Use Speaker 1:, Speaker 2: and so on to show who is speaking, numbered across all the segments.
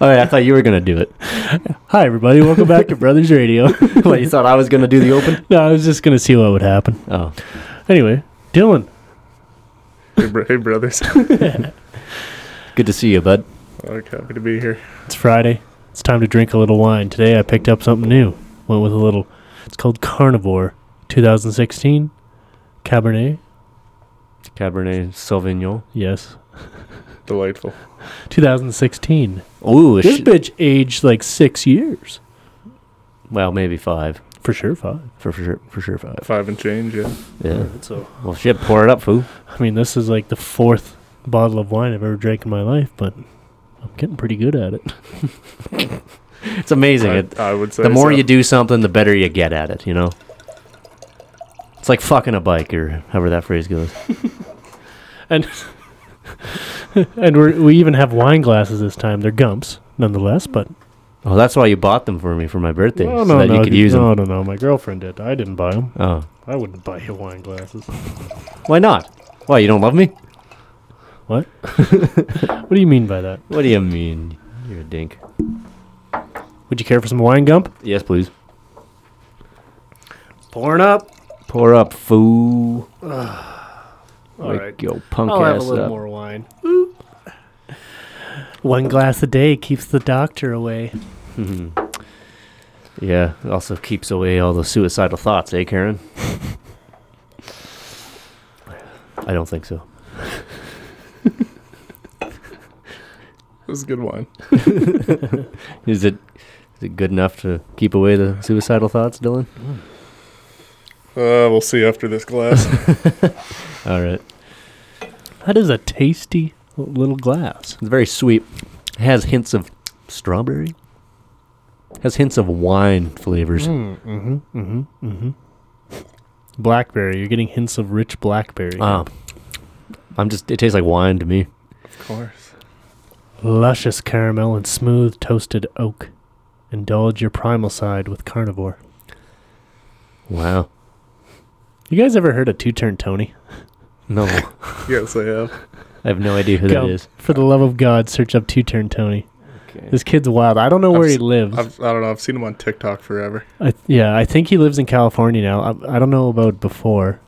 Speaker 1: Oh, yeah, I thought you were gonna do it.
Speaker 2: Hi, everybody. Welcome back to Brothers Radio.
Speaker 1: What, you thought I was gonna do the open?
Speaker 2: no, I was just going to see what would happen.
Speaker 1: Oh,
Speaker 2: Anyway, Dylan,
Speaker 3: Hey, bro- hey brothers.
Speaker 1: good to see you, bud.
Speaker 3: I'm happy to be here.
Speaker 2: it's Friday. It's time to drink a little wine. Today I picked up something new. Went with a little, it's called Carnivore 2016 Cabernet.
Speaker 1: Cabernet Sauvignon.
Speaker 2: Yes.
Speaker 3: Delightful.
Speaker 2: 2016.
Speaker 1: Ooh, a
Speaker 2: This
Speaker 1: sh-
Speaker 2: bitch aged like six years.
Speaker 1: well, maybe five
Speaker 2: For sure, five.
Speaker 1: for, for sure. For sure, five.
Speaker 3: Five and change, yeah.
Speaker 1: Yeah.
Speaker 2: So,
Speaker 1: Well, shit, pour it up, fool.
Speaker 2: I mean, this is like the fourth bottle of wine I've ever drank in my life, but I'm getting pretty good at it.
Speaker 1: It's amazing.
Speaker 3: I,
Speaker 1: It,
Speaker 3: I would say
Speaker 1: the more
Speaker 3: so.
Speaker 1: you do something, the better you get at it. You know. It's like fucking a bike, or however that phrase goes.
Speaker 2: and and we're, we even have wine glasses this time. They're gumps, nonetheless. But
Speaker 1: Oh, that's why you bought them for me for my birthday,
Speaker 2: no,
Speaker 1: so
Speaker 2: no,
Speaker 1: that
Speaker 2: no,
Speaker 1: you could use
Speaker 2: no,
Speaker 1: them.
Speaker 2: no, no. My girlfriend did. I didn't buy them.
Speaker 1: Oh,
Speaker 2: I wouldn't buy you wine glasses.
Speaker 1: why not? Why you don't love me?
Speaker 2: What do you mean by that?
Speaker 1: What do you mean? You're a dink.
Speaker 2: Would you care for some wine gump?
Speaker 1: Yes, please.
Speaker 2: Pouring up.
Speaker 1: Pour up, fool.
Speaker 2: All
Speaker 1: Wake
Speaker 2: right.
Speaker 1: your punk
Speaker 2: I'll
Speaker 1: ass
Speaker 2: have a little
Speaker 1: up.
Speaker 2: more wine. One glass a day keeps the doctor away.
Speaker 1: Yeah, it also keeps away all the suicidal thoughts, eh, Karen? I don't think so.
Speaker 3: This is good wine.
Speaker 1: Is it is it good enough to keep away the suicidal thoughts, Dylan?
Speaker 3: Uh, we'll see after this glass.
Speaker 1: All right.
Speaker 2: That is a tasty little glass.
Speaker 1: It's very sweet. It has hints of strawberry. Has hints of wine flavors.
Speaker 2: Mm-hmm. Mm-hmm. Mm-hmm. Blackberry. You're getting hints of rich blackberry.
Speaker 1: Ah. I'm just it tastes like wine to me.
Speaker 3: of course.
Speaker 2: Luscious caramel and smooth toasted oak. Indulge your primal side with carnivore.
Speaker 1: Wow.
Speaker 2: You guys ever heard of Two Turn Tony?
Speaker 1: No.
Speaker 3: Yes, I have.
Speaker 1: I have no idea who
Speaker 2: Go.
Speaker 1: that is.
Speaker 2: For the love of God, search up Two Turn Tony.
Speaker 1: Okay.
Speaker 2: This kid's wild. I don't know
Speaker 3: I've
Speaker 2: where he
Speaker 3: s-
Speaker 2: lives.
Speaker 3: I've, I don't know. I've seen him on TikTok forever.
Speaker 2: I, yeah, I think he lives in California now. I, I don't know about before,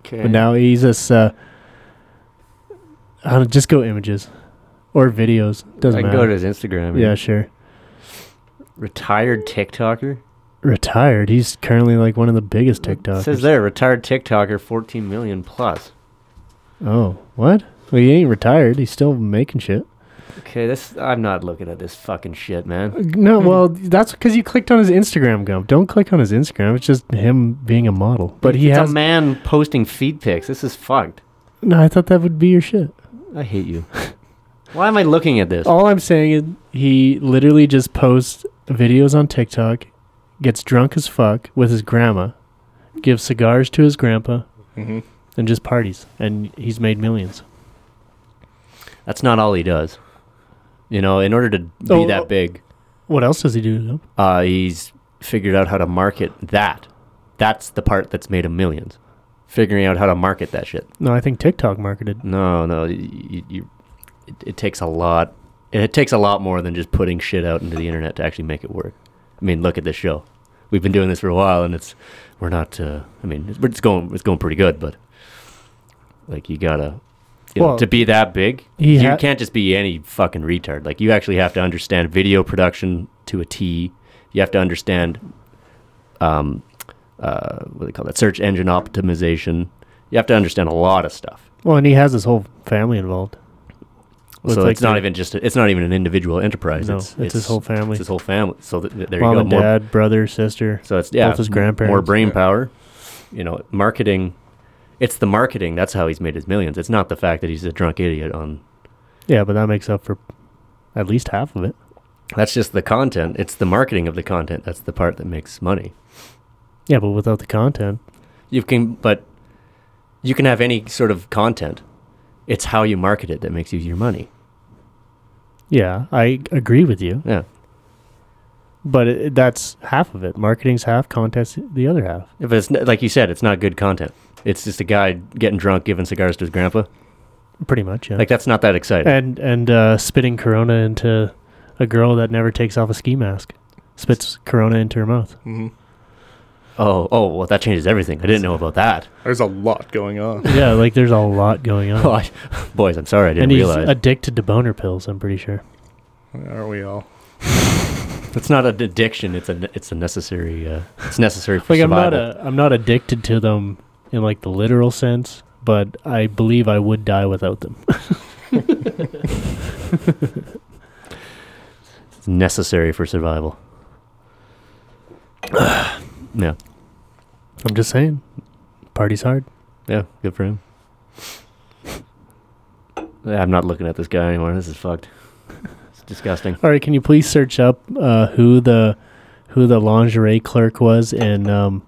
Speaker 1: okay.
Speaker 2: but now he's this. Uh, I don't, just go images or videos. Doesn't
Speaker 1: I can go
Speaker 2: matter.
Speaker 1: to his Instagram.
Speaker 2: yeah, sure.
Speaker 1: Retired TikToker.
Speaker 2: Retired. He's currently like one of the biggest TikTokers.
Speaker 1: Says there, retired TikToker, 14 million plus.
Speaker 2: Oh, what? Well, he ain't retired. He's still making shit.
Speaker 1: Okay, this I'm not looking at this fucking shit, man.
Speaker 2: No, well, that's because you clicked on his Instagram, Gump. Don't click on his Instagram. It's just him being a model. But he
Speaker 1: it's
Speaker 2: has.
Speaker 1: a man posting feed pics. This is fucked.
Speaker 2: no, I thought that would be your shit.
Speaker 1: I hate you. Why am I looking at this?
Speaker 2: All I'm saying is he literally just posts videos on TikTok, gets drunk as fuck with his grandma, gives cigars to his grandpa,
Speaker 3: hmm
Speaker 2: and just parties. And he's made millions.
Speaker 1: That's not all he does. You know, in order to be
Speaker 2: Oh, oh.
Speaker 1: that big,
Speaker 2: What else does he do? Gump?
Speaker 1: uh, he's figured out how to market that. That's the part that's made him millions. Figuring out how to market that shit.
Speaker 2: No, I think TikTok marketed.
Speaker 1: No, no, you, you it, it takes a lot. It takes a lot more than just putting shit out into the internet to actually make it work. I mean, look at this show. We've been doing this for a while, and it's we're not. Uh, I mean, it's, it's going it's going pretty good, but like you gotta. You know,
Speaker 2: Well,
Speaker 1: to be that big,
Speaker 2: he
Speaker 1: you
Speaker 2: ha-
Speaker 1: can't just be any fucking retard. Like you actually have to understand video production to a T. You have to understand, um, uh, what do they call that? Search engine optimization. You have to understand a lot of stuff.
Speaker 2: Well, and he has his whole family involved. With,
Speaker 1: So
Speaker 2: like,
Speaker 1: it's not
Speaker 2: the-
Speaker 1: even just a, it's not even an individual enterprise.
Speaker 2: No,
Speaker 1: it's,
Speaker 2: it's his whole family.
Speaker 1: It's his whole family. So th- th- there
Speaker 2: Mom
Speaker 1: you go.
Speaker 2: and
Speaker 1: more-
Speaker 2: dad, brother, sister.
Speaker 1: so it's yeah,
Speaker 2: both his
Speaker 1: m- More
Speaker 2: grandparents.
Speaker 1: brain power. You know, marketing. It's the marketing. That's how he's made his millions. It's not the fact that he's a drunk idiot on.
Speaker 2: Yeah, but that makes up for at least half of it.
Speaker 1: That's just the content. It's the marketing of the content. That's the part that makes money.
Speaker 2: Yeah, but without the content.
Speaker 1: You can, but you can have any sort of content. It's how you market it that makes you your money.
Speaker 2: Yeah, I agree with you.
Speaker 1: Yeah.
Speaker 2: But it, that's half of it. Marketing's half, content's the other half.
Speaker 1: If it's n- like you said, it's not good content. It's just a guy getting drunk, giving cigars to his grandpa.
Speaker 2: Pretty much, yeah.
Speaker 1: Like that's not that exciting.
Speaker 2: and and uh, spitting Corona into a girl that never takes off a ski mask spits corona into her mouth.
Speaker 3: hmm
Speaker 1: Oh, oh, well, that changes everything. I didn't know about that.
Speaker 3: There's a lot going on.
Speaker 2: yeah, like there's a lot going on.
Speaker 1: Oh, I, boys, I'm sorry, I didn't
Speaker 2: and he's
Speaker 1: realize.
Speaker 2: addicted to boner pills, I'm pretty sure.
Speaker 3: Are we all?
Speaker 1: it's not an addiction. It's a it's a necessary. Uh, it's necessary for
Speaker 2: Like I'm
Speaker 1: survival.
Speaker 2: not a I'm not addicted to them in like the literal sense, but I believe I would die without them.
Speaker 1: It's necessary for survival. yeah,
Speaker 2: I'm just saying. Party's hard.
Speaker 1: yeah, good for him. Yeah, I'm not looking at this guy anymore. This is fucked. It's disgusting.
Speaker 2: All right, can you please search up uh, who the who the lingerie clerk was in um,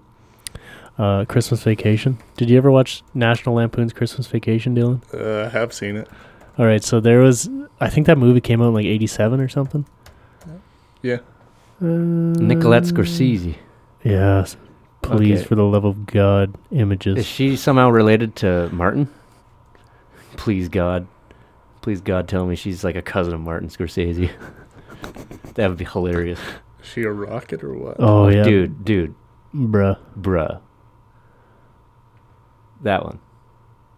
Speaker 2: uh, Christmas Vacation? Did you ever watch National Lampoon's Christmas Vacation, Dylan?
Speaker 3: Uh, I have seen it.
Speaker 2: All right, so there was I think that movie came out in like '87 or something.
Speaker 3: Yeah.
Speaker 2: Uh,
Speaker 1: Nicolette Scorsese.
Speaker 2: Yes. Please,
Speaker 1: Okay.
Speaker 2: for the love of God, images.
Speaker 1: Is she somehow related to Martin? Please God, please God, tell me she's like a cousin of Martin Scorsese. that would be hilarious.
Speaker 3: Is she a rocket or what?
Speaker 2: oh yeah,
Speaker 1: dude, dude.
Speaker 2: bruh.
Speaker 1: Bruh. That one.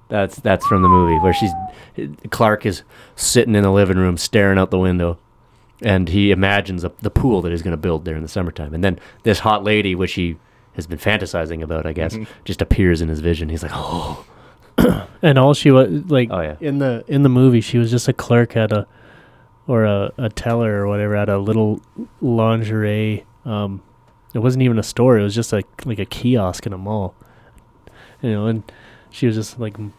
Speaker 1: That's that's from the movie where she's Clark is sitting in the living room staring out the window, and he imagines a, the pool that he's going to build there in the summertime, and then this hot lady, which he has been fantasizing about, I guess,
Speaker 3: Mhm.
Speaker 1: just appears in his vision. He's like, oh,
Speaker 2: And all she was like
Speaker 1: oh yeah,
Speaker 2: in the in the movie, she was just a clerk at a or a, a teller or whatever at a little lingerie. Um, it wasn't even a store; it was just like like a kiosk in a mall. You know, and she was just like m-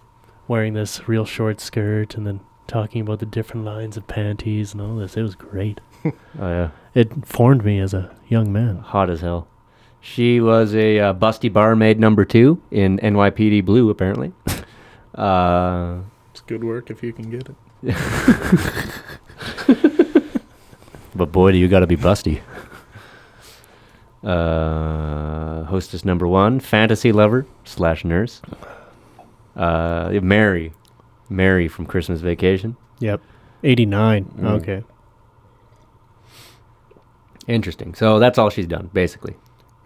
Speaker 2: wearing this real short skirt and then talking about the different lines of panties and all this. It was great.
Speaker 1: oh yeah,
Speaker 2: It formed me as a young man.
Speaker 1: hot as hell. She was a uh, busty barmaid number two in NYPD Blue, apparently. uh,
Speaker 3: It's good work if you can get it.
Speaker 1: But boy, do you got to be busty. Uh, hostess number one, fantasy lover slash nurse. Uh, Mary, Mary from Christmas Vacation.
Speaker 2: Yep, eighty nine.
Speaker 1: Mm.
Speaker 2: Oh, Okay.
Speaker 1: Interesting. So that's all she's done, basically.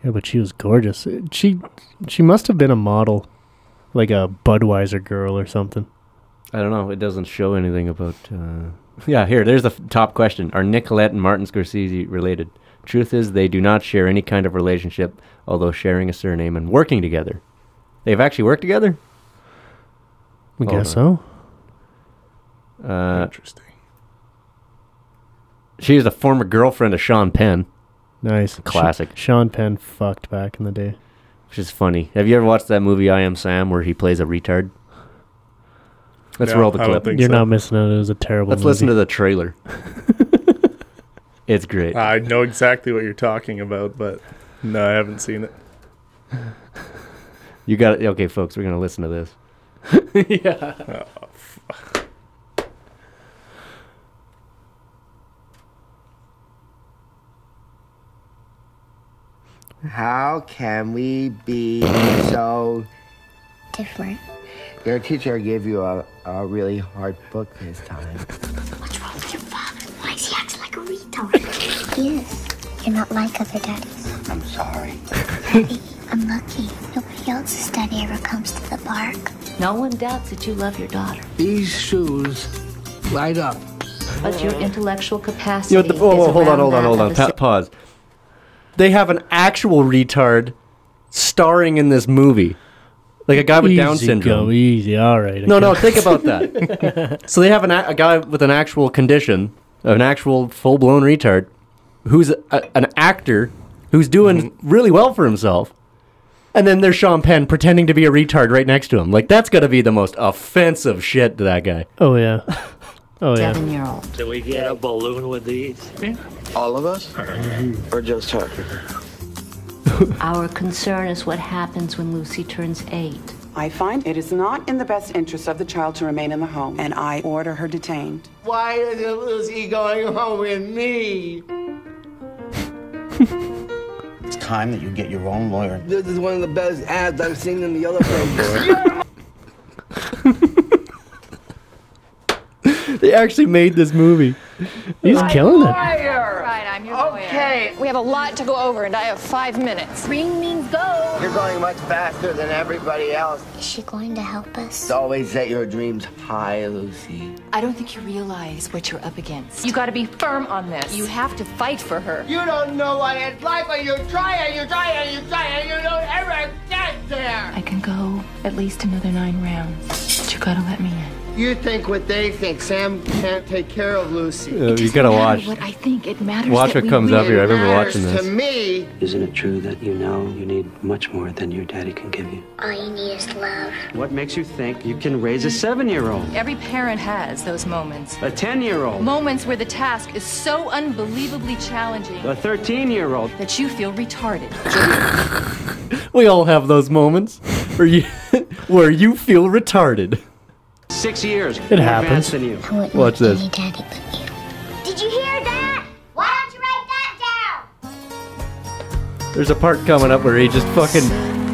Speaker 2: Yeah, but she was gorgeous. Uh, She she must have been a model, like a Budweiser girl or something.
Speaker 1: I don't know. It doesn't show anything about. Uh... Yeah, here. There's the f- top question: Are Nicolette and Martin Scorsese related? Truth is, they do not share any kind of relationship, although sharing a surname and working together. They've actually worked together.
Speaker 2: I
Speaker 1: Hold
Speaker 2: guess so.
Speaker 1: Uh,
Speaker 3: Interesting.
Speaker 1: she is a former girlfriend of Sean Penn.
Speaker 2: Nice. Sh-
Speaker 1: Classic.
Speaker 2: Sean Penn fucked back in the day.
Speaker 1: Which is funny. Have you ever watched that movie I Am Sam where he plays a retard? Let's
Speaker 3: No,
Speaker 1: roll the
Speaker 3: I don't
Speaker 1: clip.
Speaker 3: think
Speaker 2: You're
Speaker 3: so.
Speaker 2: not missing out. It was a terrible.
Speaker 1: Let's
Speaker 2: movie.
Speaker 1: listen to the trailer. it's great.
Speaker 3: I know exactly what you're talking about, but no, I haven't seen it.
Speaker 1: You got it. Okay, folks, we're going to listen to this.
Speaker 4: How can we be so
Speaker 5: different.
Speaker 4: Your teacher gave you a, a really hard book this time.
Speaker 5: What's wrong with your father? Why is he acting like a retard? He is. You're not like other daddies.
Speaker 4: I'm sorry.
Speaker 5: I'm lucky. Nobody else's daddy ever comes to the park.
Speaker 6: No one doubts that you love your daughter,
Speaker 7: These shoes light up.
Speaker 6: but your intellectual capacity
Speaker 1: You know, the, oh,
Speaker 6: is
Speaker 1: oh, hold on,
Speaker 6: around
Speaker 1: hold on,
Speaker 6: that
Speaker 1: hold
Speaker 6: of
Speaker 1: on.
Speaker 6: a
Speaker 1: Pa-
Speaker 6: si-
Speaker 1: pause. They have an actual retard starring in this movie. Like a guy with Down
Speaker 2: Easy
Speaker 1: syndrome.
Speaker 2: Go easy. All right.
Speaker 1: No,
Speaker 2: okay.
Speaker 1: no, think about that. so they have an, a a guy with an actual condition, uh, an actual full blown retard, who's a, an actor who's doing really well for himself. And then there's Sean Penn pretending to be a retard right next to him. Like, that's got to be the most offensive shit to that guy.
Speaker 2: Oh yeah. Oh yeah.
Speaker 6: Seven-year-old.
Speaker 8: Do we get a balloon with these?
Speaker 7: All of us? Or just her?
Speaker 6: Our concern is what happens when Lucy turns eight.
Speaker 9: I find it is not in the best interest of the child to remain in the home, and I order her detained.
Speaker 7: Why isn't Lucy going home with me?
Speaker 4: It's time that you get your own lawyer.
Speaker 7: This is one of the best ads I've seen in the other place.
Speaker 1: They actually made this movie.
Speaker 2: He's killing it.
Speaker 10: Right, I'm your Okay. We have a lot to go over, and I have five minutes.
Speaker 5: Ring means go.
Speaker 4: You're going much faster than everybody else.
Speaker 5: Is she going to help us?
Speaker 4: It's always set your dreams high, Lucy.
Speaker 10: I don't think you realize what you're up against.
Speaker 6: You gotta be firm on this.
Speaker 10: You have to fight for her.
Speaker 7: You don't know what it's like when you try and you try and you try and you don't ever get there.
Speaker 10: I can go at least another nine rounds, but you gotta let me in.
Speaker 7: You think what they think. Sam can't take care of Lucy.
Speaker 1: Uh, you gotta watch.
Speaker 10: What I think it matters.
Speaker 1: Watch what
Speaker 10: that we
Speaker 1: comes up
Speaker 10: win.
Speaker 1: here. I remember
Speaker 7: Matters
Speaker 1: watching
Speaker 7: To
Speaker 1: this.
Speaker 7: me,
Speaker 8: Isn't it true that you know you need much more than your daddy can give you?
Speaker 5: All you need is love.
Speaker 8: What makes you think you can raise a seven year old,
Speaker 10: Every parent has those moments.
Speaker 8: a 10 year old,
Speaker 10: Moments where the task is so unbelievably challenging
Speaker 8: a 13 year old?
Speaker 10: that you feel retarded.
Speaker 1: We all have those moments where you where you feel retarded.
Speaker 8: Six years. It
Speaker 2: happens.
Speaker 8: Than you.
Speaker 5: I wouldn't
Speaker 1: Watch
Speaker 5: want
Speaker 1: this.
Speaker 5: any daddy but you. Did you hear that? Why don't you write that down?
Speaker 1: There's a part coming up where he just fucking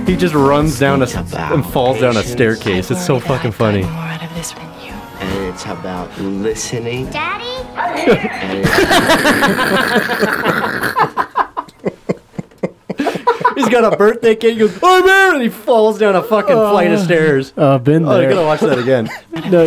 Speaker 1: he just runs down a s- and falls down a staircase. It's so fucking funny.
Speaker 10: More out of this than you.
Speaker 4: And it's about listening.
Speaker 5: Daddy?
Speaker 4: And it's
Speaker 1: He's got a birthday cake. He goes, "I'm here," and he falls down a fucking flight of stairs.
Speaker 2: Uh, been
Speaker 1: Oh, I
Speaker 2: there.
Speaker 1: gotta watch that again.
Speaker 2: No,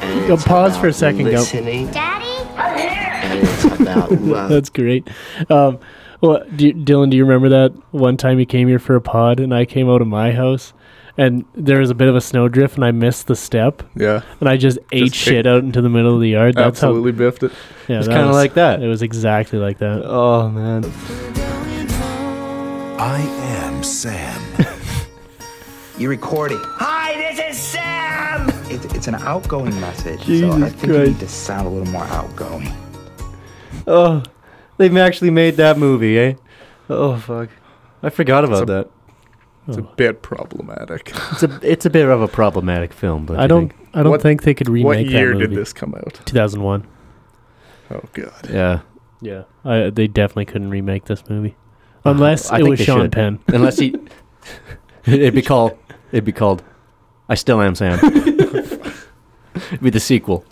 Speaker 4: and
Speaker 2: Go
Speaker 4: it's
Speaker 2: pause for a
Speaker 4: about
Speaker 2: second, go.
Speaker 4: Listening.
Speaker 5: Daddy?
Speaker 4: And it's about love.
Speaker 2: that's great. Um, well, do you, Dylan, do you remember that one time you came here for a pod, and I came out of my house, and there was a bit of a snowdrift, and I missed the step,
Speaker 3: Yeah.
Speaker 2: and I just ate
Speaker 3: kicked-
Speaker 2: shit out into the middle of the yard. That's
Speaker 3: absolutely biffed it.
Speaker 2: how. Yeah,
Speaker 1: It's
Speaker 2: that
Speaker 1: kind of
Speaker 2: was-
Speaker 1: like that.
Speaker 2: It was exactly like that.
Speaker 1: Oh man,
Speaker 11: I am Sam.
Speaker 4: You're recording. Hi, this is Sam! It, it's an outgoing message, so I
Speaker 1: Jesus
Speaker 4: think you
Speaker 1: Christ.
Speaker 4: need to sound a little more outgoing.
Speaker 1: oh, they've actually made that movie, eh? Oh fuck, I forgot about that.
Speaker 3: It's a bit problematic.
Speaker 1: It's a it's a bit of a problematic film, but
Speaker 2: I don't. I don't
Speaker 3: What-
Speaker 2: think they could remake
Speaker 3: what year
Speaker 2: that movie.
Speaker 3: did this come out?
Speaker 2: 2001.
Speaker 3: Oh god.
Speaker 1: Yeah,
Speaker 2: Yeah, I, they definitely couldn't remake this movie, unless
Speaker 1: I
Speaker 2: it
Speaker 1: think
Speaker 2: was
Speaker 1: they
Speaker 2: Sean
Speaker 1: should.
Speaker 2: Penn.
Speaker 1: unless he it'd be called it'd be called I still am Sam. it'd be the sequel.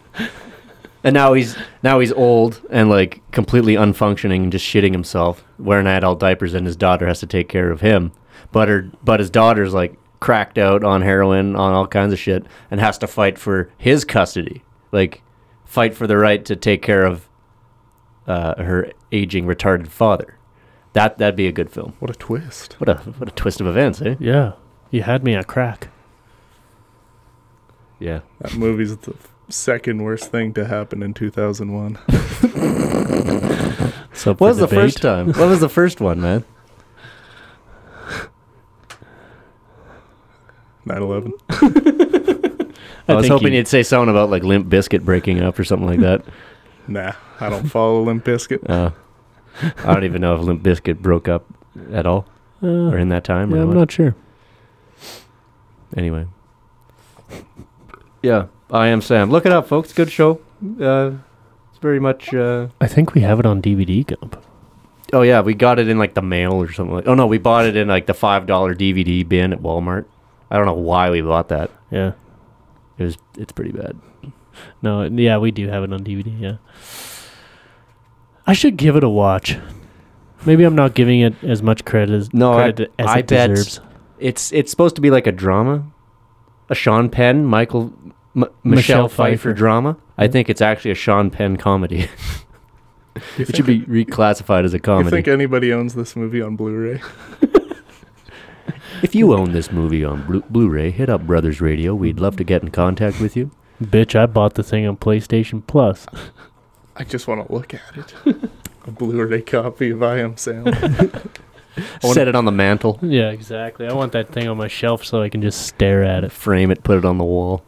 Speaker 1: And now he's now he's old and like completely unfunctioning and just shitting himself, wearing adult diapers, and his daughter has to take care of him. But her but his daughter's like cracked out on heroin, on all kinds of shit, and has to fight for his custody, like fight for the right to take care of uh, her aging retarded father. That that'd be a good film.
Speaker 3: What a twist.
Speaker 1: What a what a twist of events, eh?
Speaker 2: Yeah, you had me at crack.
Speaker 1: Yeah.
Speaker 3: That movie's the second worst thing to happen in 2001.
Speaker 2: So
Speaker 1: What was the first time? What was the first one, man?
Speaker 3: 9/11.
Speaker 1: I, was hoping
Speaker 2: you,
Speaker 1: you'd say something about like Limp Biscuit breaking up or something like that.
Speaker 3: Nah, I don't follow Limp Bizkit.
Speaker 1: Uh, I don't even know if Limp Biscuit broke up at all
Speaker 2: Uh,
Speaker 1: or in that time
Speaker 2: yeah,
Speaker 1: or
Speaker 2: I'm
Speaker 1: what.
Speaker 2: not sure.
Speaker 1: Anyway. Yeah, I am Sam. Look it up, folks. Good show. Uh, it's very much. Uh,
Speaker 2: I think we have it on DVD, Gump.
Speaker 1: oh yeah, we got it in like the mail or something. like Oh no, we bought it in like the five dollar DVD bin at Walmart. I don't know why we bought that.
Speaker 2: Yeah.
Speaker 1: It was. It's pretty bad.
Speaker 2: No, yeah, we do have it on DVD, yeah. I should give it a watch. Maybe I'm not giving it as much credit as,
Speaker 1: No, I-
Speaker 2: credit as
Speaker 1: I
Speaker 2: it
Speaker 1: bet-
Speaker 2: deserves.
Speaker 1: It's it's supposed to be like a drama, a Sean Penn, Michael, M- Michelle,
Speaker 2: Michelle
Speaker 1: Pfeiffer
Speaker 2: Pfeiffer.
Speaker 1: drama. I think it's actually a Sean Penn comedy. it should be reclassified as a
Speaker 3: You think
Speaker 1: comedy.
Speaker 3: anybody owns this movie on Blu-ray?
Speaker 1: if you own this movie on Blu- Blu-ray, hit up Brothers Radio. We'd love to get in contact with you.
Speaker 2: Bitch, I bought the thing on PlayStation Plus.
Speaker 3: I just want to look at it. a Blu-ray copy of I Am Sam.
Speaker 1: Set it on the mantle,
Speaker 2: yeah, exactly. I want that thing on my shelf so I can just stare at it.
Speaker 1: frame it, put it on the wall.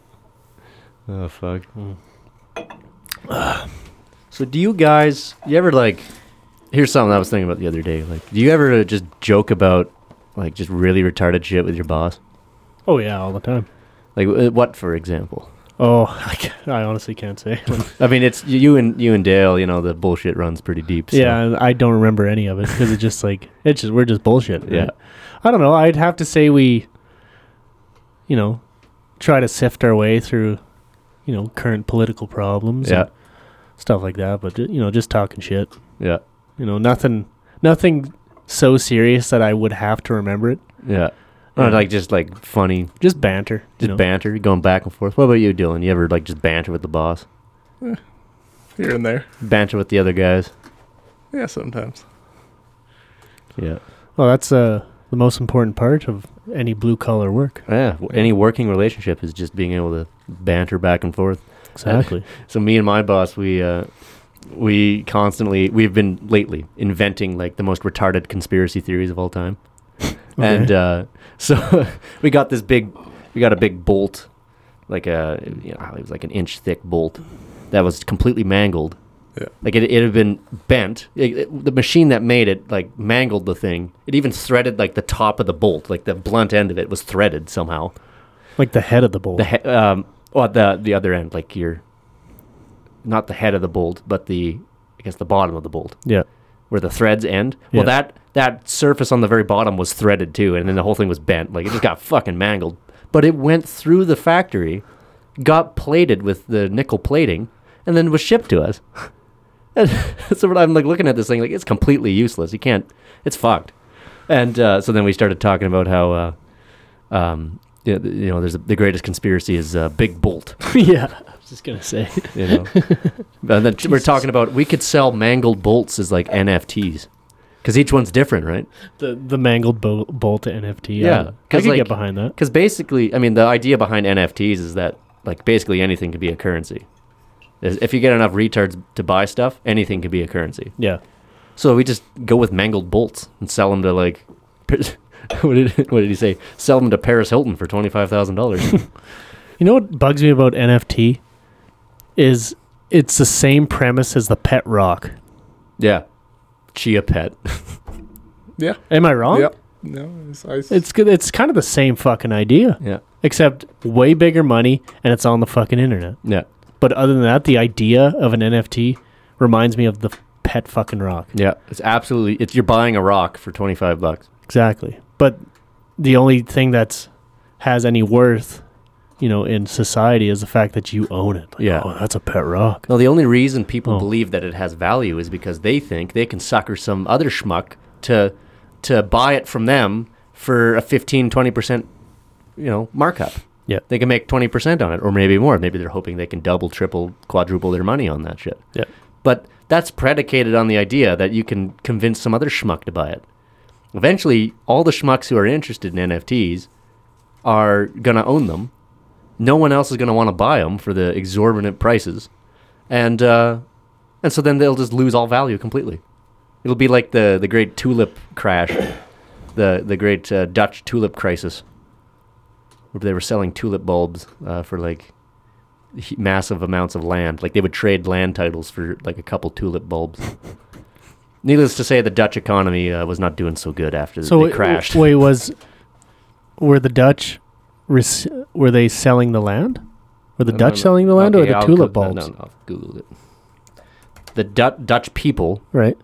Speaker 1: Oh fuck. So do you guys? You ever like? Here's something I was thinking about the other day. Like, do you ever uh, just joke about like just really retarded shit with your boss?
Speaker 2: Oh, yeah, all the time.
Speaker 1: Like uh, what, for example?
Speaker 2: Oh, I, ca- I honestly can't say.
Speaker 1: I mean, it's you and you and Dale. You know, the bullshit runs pretty deep. So.
Speaker 2: Yeah, and I don't remember any of it because it's just like it's just we're just bullshit. right?
Speaker 1: Yeah.
Speaker 2: I don't know. I'd have to say we, you know, try to sift our way through, you know, current political problems.
Speaker 1: yeah.
Speaker 2: and stuff like that. But ju- you know, just talking shit.
Speaker 1: Yeah.
Speaker 2: You know, nothing, nothing so serious that I would have to remember it.
Speaker 1: Yeah. Or like just like funny,
Speaker 2: just banter,
Speaker 1: just banter, going back and forth. What about you, Dylan? You ever like just banter with the boss,
Speaker 3: Here and there.
Speaker 1: banter with the other guys?
Speaker 3: Yeah, sometimes.
Speaker 1: Yeah,
Speaker 2: Well, that's uh, the most important part of any blue collar work.
Speaker 1: yeah. w- Any working relationship is just being able to banter back and forth.
Speaker 2: Exactly.
Speaker 1: so me and my boss, we uh, we constantly we've been lately inventing like the most retarded conspiracy theories of all time, and uh, so we got this big, we got a big bolt, like a you know, it was like an inch thick bolt that was completely mangled.
Speaker 3: Yeah.
Speaker 1: Like it, it had been bent. It- it- the machine that made it like mangled the thing. It even threaded like the top of the bolt, like the blunt end of it was threaded somehow.
Speaker 2: Like the head of the bowl.
Speaker 1: The he- um, well, the the other end, like your, not the head of the bolt, but the I guess the bottom of the bolt,
Speaker 2: yeah.
Speaker 1: where the threads end.
Speaker 2: Yeah.
Speaker 1: Well, that that surface on the very bottom was threaded too, and then the whole thing was bent. Like it just got fucking mangled. But it went through the factory, got plated with the nickel plating, and then was shipped to us. And so I'm like looking at this thing, like it's completely useless. You can't. It's fucked. And uh, so then we started talking about how. Uh, um, you know, th- you know, there's a, the greatest conspiracy is uh, Big Bolt.
Speaker 2: yeah. I was just gonna say.
Speaker 1: You know, and then we're talking about we could sell mangled bolts as like NFTs because each one's different, right?
Speaker 2: The the mangled bo- bolt to NFT.
Speaker 1: Yeah,
Speaker 2: I, I
Speaker 1: 'cause,
Speaker 2: could
Speaker 1: like-
Speaker 2: get behind that.
Speaker 1: Because basically, I mean, the idea behind NFTs is that like basically anything could be a currency. Is- If you get enough retards to buy stuff, anything could be a currency.
Speaker 2: Yeah.
Speaker 1: So we just go with mangled bolts and sell them to like. What did, what did he say? Sell them to Paris Hilton for twenty five thousand dollars.
Speaker 2: You know what bugs me about NFT is it's the same premise as the pet rock.
Speaker 1: yeah, chia pet.
Speaker 3: Yeah.
Speaker 2: Am I wrong?
Speaker 3: Yep. No, it's, I,
Speaker 2: It's good. It's kind of the same fucking idea,
Speaker 1: yeah,
Speaker 2: except way bigger money, and it's on the fucking internet.
Speaker 1: yeah,
Speaker 2: But other than that, the idea of an NFT reminds me of the pet fucking rock.
Speaker 1: yeah. It's absolutely. It's you're buying a rock for twenty five bucks.
Speaker 2: Exactly. But the only thing that's has any worth, you know, in society is the fact that you own it. Like,
Speaker 1: Yeah.
Speaker 2: Oh, that's a pet rock.
Speaker 1: No, the only reason people
Speaker 2: Oh.
Speaker 1: believe that it has value is because they think they can sucker some other schmuck to to buy it from them for a 15 20% you know markup.
Speaker 2: Yeah.
Speaker 1: They can make 20% on it or maybe more. Maybe they're hoping they can double, triple, quadruple their money on that shit.
Speaker 2: Yeah.
Speaker 1: But that's predicated on the idea that you can convince some other schmuck to buy it. Eventually, all the schmucks who are interested in NFTs are going to own them. No one else is going to want to buy them for the exorbitant prices. And uh, and so then they'll just lose all value completely. It'll be like the, the great tulip crash, the, the great uh, Dutch tulip crisis, where they were selling tulip bulbs uh, for like he- massive amounts of land. Like they would trade land titles for like a couple tulip bulbs. Needless to say, the Dutch economy uh, was not doing so good after
Speaker 2: So
Speaker 1: they
Speaker 2: it-
Speaker 1: crashed.
Speaker 2: Wait, was were the Dutch res- were they selling the land? Were the
Speaker 1: No, no,
Speaker 2: Dutch
Speaker 1: no.
Speaker 2: selling the land or
Speaker 1: Okay,
Speaker 2: the
Speaker 1: I'll
Speaker 2: tulip
Speaker 1: Goo- no,
Speaker 2: bulbs?
Speaker 1: No, no, I've Googled it. The Dut- Dutch people
Speaker 2: Right.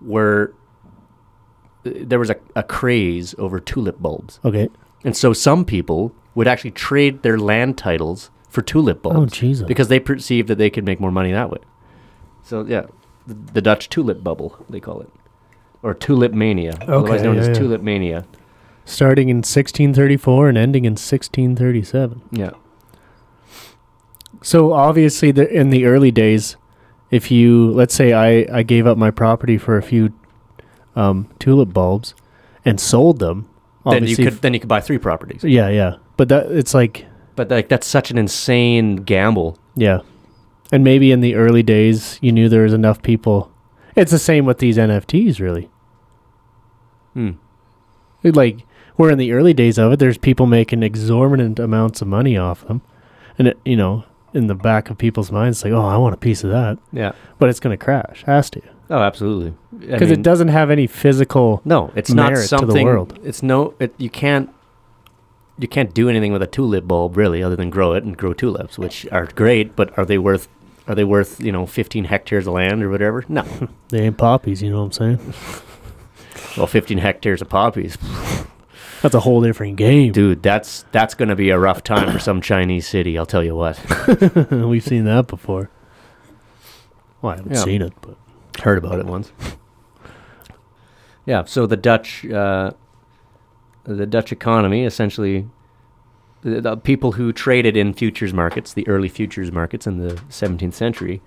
Speaker 1: were. uh, There was a, a craze over tulip bulbs.
Speaker 2: Okay.
Speaker 1: And so some people would actually trade their land titles for tulip bulbs.
Speaker 2: Oh, Jesus.
Speaker 1: Because they perceived that they could make more money that way. So, yeah, the, the Dutch tulip bubble, they call it. Or tulip mania, otherwise
Speaker 2: Okay,
Speaker 1: known
Speaker 2: yeah,
Speaker 1: as
Speaker 2: yeah.
Speaker 1: tulip mania.
Speaker 2: Starting in 1634 and ending in 1637.
Speaker 1: Yeah.
Speaker 2: So obviously, the, in the early days, if you let's say I I gave up my property for a few um, tulip bulbs and sold them,
Speaker 1: Then you
Speaker 2: obviously,
Speaker 1: could then you could buy three properties.
Speaker 2: f- yeah, yeah. But that it's like
Speaker 1: But like that's such an insane gamble.
Speaker 2: yeah, and maybe in the early days you knew there was enough people. It's the same with these NFTs, really.
Speaker 1: Hmm.
Speaker 2: Like we're in the early days of it. There's people making exorbitant amounts of money off them, and it, you know, in the back of people's minds, it's like, oh, I want a piece of that,
Speaker 1: Yeah.
Speaker 2: but it's gonna crash, has to.
Speaker 1: Oh, absolutely.
Speaker 2: because it doesn't have any physical.
Speaker 1: No, it's
Speaker 2: merit
Speaker 1: not
Speaker 2: to the
Speaker 1: something.
Speaker 2: world.
Speaker 1: It's no. It, you can't. You can't do anything with a tulip bulb really, other than grow it and grow tulips, which are great. But are they worth? Are they worth you know 15 hectares of land or whatever? No.
Speaker 2: They ain't poppies, you know what I'm saying?
Speaker 1: well, 15 hectares of poppies,
Speaker 2: That's a whole different game.
Speaker 1: dude. That's that's going to be a rough time for some Chinese city. I'll tell you what.
Speaker 2: We've seen that before. Well, I haven't seen it, but
Speaker 1: heard about it once. yeah, so the Dutch, uh, the Dutch economy essentially, the, the people who traded in futures markets, the early futures markets in the 17th century,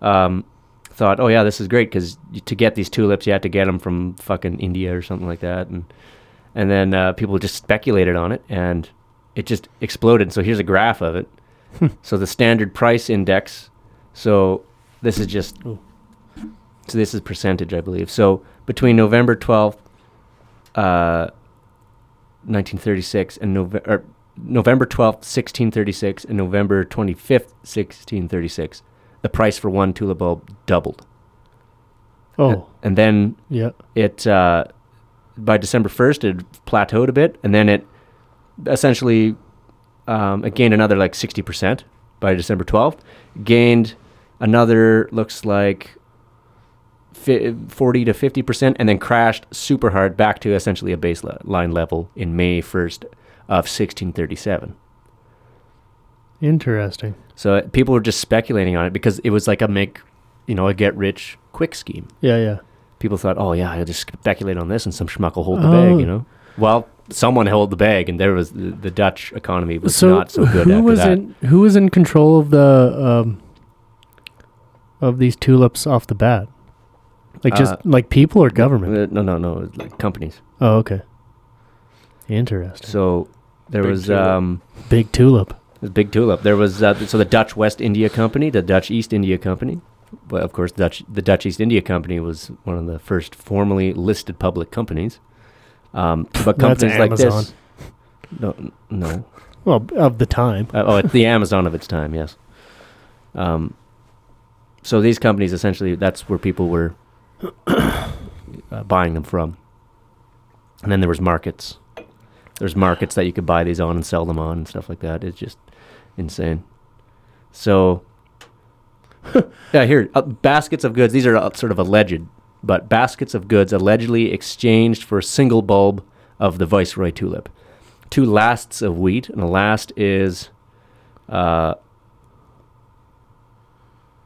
Speaker 1: um, thought, oh yeah, this is great because to get these tulips, you had to get them from fucking India or something like that, and and then uh, people just speculated on it, and it just exploded. So here's a graph of it. so the standard price index. So this is just. So this is percentage, I believe. So between November twelfth, uh, nineteen thirty-six, and Nove- or November twelfth, sixteen thirty-six, and November twenty-fifth, sixteen thirty-six, the price for one tulip bulb doubled.
Speaker 2: Oh.
Speaker 1: And then
Speaker 2: Yeah.
Speaker 1: it uh, by December first it plateaued a bit, and then it essentially um, it gained another like sixty percent by December twelfth. Gained another looks like fi- forty to fifty percent, and then crashed super hard back to essentially a baseline level in May first of sixteen thirty seven.
Speaker 2: Interesting.
Speaker 1: So uh, people were just speculating on it because it was like a make, you know, a get rich quick scheme.
Speaker 2: Yeah, yeah.
Speaker 1: People thought, oh yeah, I'll just speculate on this, and some schmuck will hold the
Speaker 2: Oh.
Speaker 1: bag, you know. Well, someone held the bag, and there was the, the Dutch economy was not so good
Speaker 2: who
Speaker 1: after
Speaker 2: was
Speaker 1: that.
Speaker 2: in who was in control of the um, of these tulips off the bat? Like just
Speaker 1: Uh,
Speaker 2: like people or government?
Speaker 1: Uh, No, no, no, it was like companies.
Speaker 2: Oh, okay. Interesting.
Speaker 1: So there
Speaker 2: Big
Speaker 1: was
Speaker 2: tulip.
Speaker 1: um,
Speaker 2: Big tulip.
Speaker 1: It was Big Tulip. There was uh, so the Dutch West India Company, the Dutch East India Company. Well, of course, Dutch the Dutch East India Company was one of the first formally listed public companies. Um, but
Speaker 2: That's
Speaker 1: companies like
Speaker 2: Amazon.
Speaker 1: this, no, n- no.
Speaker 2: Well, b- of the time.
Speaker 1: Uh, oh, it's the Amazon of its time, yes. Um, so these companies essentially, that's where people were uh, buying them from. And then there was markets. There's markets that you could buy these on and sell them on and stuff like that. It's just insane. So, yeah, here uh, baskets of goods. These are uh, sort of alleged, but baskets of goods allegedly exchanged for a single bulb of the Viceroy tulip. Two lasts of wheat, and a last is, uh,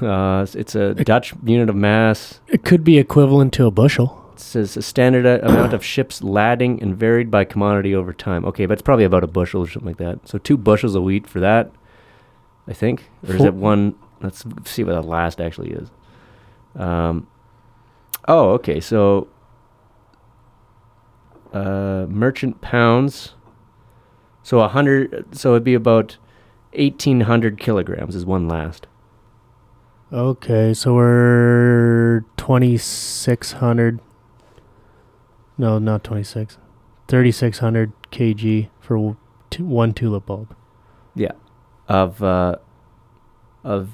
Speaker 1: uh, it's a Dutch unit of mass.
Speaker 2: It could be equivalent to a bushel.
Speaker 1: It says a standard a- amount of ships lading and varied by commodity over time. Okay, but it's probably about a bushel or something like that. So two bushels of wheat for that, I think. Or is
Speaker 2: Four-
Speaker 1: it one? Let's see what the last actually is. Um, oh, okay. So uh, merchant pounds. So a hundred. So it'd be about eighteen hundred kilograms is one last.
Speaker 2: Okay, so we're 2600 No, not 26. 3600 kg for w- t- one tulip bulb.
Speaker 1: Yeah. Of uh of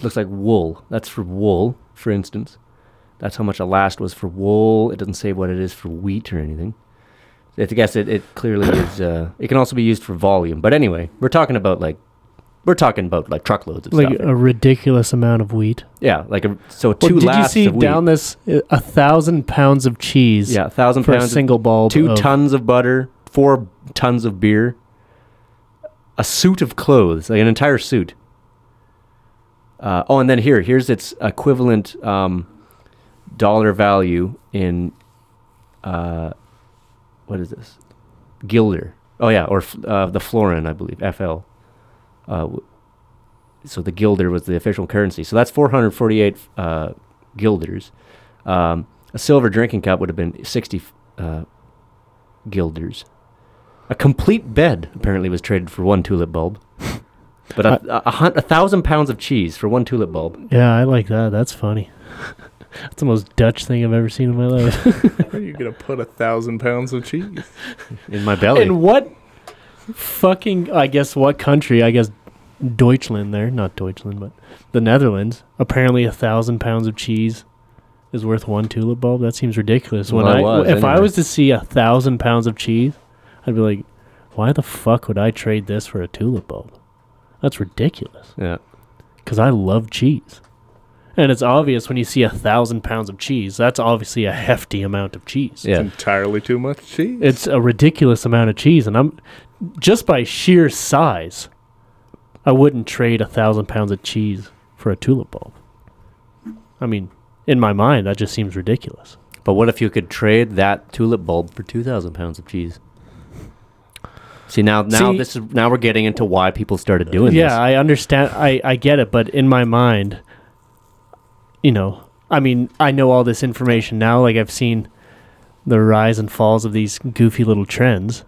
Speaker 1: looks like wool. That's for wool, for instance. That's how much a last was for wool. It doesn't say what it is for wheat or anything. I guess it, it clearly is uh it can also be used for volume. But anyway, we're talking about like we're talking about like truckloads of
Speaker 2: Like
Speaker 1: stuff.
Speaker 2: a ridiculous amount of wheat.
Speaker 1: yeah, like a, so
Speaker 2: Well,
Speaker 1: two
Speaker 2: did you
Speaker 1: lasts
Speaker 2: see
Speaker 1: of wheat.
Speaker 2: down this uh, a thousand pounds of cheese?
Speaker 1: yeah, a thousand
Speaker 2: for
Speaker 1: pounds
Speaker 2: a
Speaker 1: of-
Speaker 2: single bulb.
Speaker 1: two
Speaker 2: of-
Speaker 1: tons of butter, four tons of beer, a suit of clothes, like an entire suit. Uh, oh, and then here, here's its equivalent um, dollar value in uh, what is this? Guilder. Oh yeah, or f- uh, the florin, I believe, FL. Uh, w- so the guilder was the official currency. So that's 448 uh, guilders. Um, a silver drinking cup would have been 60 uh, guilders. A complete bed apparently was traded for one tulip bulb. But a, a, hun- a thousand pounds of cheese for one tulip bulb.
Speaker 2: Yeah, I like that. That's funny. That's the most Dutch thing I've ever seen in my life.
Speaker 3: Where are you gonna put a thousand pounds of cheese?
Speaker 1: In my belly.
Speaker 2: In what fucking I guess what country? I guess Deutschland there, not Deutschland, but the Netherlands. Apparently a thousand pounds of cheese is worth one tulip bulb. That seems ridiculous. When
Speaker 1: Well,
Speaker 2: I
Speaker 1: it was,
Speaker 2: if I
Speaker 1: anyway.
Speaker 2: was to see a thousand pounds of cheese, I'd be like, why the fuck would I trade this for a tulip bulb? That's ridiculous.
Speaker 1: yeah.
Speaker 2: Because I love cheese. And it's obvious when you see a thousand pounds of cheese, that's obviously a hefty amount of cheese.
Speaker 1: Yeah.
Speaker 3: Entirely too much cheese.
Speaker 2: It's a ridiculous amount of cheese, and I'm just by sheer size, I wouldn't trade a thousand pounds of cheese for a tulip bulb. I mean, in my mind, that just seems ridiculous.
Speaker 1: But what if you could trade that tulip bulb for two thousand pounds of cheese? See now, now
Speaker 2: See-
Speaker 1: this is now we're getting into why people started doing
Speaker 2: yeah,
Speaker 1: this.
Speaker 2: I understand. I, I get it, but in my mind, you know, I mean, I know all this information now. Like I've seen the rise and falls of these goofy little trends,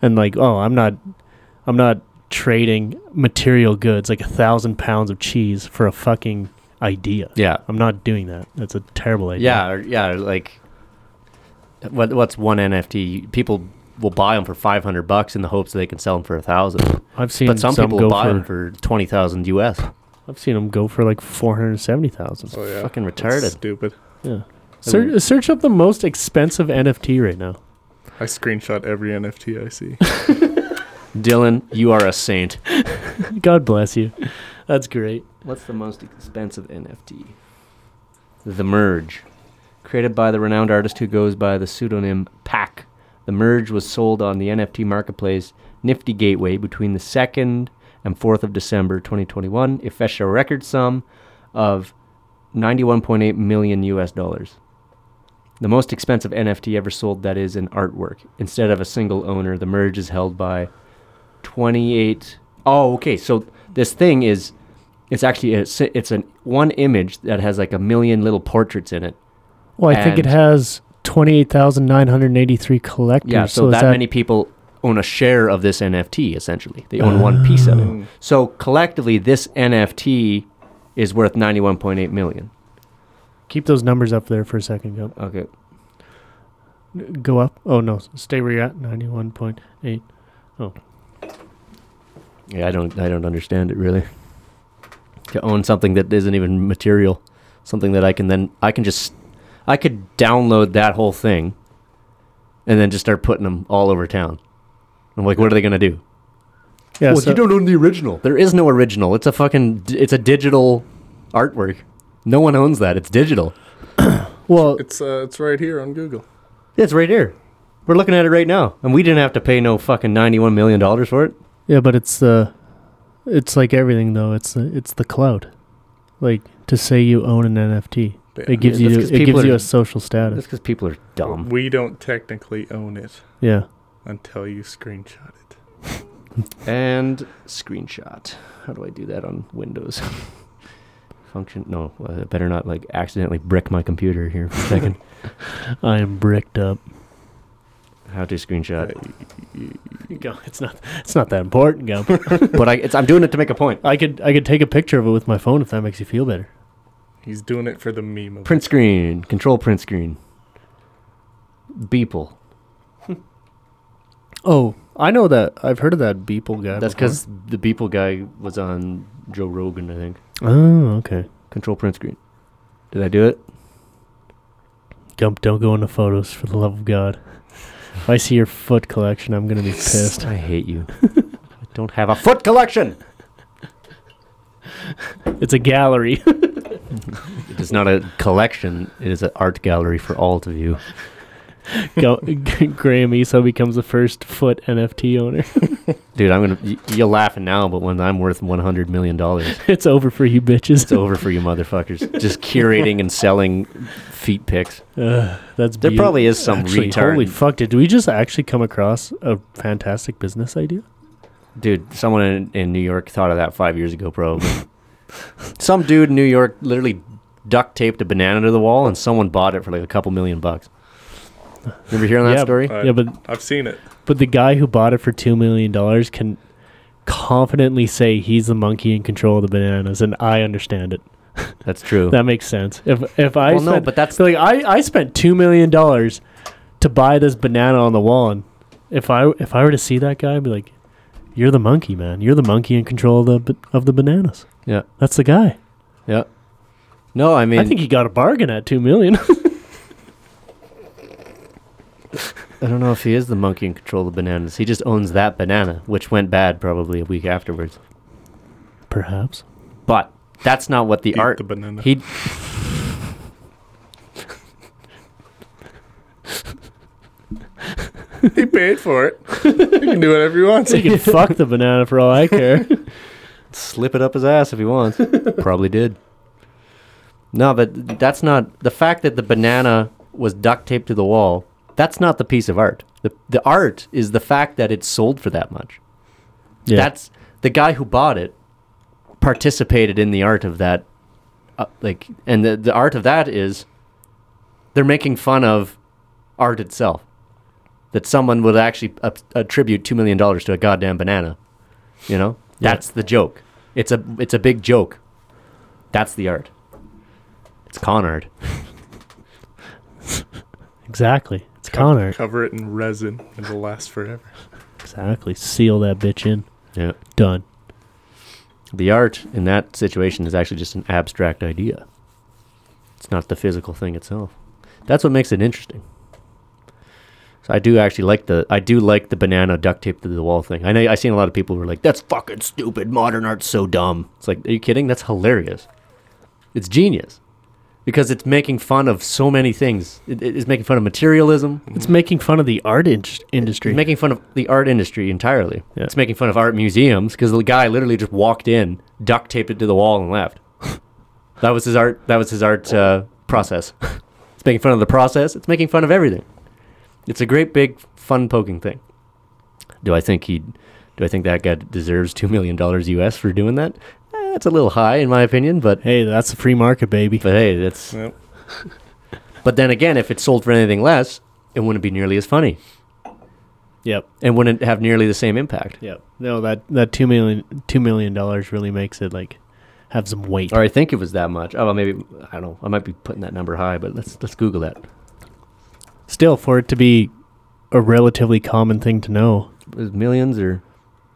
Speaker 2: and like, oh, I'm not, I'm not trading material goods like a thousand pounds of cheese for a fucking idea.
Speaker 1: Yeah.
Speaker 2: I'm not doing that. That's a terrible idea.
Speaker 1: Yeah, or, yeah, or like what what's one NFT? People will buy them for 500 bucks in the hopes that they can sell them for a 1000.
Speaker 2: I've seen
Speaker 1: But some,
Speaker 2: some
Speaker 1: people
Speaker 2: go
Speaker 1: will buy
Speaker 2: for-
Speaker 1: them for 20,000 US.
Speaker 2: I've seen them go for like four hundred seventy thousand.
Speaker 3: Oh yeah.
Speaker 1: Fucking
Speaker 3: That's
Speaker 1: retarded.
Speaker 3: Stupid.
Speaker 2: Yeah. Search, search up the most expensive NFT right now.
Speaker 3: I screenshot every NFT I see.
Speaker 1: Dylan, you are a saint.
Speaker 2: God bless you. That's great.
Speaker 1: What's the most expensive NFT? The Merge. Created by the renowned artist who goes by the pseudonym Pack. The Merge was sold on the NFT marketplace Nifty Gateway between the 2nd and 4th of December 2021. It fetched a record sum of 91.8 million US dollars. The most expensive NFT ever sold that is an artwork. Instead of a single owner, the merge is held by 28 oh okay so this thing is it's actually a, si- it's an one image that has like a million little portraits in it
Speaker 2: Well, I think it
Speaker 1: And-
Speaker 2: has 28,983 collectors.
Speaker 1: yeah so,
Speaker 2: is
Speaker 1: that, many people own a share of this nft essentially they own one piece of it so collectively this nft is worth 91.8 million
Speaker 2: Keep those numbers up there for a second. Go,
Speaker 1: okay
Speaker 2: go up. Oh, no. Stay where you're at. 91.8.
Speaker 1: yeah i don't i don't understand it really to own something that isn't even material something that i can then i can just i could download that whole thing and then just start putting them all over town i'm like what are they going to do
Speaker 2: Yeah,
Speaker 1: well,
Speaker 2: so-
Speaker 1: you don't own the original. There is no original. It's a fucking. d- It's a digital artwork. No one owns that. It's digital.
Speaker 2: well
Speaker 3: It's uh, it's right here on Google.
Speaker 1: It's right here. We're looking at it right now, and we didn't have to pay no fucking ninety-one million dollars for it.
Speaker 2: yeah, but it's the. It's like everything, though. It's the, it's the cloud. Like, to say you own an NFT,
Speaker 3: Yeah,
Speaker 2: it gives
Speaker 1: yeah, that's
Speaker 2: you
Speaker 1: 'cause
Speaker 2: it
Speaker 1: people
Speaker 2: gives you
Speaker 1: are-
Speaker 2: a social
Speaker 1: That's
Speaker 2: status.
Speaker 1: because people are
Speaker 2: Um,
Speaker 1: dumb.
Speaker 3: We don't technically own it
Speaker 2: Yeah.
Speaker 3: until you screenshot it.
Speaker 1: And screenshot. How do I do that on Windows? Function. No, I better not like accidentally brick my computer here for a second.
Speaker 2: I am bricked up.
Speaker 1: How to screenshot?
Speaker 2: Go. It's not. It's not that important, Go.
Speaker 1: but I, it's, I'm doing it to make a point.
Speaker 2: I could. I could take a picture of it with my phone if that makes you feel better.
Speaker 3: He's doing it for the meme of
Speaker 1: Print screen. Control print screen. Beeple.
Speaker 2: Oh, I know that. I've heard of that Beeple guy.
Speaker 1: That's
Speaker 2: before.
Speaker 1: because the Beeple guy was on Joe Rogan, I think.
Speaker 2: Oh, okay.
Speaker 1: Control print screen. Did I do it?
Speaker 2: Gump, don't go into photos for the love of God. If I see your foot collection, I'm gonna be pissed.
Speaker 1: I hate you. I don't have a foot collection.
Speaker 2: It's a gallery.
Speaker 1: It is not a collection. It is an art gallery for all to view.
Speaker 2: go, Graham Esau becomes the first foot NFT owner.
Speaker 1: Dude, I'm gonna. y- You're laughing now, but when I'm worth 100 million dollars,
Speaker 2: it's over for you bitches.
Speaker 1: it's over for you motherfuckers. Just curating and selling feet pics.
Speaker 2: Ugh, that's
Speaker 1: There
Speaker 2: beau-
Speaker 1: probably is some
Speaker 2: Actually,
Speaker 1: retard.
Speaker 2: Holy fuck! Did we just actually come across a fantastic business idea?
Speaker 1: Dude, someone in, in New York thought of that five years ago, probably. Some dude in New York literally duct taped a banana to the wall, and someone bought it for like a couple million bucks. Remember hearing that
Speaker 2: Yeah,
Speaker 1: story?
Speaker 3: Uh,
Speaker 2: yeah, but
Speaker 3: I've seen it.
Speaker 2: But the guy who bought it for two million dollars can confidently say he's the monkey in control of the bananas, and I understand it.
Speaker 1: That's true.
Speaker 2: That makes sense. If if I
Speaker 1: Well, no,
Speaker 2: spent,
Speaker 1: but that's-
Speaker 2: like I I spent two million dollars to buy this banana on the wall, and if I if I were to see that guy, I'd be like, "You're the monkey, man. You're the monkey in control of the ba- of the bananas.
Speaker 1: yeah,
Speaker 2: That's the guy."
Speaker 1: yeah. No, I mean,
Speaker 2: I think he got a bargain at two million.
Speaker 1: I don't know if he is the monkey in control of bananas. He just owns that banana, which went bad probably a week afterwards.
Speaker 2: Perhaps.
Speaker 1: But that's not what the
Speaker 3: Eat
Speaker 1: art.
Speaker 3: the banana.
Speaker 1: He.
Speaker 3: he paid for it. he can do whatever he wants.
Speaker 2: So you can fuck the banana for all I care.
Speaker 1: slip it up his ass if he wants. Probably did. No, but that's not the fact that the banana was duct taped to the wall. That's not the piece of art. The the art is the fact that it's sold for that much.
Speaker 2: Yeah.
Speaker 1: That's the guy who bought it participated in the art of that uh, like and the the art of that is they're making fun of art itself. That someone would actually a- attribute 2 million dollars to a goddamn banana. You know? That's the joke. It's a it's a big joke. That's the art. It's con art.
Speaker 2: Exactly. It's
Speaker 3: Co-
Speaker 2: Connor.
Speaker 3: Cover it in resin. It'll last forever.
Speaker 2: Exactly. Seal that bitch in.
Speaker 1: Yeah.
Speaker 2: Done.
Speaker 1: The art in that situation is actually just an abstract idea. It's not the physical thing itself. That's what makes it interesting. So I do actually like the I do like the banana duct tape to the wall thing. I know I seen a lot of people who were like, "That's fucking stupid. Modern art's so dumb." It's like, are you kidding? That's hilarious. It's genius because it's making fun of so many things. It, it's making fun of materialism.
Speaker 2: It's making fun of the art in- industry.
Speaker 1: It's making fun of the art industry entirely.
Speaker 2: Yeah.
Speaker 1: It's making fun of art museums because the guy literally just walked in, duct taped it to the wall, and left. that was his art. That was his art uh, process. it's making fun of the process. It's making fun of everything. It's a great big fun poking thing. Do I think he? Do I think that guy deserves two million dollars U.S. for doing that? Eh, That's a little high in my opinion, but
Speaker 2: hey, that's the free market, baby.
Speaker 1: but hey, that's.
Speaker 3: Yep.
Speaker 1: But then again, if it sold for anything less, it wouldn't be nearly as funny
Speaker 2: Yep.
Speaker 1: and wouldn't have nearly the same impact.
Speaker 2: Yep. No, that that two million two million dollars really makes it like have some weight.
Speaker 1: or I think it was that much. Oh, well, maybe I don't know. I might be putting that number high, but let's let's Google that.
Speaker 2: Still, for it to be a relatively common thing to know.
Speaker 1: Was it millions or?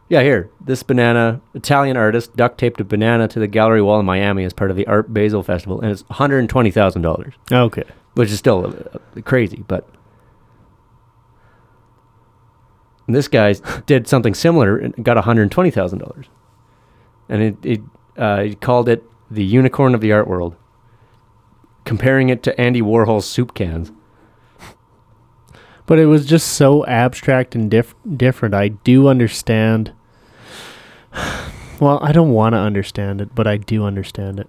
Speaker 1: Yeah, here. This banana Italian artist duct taped a banana to the gallery wall in Miami as part of the Art Basel Festival, and it's one hundred and twenty thousand dollars,
Speaker 2: Okay.
Speaker 1: which is still uh, crazy. But and this guy did something similar and got one hundred twenty thousand dollars, and it it uh, he called it the unicorn of the art world, comparing it to Andy Warhol's soup cans.
Speaker 2: But it was just so abstract and diff- different. I do understand. Well, I don't want to understand it, but I do understand it.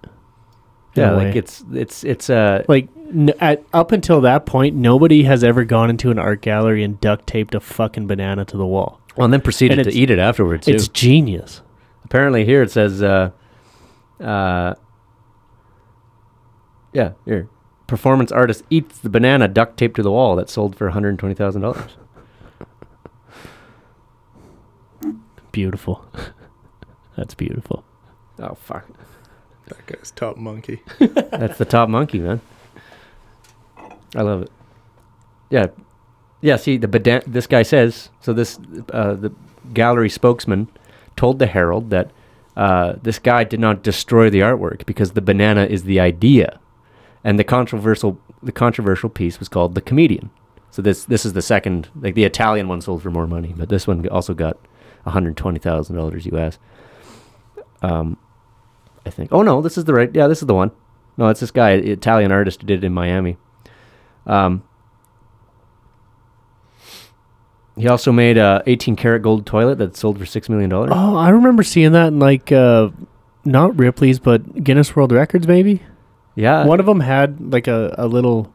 Speaker 2: in a
Speaker 1: Yeah,
Speaker 2: way.
Speaker 1: like it's it's it's uh
Speaker 2: like n- at, up until that point, nobody has ever gone into an art gallery and duct taped a fucking banana to the wall.
Speaker 1: well, and then proceeded
Speaker 2: and
Speaker 1: to
Speaker 2: it's-
Speaker 1: eat it afterwards. Too.
Speaker 2: It's genius.
Speaker 1: apparently here it says uh uh yeah here performance artist eats the banana duct taped to the wall that sold for one hundred twenty thousand dollars.
Speaker 2: Beautiful. That's beautiful.
Speaker 1: Oh fuck,
Speaker 3: That guy's top monkey.
Speaker 1: that's the top monkey man. I love it. Yeah, yeah. See the badan- This guy says so. This uh, the gallery spokesman told the Herald that uh, this guy did not destroy the artwork because the banana is the idea, and the controversial the controversial piece was called the comedian. So this this is the second like the Italian one sold for more money, but this one also got one hundred twenty thousand dollars U.S. Um, I think. Oh no, this is the right. Yeah, this is the one. No, it's this guy, Italian artist, who did it in Miami. Um, he also made a 18 karat gold toilet that sold for six million dollars.
Speaker 2: Oh, I remember seeing that in like uh, not Ripley's, but Guinness World Records, maybe.
Speaker 1: yeah,
Speaker 2: one of them had like a, a little,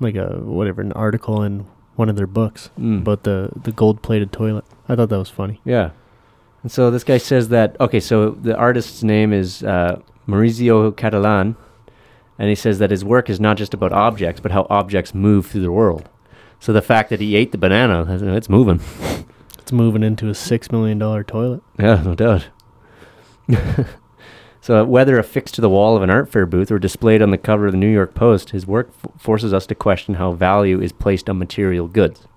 Speaker 2: like a whatever, an article in one of their books
Speaker 1: Mm.
Speaker 2: about the the gold plated toilet. I thought that was funny.
Speaker 1: yeah. And so this guy says that. Okay, so the artist's name is uh, Maurizio Catalan, and he says that his work is not just about objects, but how objects move through the world. So the fact that he ate the banana, that's- it's moving.
Speaker 2: It's moving into a six million dollar toilet.
Speaker 1: Yeah, no doubt. so, whether affixed to the wall of an art fair booth or displayed on the cover of the New York Post, his work f- forces us to question how value is placed on material goods.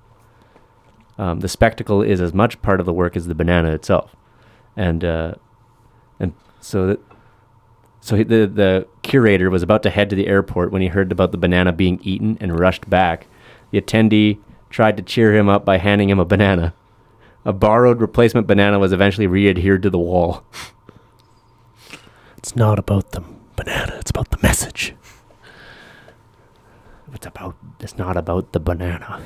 Speaker 1: Um, the spectacle is as much part of the work as the banana itself, and uh, and so that, so he, the the curator was about to head to the airport when he heard about the banana being eaten and rushed back. The attendee tried to cheer him up by handing him a banana. A borrowed replacement banana was eventually re-adhered to the wall.
Speaker 2: It's not about the banana. It's about the message.
Speaker 1: It's about. It's not about the banana.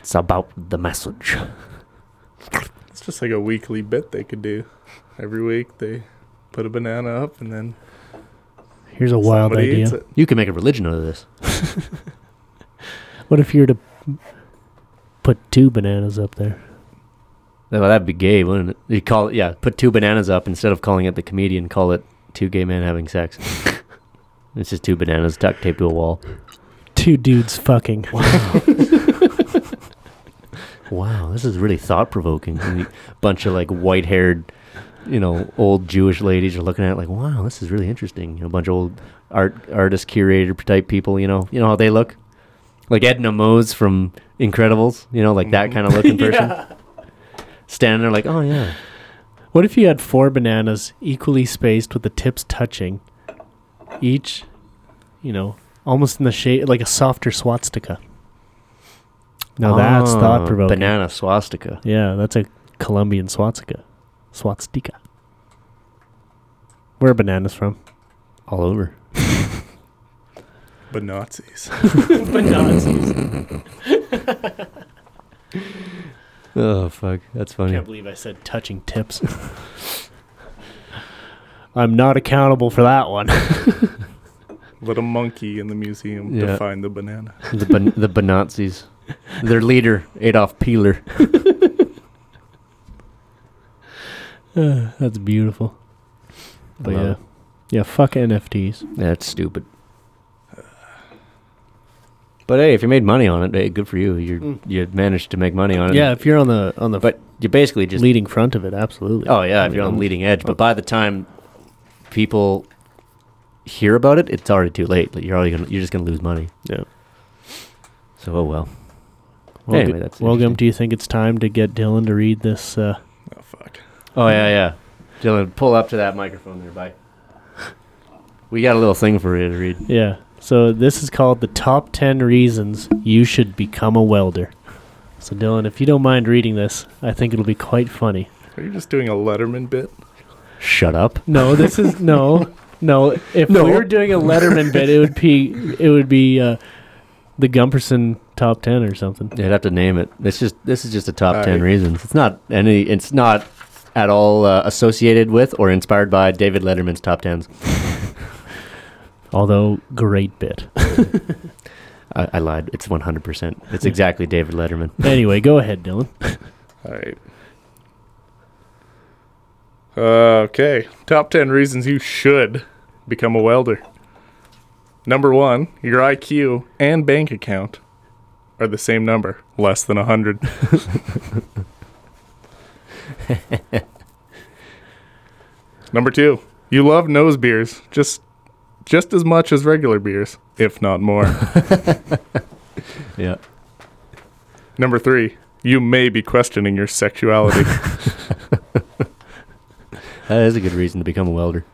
Speaker 1: It's about the message.
Speaker 3: It's just like a weekly bit they could do. Every week they put a banana up and then
Speaker 2: Here's a wild
Speaker 3: Somebody eats
Speaker 2: idea.
Speaker 3: it.
Speaker 1: You can make a religion out of this.
Speaker 2: What if you were to put two bananas up there?
Speaker 1: Well, that'd be gay, wouldn't it? You call it, yeah, put two bananas up instead of calling it the comedian, call it two gay men having sex. it's just two bananas duct taped to a wall.
Speaker 2: Two dudes fucking.
Speaker 1: Wow, this is really thought provoking. A bunch of like white haired, you know, old Jewish ladies are looking at it like, wow, this is really interesting. You know, a bunch of old art artist curator type people. You know, you know how they look, like Edna Mose from Incredibles. You know, like that kind of looking person standing there like, oh yeah,
Speaker 2: What if you had four bananas equally spaced with the tips touching, each, you know, almost in the shape like a softer swastika. Now that's
Speaker 1: Ah,
Speaker 2: thought provoking.
Speaker 1: Banana swastika.
Speaker 2: Yeah, that's a Colombian swastika. Swastika. Where are bananas from?
Speaker 1: all over.
Speaker 3: but Nazis.
Speaker 1: Oh fuck, that's
Speaker 2: I
Speaker 1: funny.
Speaker 2: can't believe I said touching tips. I'm not accountable for that one.
Speaker 3: Let a monkey in the museum
Speaker 1: Yeah.
Speaker 3: define the banana.
Speaker 1: the ban- the Banazis, their leader Adolf Peeler.
Speaker 2: that's beautiful. But
Speaker 1: Love
Speaker 2: yeah.
Speaker 1: it.
Speaker 2: Yeah, fuck NFTs.
Speaker 1: That's stupid. But hey, if you made money on it, hey, good for you. You are you managed to make money on it.
Speaker 2: Yeah, if you're on the on the
Speaker 1: Uh, but you basically just
Speaker 2: leading front of it, absolutely.
Speaker 1: Oh yeah,
Speaker 2: I
Speaker 1: if you're
Speaker 2: mean,
Speaker 1: on the
Speaker 2: I'm-
Speaker 1: leading edge. But by the time people hear about it, it's already too late. Like, You're already gonna, you're just gonna lose money.
Speaker 2: Yeah.
Speaker 1: So oh well.
Speaker 2: Well,
Speaker 1: Anyway,
Speaker 2: g-
Speaker 1: that's
Speaker 2: well, Gum,
Speaker 1: interesting.
Speaker 2: do you think it's time to get Dylan to read this? Uh,
Speaker 3: Oh fuck.
Speaker 1: Oh yeah, yeah. Dylan, pull up to that microphone there, bye. We got a little thing for you to read.
Speaker 2: yeah. So this is called the top ten reasons you should become a welder. So Dylan, if you don't mind reading this, I think it'll be quite funny.
Speaker 3: Are you just doing a Letterman bit?
Speaker 1: Shut up.
Speaker 2: No, this is no, no. If we were doing a Letterman bit, it would be it would be uh, the Gumperson top ten or something.
Speaker 1: They'd have to name it. It's just this is just the top
Speaker 3: All
Speaker 1: ten
Speaker 3: right.
Speaker 1: reasons. It's not any. It's not at all uh, associated with or inspired by David Letterman's top tens.
Speaker 2: Although great bit.
Speaker 1: I, I lied. It's one hundred percent. It's exactly David Letterman.
Speaker 2: anyway, go ahead, Dylan.
Speaker 3: All right. Uh, Okay. Top 10 reasons you should become a welder. Number one, your IQ and bank account are the same number, less than 100. Number two, you love nose beers just just as much as regular beers, if not more.
Speaker 1: yeah.
Speaker 3: Number three, you may be questioning your sexuality.
Speaker 1: That is a good reason to become a welder.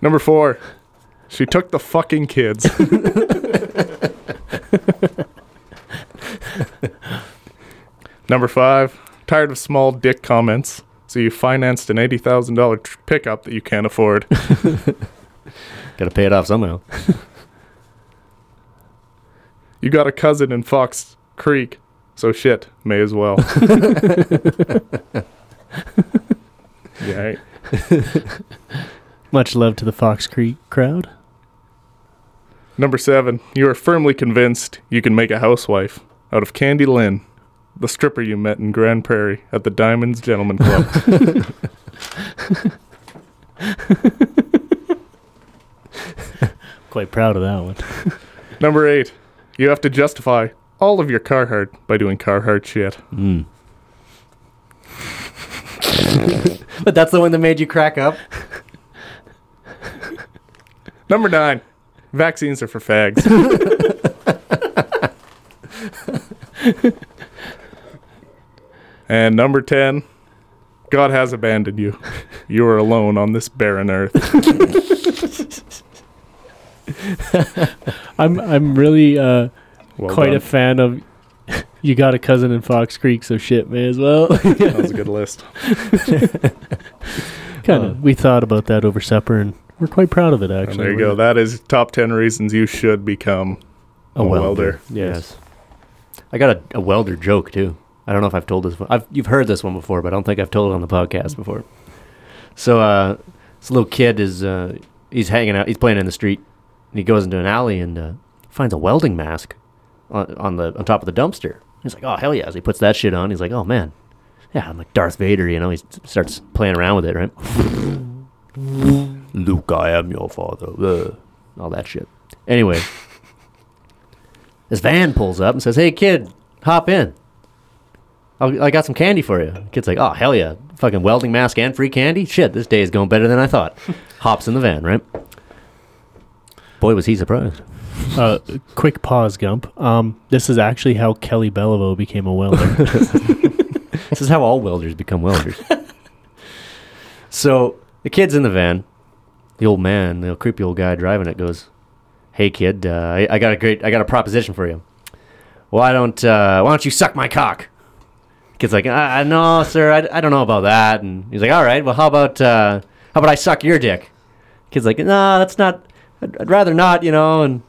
Speaker 3: Number four, she took the fucking kids. Number five, tired of small dick comments, so you financed an $80,000 tr- pickup that you can't afford.
Speaker 1: Got to pay it off somehow.
Speaker 3: You got a cousin in Fox Creek, so shit, may as well. yeah, right.
Speaker 2: Much love to the Fox Creek crowd.
Speaker 3: Number seven, you are firmly convinced you can make a housewife out of Candy Lynn, the stripper you met in Grand Prairie at the Diamonds Gentlemen Club.
Speaker 2: Quite proud of that one.
Speaker 3: Number eight, you have to justify all of your Carhartt by doing Carhartt shit.
Speaker 1: Mm. But that's the one that made you crack up.
Speaker 3: Number nine, vaccines are for fags. and number ten, God has abandoned you. You are alone on this barren earth.
Speaker 2: I'm I'm really uh,
Speaker 3: Well
Speaker 2: quite a
Speaker 3: done.
Speaker 2: fan of. you got a cousin in Fox Creek, so shit, may as well.
Speaker 3: that was a good list.
Speaker 2: kind of. we thought about that over supper, and we're quite proud of it. Actually,
Speaker 3: And there you go. That is top ten reasons you should become a, welder.
Speaker 1: Yes. I got a, a welder joke too. I don't know if I've told this one. I've, you've heard this one before, but I don't think I've told it on the podcast before. So uh, this little kid is uh, he's hanging out. He's playing in the street, and he goes into an alley and uh, finds a welding mask on, on the on top of the dumpster. He's like, oh hell yeah! So he puts that shit on. He's like, oh man, yeah, I'm like Darth Vader, you know. He s- starts playing around with it, right? Luke, I am your father. Ugh. All that shit. Anyway, this van pulls up and says, hey kid, hop in. I'll, I got some candy for you. kid's like, oh, hell yeah. Fucking welding mask and free candy? Shit, this day is going better than I thought. Hops in the van, right? Boy, was he surprised.
Speaker 2: Uh, quick pause, Gump. Um, this is actually how Kelly Beliveau became a welder.
Speaker 1: this is how all welders become welders. so the kid's in the van. The old man, the creepy old guy driving it, goes, "Hey kid, uh, I, I got a great, I got a proposition for you. Why don't, uh, why don't you suck my cock?" Kid's like, "I I know, sir, I, I don't know about that." And he's like, "All right, well, how about, uh, how about I suck your dick?" Kid's like, "No, that's not. I'd, I'd rather not, you know." And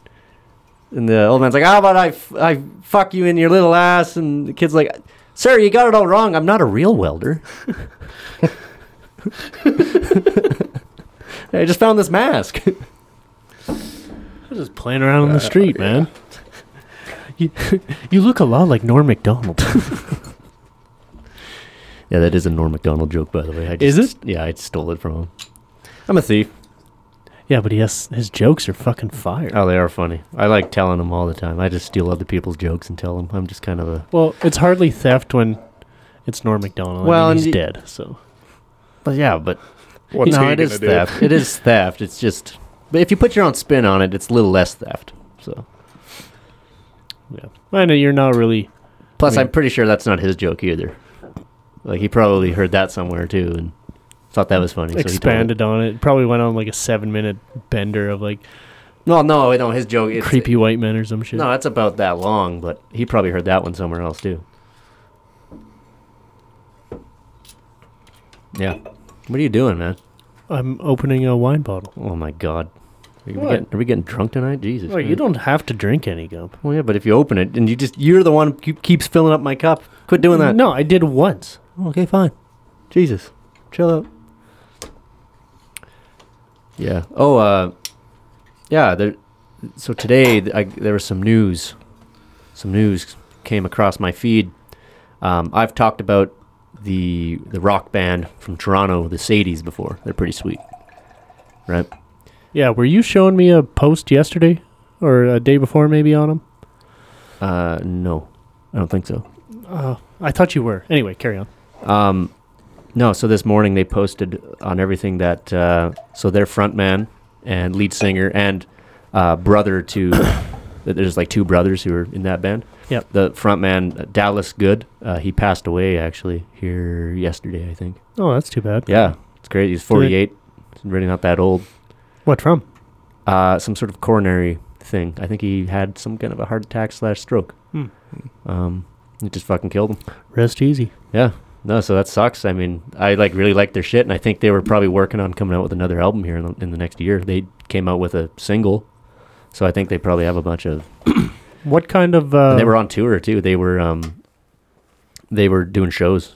Speaker 1: and the old man's like, "How about I, f- I fuck you in your little ass?" And the kid's like, "Sir, you got it all wrong. I'm not a real welder. I just found this mask."
Speaker 2: I'm just playing around
Speaker 3: Uh,
Speaker 2: on the street, man. You, you look a lot like Norm McDonald.
Speaker 1: Yeah, that is a Norm Macdonald joke, by the way. I
Speaker 2: Is
Speaker 1: it? Yeah, I stole it from him. I'm a thief.
Speaker 2: yeah, but he has his jokes are fucking fire.
Speaker 1: Oh, they are funny. I like telling them all the time. I just steal other people's jokes and tell them. I'm just kind of a
Speaker 2: Well, it's hardly theft when it's Norm
Speaker 1: Well,
Speaker 2: Macdonald. Well,
Speaker 1: and
Speaker 2: he's
Speaker 1: y-
Speaker 2: dead, so
Speaker 1: But yeah, but
Speaker 3: What's
Speaker 1: no,
Speaker 3: he
Speaker 1: it is
Speaker 3: gonna do?
Speaker 1: theft. it is theft. It's just, but if you put your own spin on it, it's a little less theft. So
Speaker 2: yeah. I know you're not really.
Speaker 1: Plus,
Speaker 2: I mean-
Speaker 1: I'm pretty sure that's not his joke either. Like he probably heard that somewhere too and thought that was funny. so he told it.
Speaker 2: expanded on it. Probably went on like a seven minute bender of like
Speaker 1: No, no, no. His joke. It's,
Speaker 2: creepy white men or some shit.
Speaker 1: No, it's about that long, but he probably heard that one somewhere else too. Yeah. What are you doing, man?
Speaker 2: I'm opening a wine bottle.
Speaker 1: Oh my God. Are we,
Speaker 2: What?
Speaker 1: getting, are we getting drunk tonight? Jesus.
Speaker 2: Well, you
Speaker 1: man.
Speaker 2: don't have to drink any gump.
Speaker 1: Well, yeah, but if you open it and you just you're the one who keeps filling up my cup. Quit doing that.
Speaker 2: No, I did once.
Speaker 1: Okay, fine. Jesus, chill out. Yeah. Oh, uh, yeah. There, so today th- I, there was some news. Some news came across my feed. Um, I've talked about the the rock band from Toronto, the Sadies, before. They're pretty sweet, right?
Speaker 2: Yeah, were you showing me a post yesterday or a day before maybe on him?
Speaker 1: Uh, no, I don't think so.
Speaker 2: Uh, I thought you were. Anyway, carry on.
Speaker 1: Um, no, so this morning they posted on everything that uh, so their frontman and lead singer and uh, brother to there's like two brothers who are in that band.
Speaker 2: Yep.
Speaker 1: The frontman uh, Dallas Good, uh, he passed away actually here yesterday, I think.
Speaker 2: Oh, that's too bad.
Speaker 1: Yeah, it's great. He's 48. He's really not that old.
Speaker 2: What from?
Speaker 1: Uh, some sort of coronary thing. I think he had some kind of a heart attack slash stroke.
Speaker 2: Hmm.
Speaker 1: Um, it just fucking killed him.
Speaker 2: Rest easy.
Speaker 1: Yeah. No, so that sucks. I mean, I like really like their shit, and I think they were probably working on coming out with another album here in the, in the next year. They came out with a single, so I think they probably have a bunch of.
Speaker 2: What kind of? Uh,
Speaker 1: and they were on tour too. They were um, they were doing shows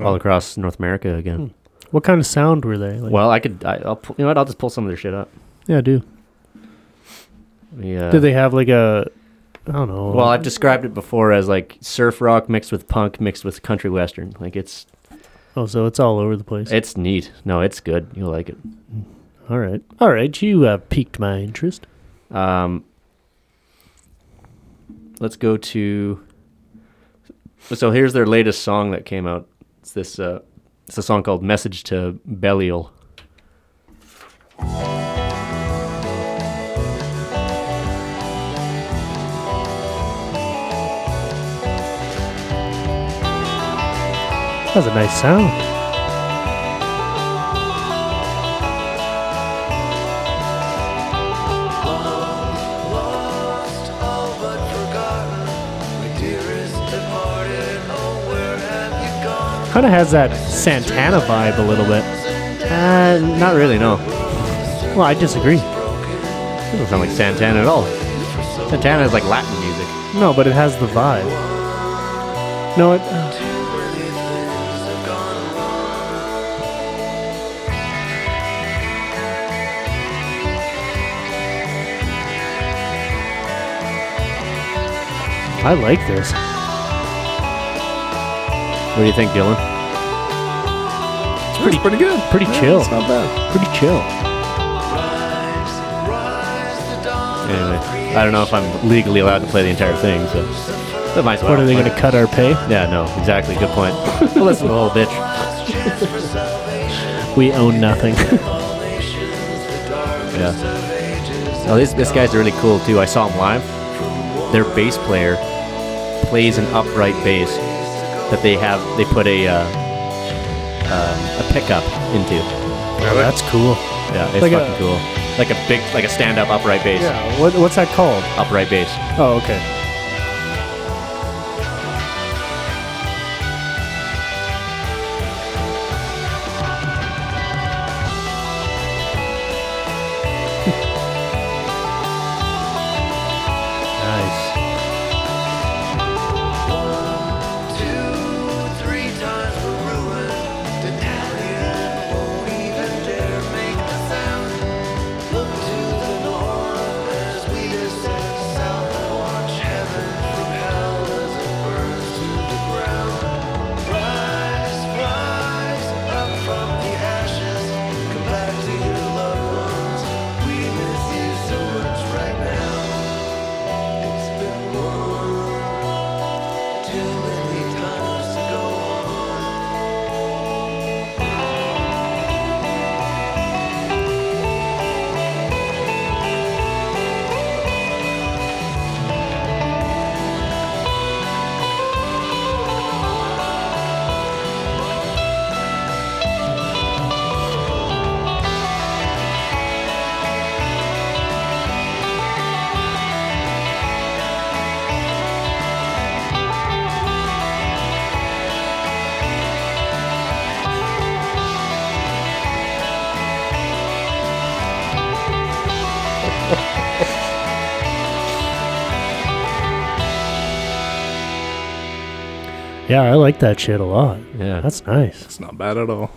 Speaker 1: all across North America again.
Speaker 2: What kind of sound were they? Like,
Speaker 1: Well, I could, I, I'll pull, you know what? I'll just pull some of their shit up.
Speaker 2: yeah, I do.
Speaker 1: Yeah.
Speaker 2: Did they have like a? I don't know.
Speaker 1: Well, I've described it before as like surf rock mixed with punk mixed with country western. Like it's
Speaker 2: oh, so it's all over the place.
Speaker 1: it's neat. No, it's good. You'll like it.
Speaker 2: all right, all right. You uh, piqued my interest.
Speaker 1: Um, let's go to. So here's their latest song that came out. It's this. Uh, it's a song called "Message to Belial."
Speaker 2: That's a nice sound. Kind of has that Santana vibe a little bit.
Speaker 1: Uh, not really. No,
Speaker 2: Well, I disagree.
Speaker 1: doesn't sound like Santana at all. Santana is like Latin music.
Speaker 2: No, but it has the vibe. No, it. uh, I like this.
Speaker 1: What do you think, Dylan?
Speaker 3: It's pretty, pretty good.
Speaker 2: Pretty chill.
Speaker 1: it's not bad.
Speaker 2: Pretty chill.
Speaker 1: Anyway, I don't know if I'm legally allowed to play the entire thing, so that might as well.
Speaker 2: What are they going
Speaker 1: But-
Speaker 2: to cut our pay?
Speaker 1: Yeah, no, exactly. Good point. Well, Listen to the whole bitch.
Speaker 2: We own nothing.
Speaker 1: Yeah. Oh, these, these guys are really cool too. I saw them live. Their bass player plays an upright bass that they have. They put a uh, um, a pickup into.
Speaker 2: that's cool.
Speaker 1: Yeah, it's
Speaker 2: Like a-
Speaker 1: fucking cool. Like a big, like a stand-up upright bass.
Speaker 2: Yeah. What, what's that called?
Speaker 1: Upright bass.
Speaker 2: Oh, okay.
Speaker 1: Nice.
Speaker 2: Yeah, I like that shit a lot.
Speaker 1: Yeah.
Speaker 2: That's nice.
Speaker 3: It's not bad at all.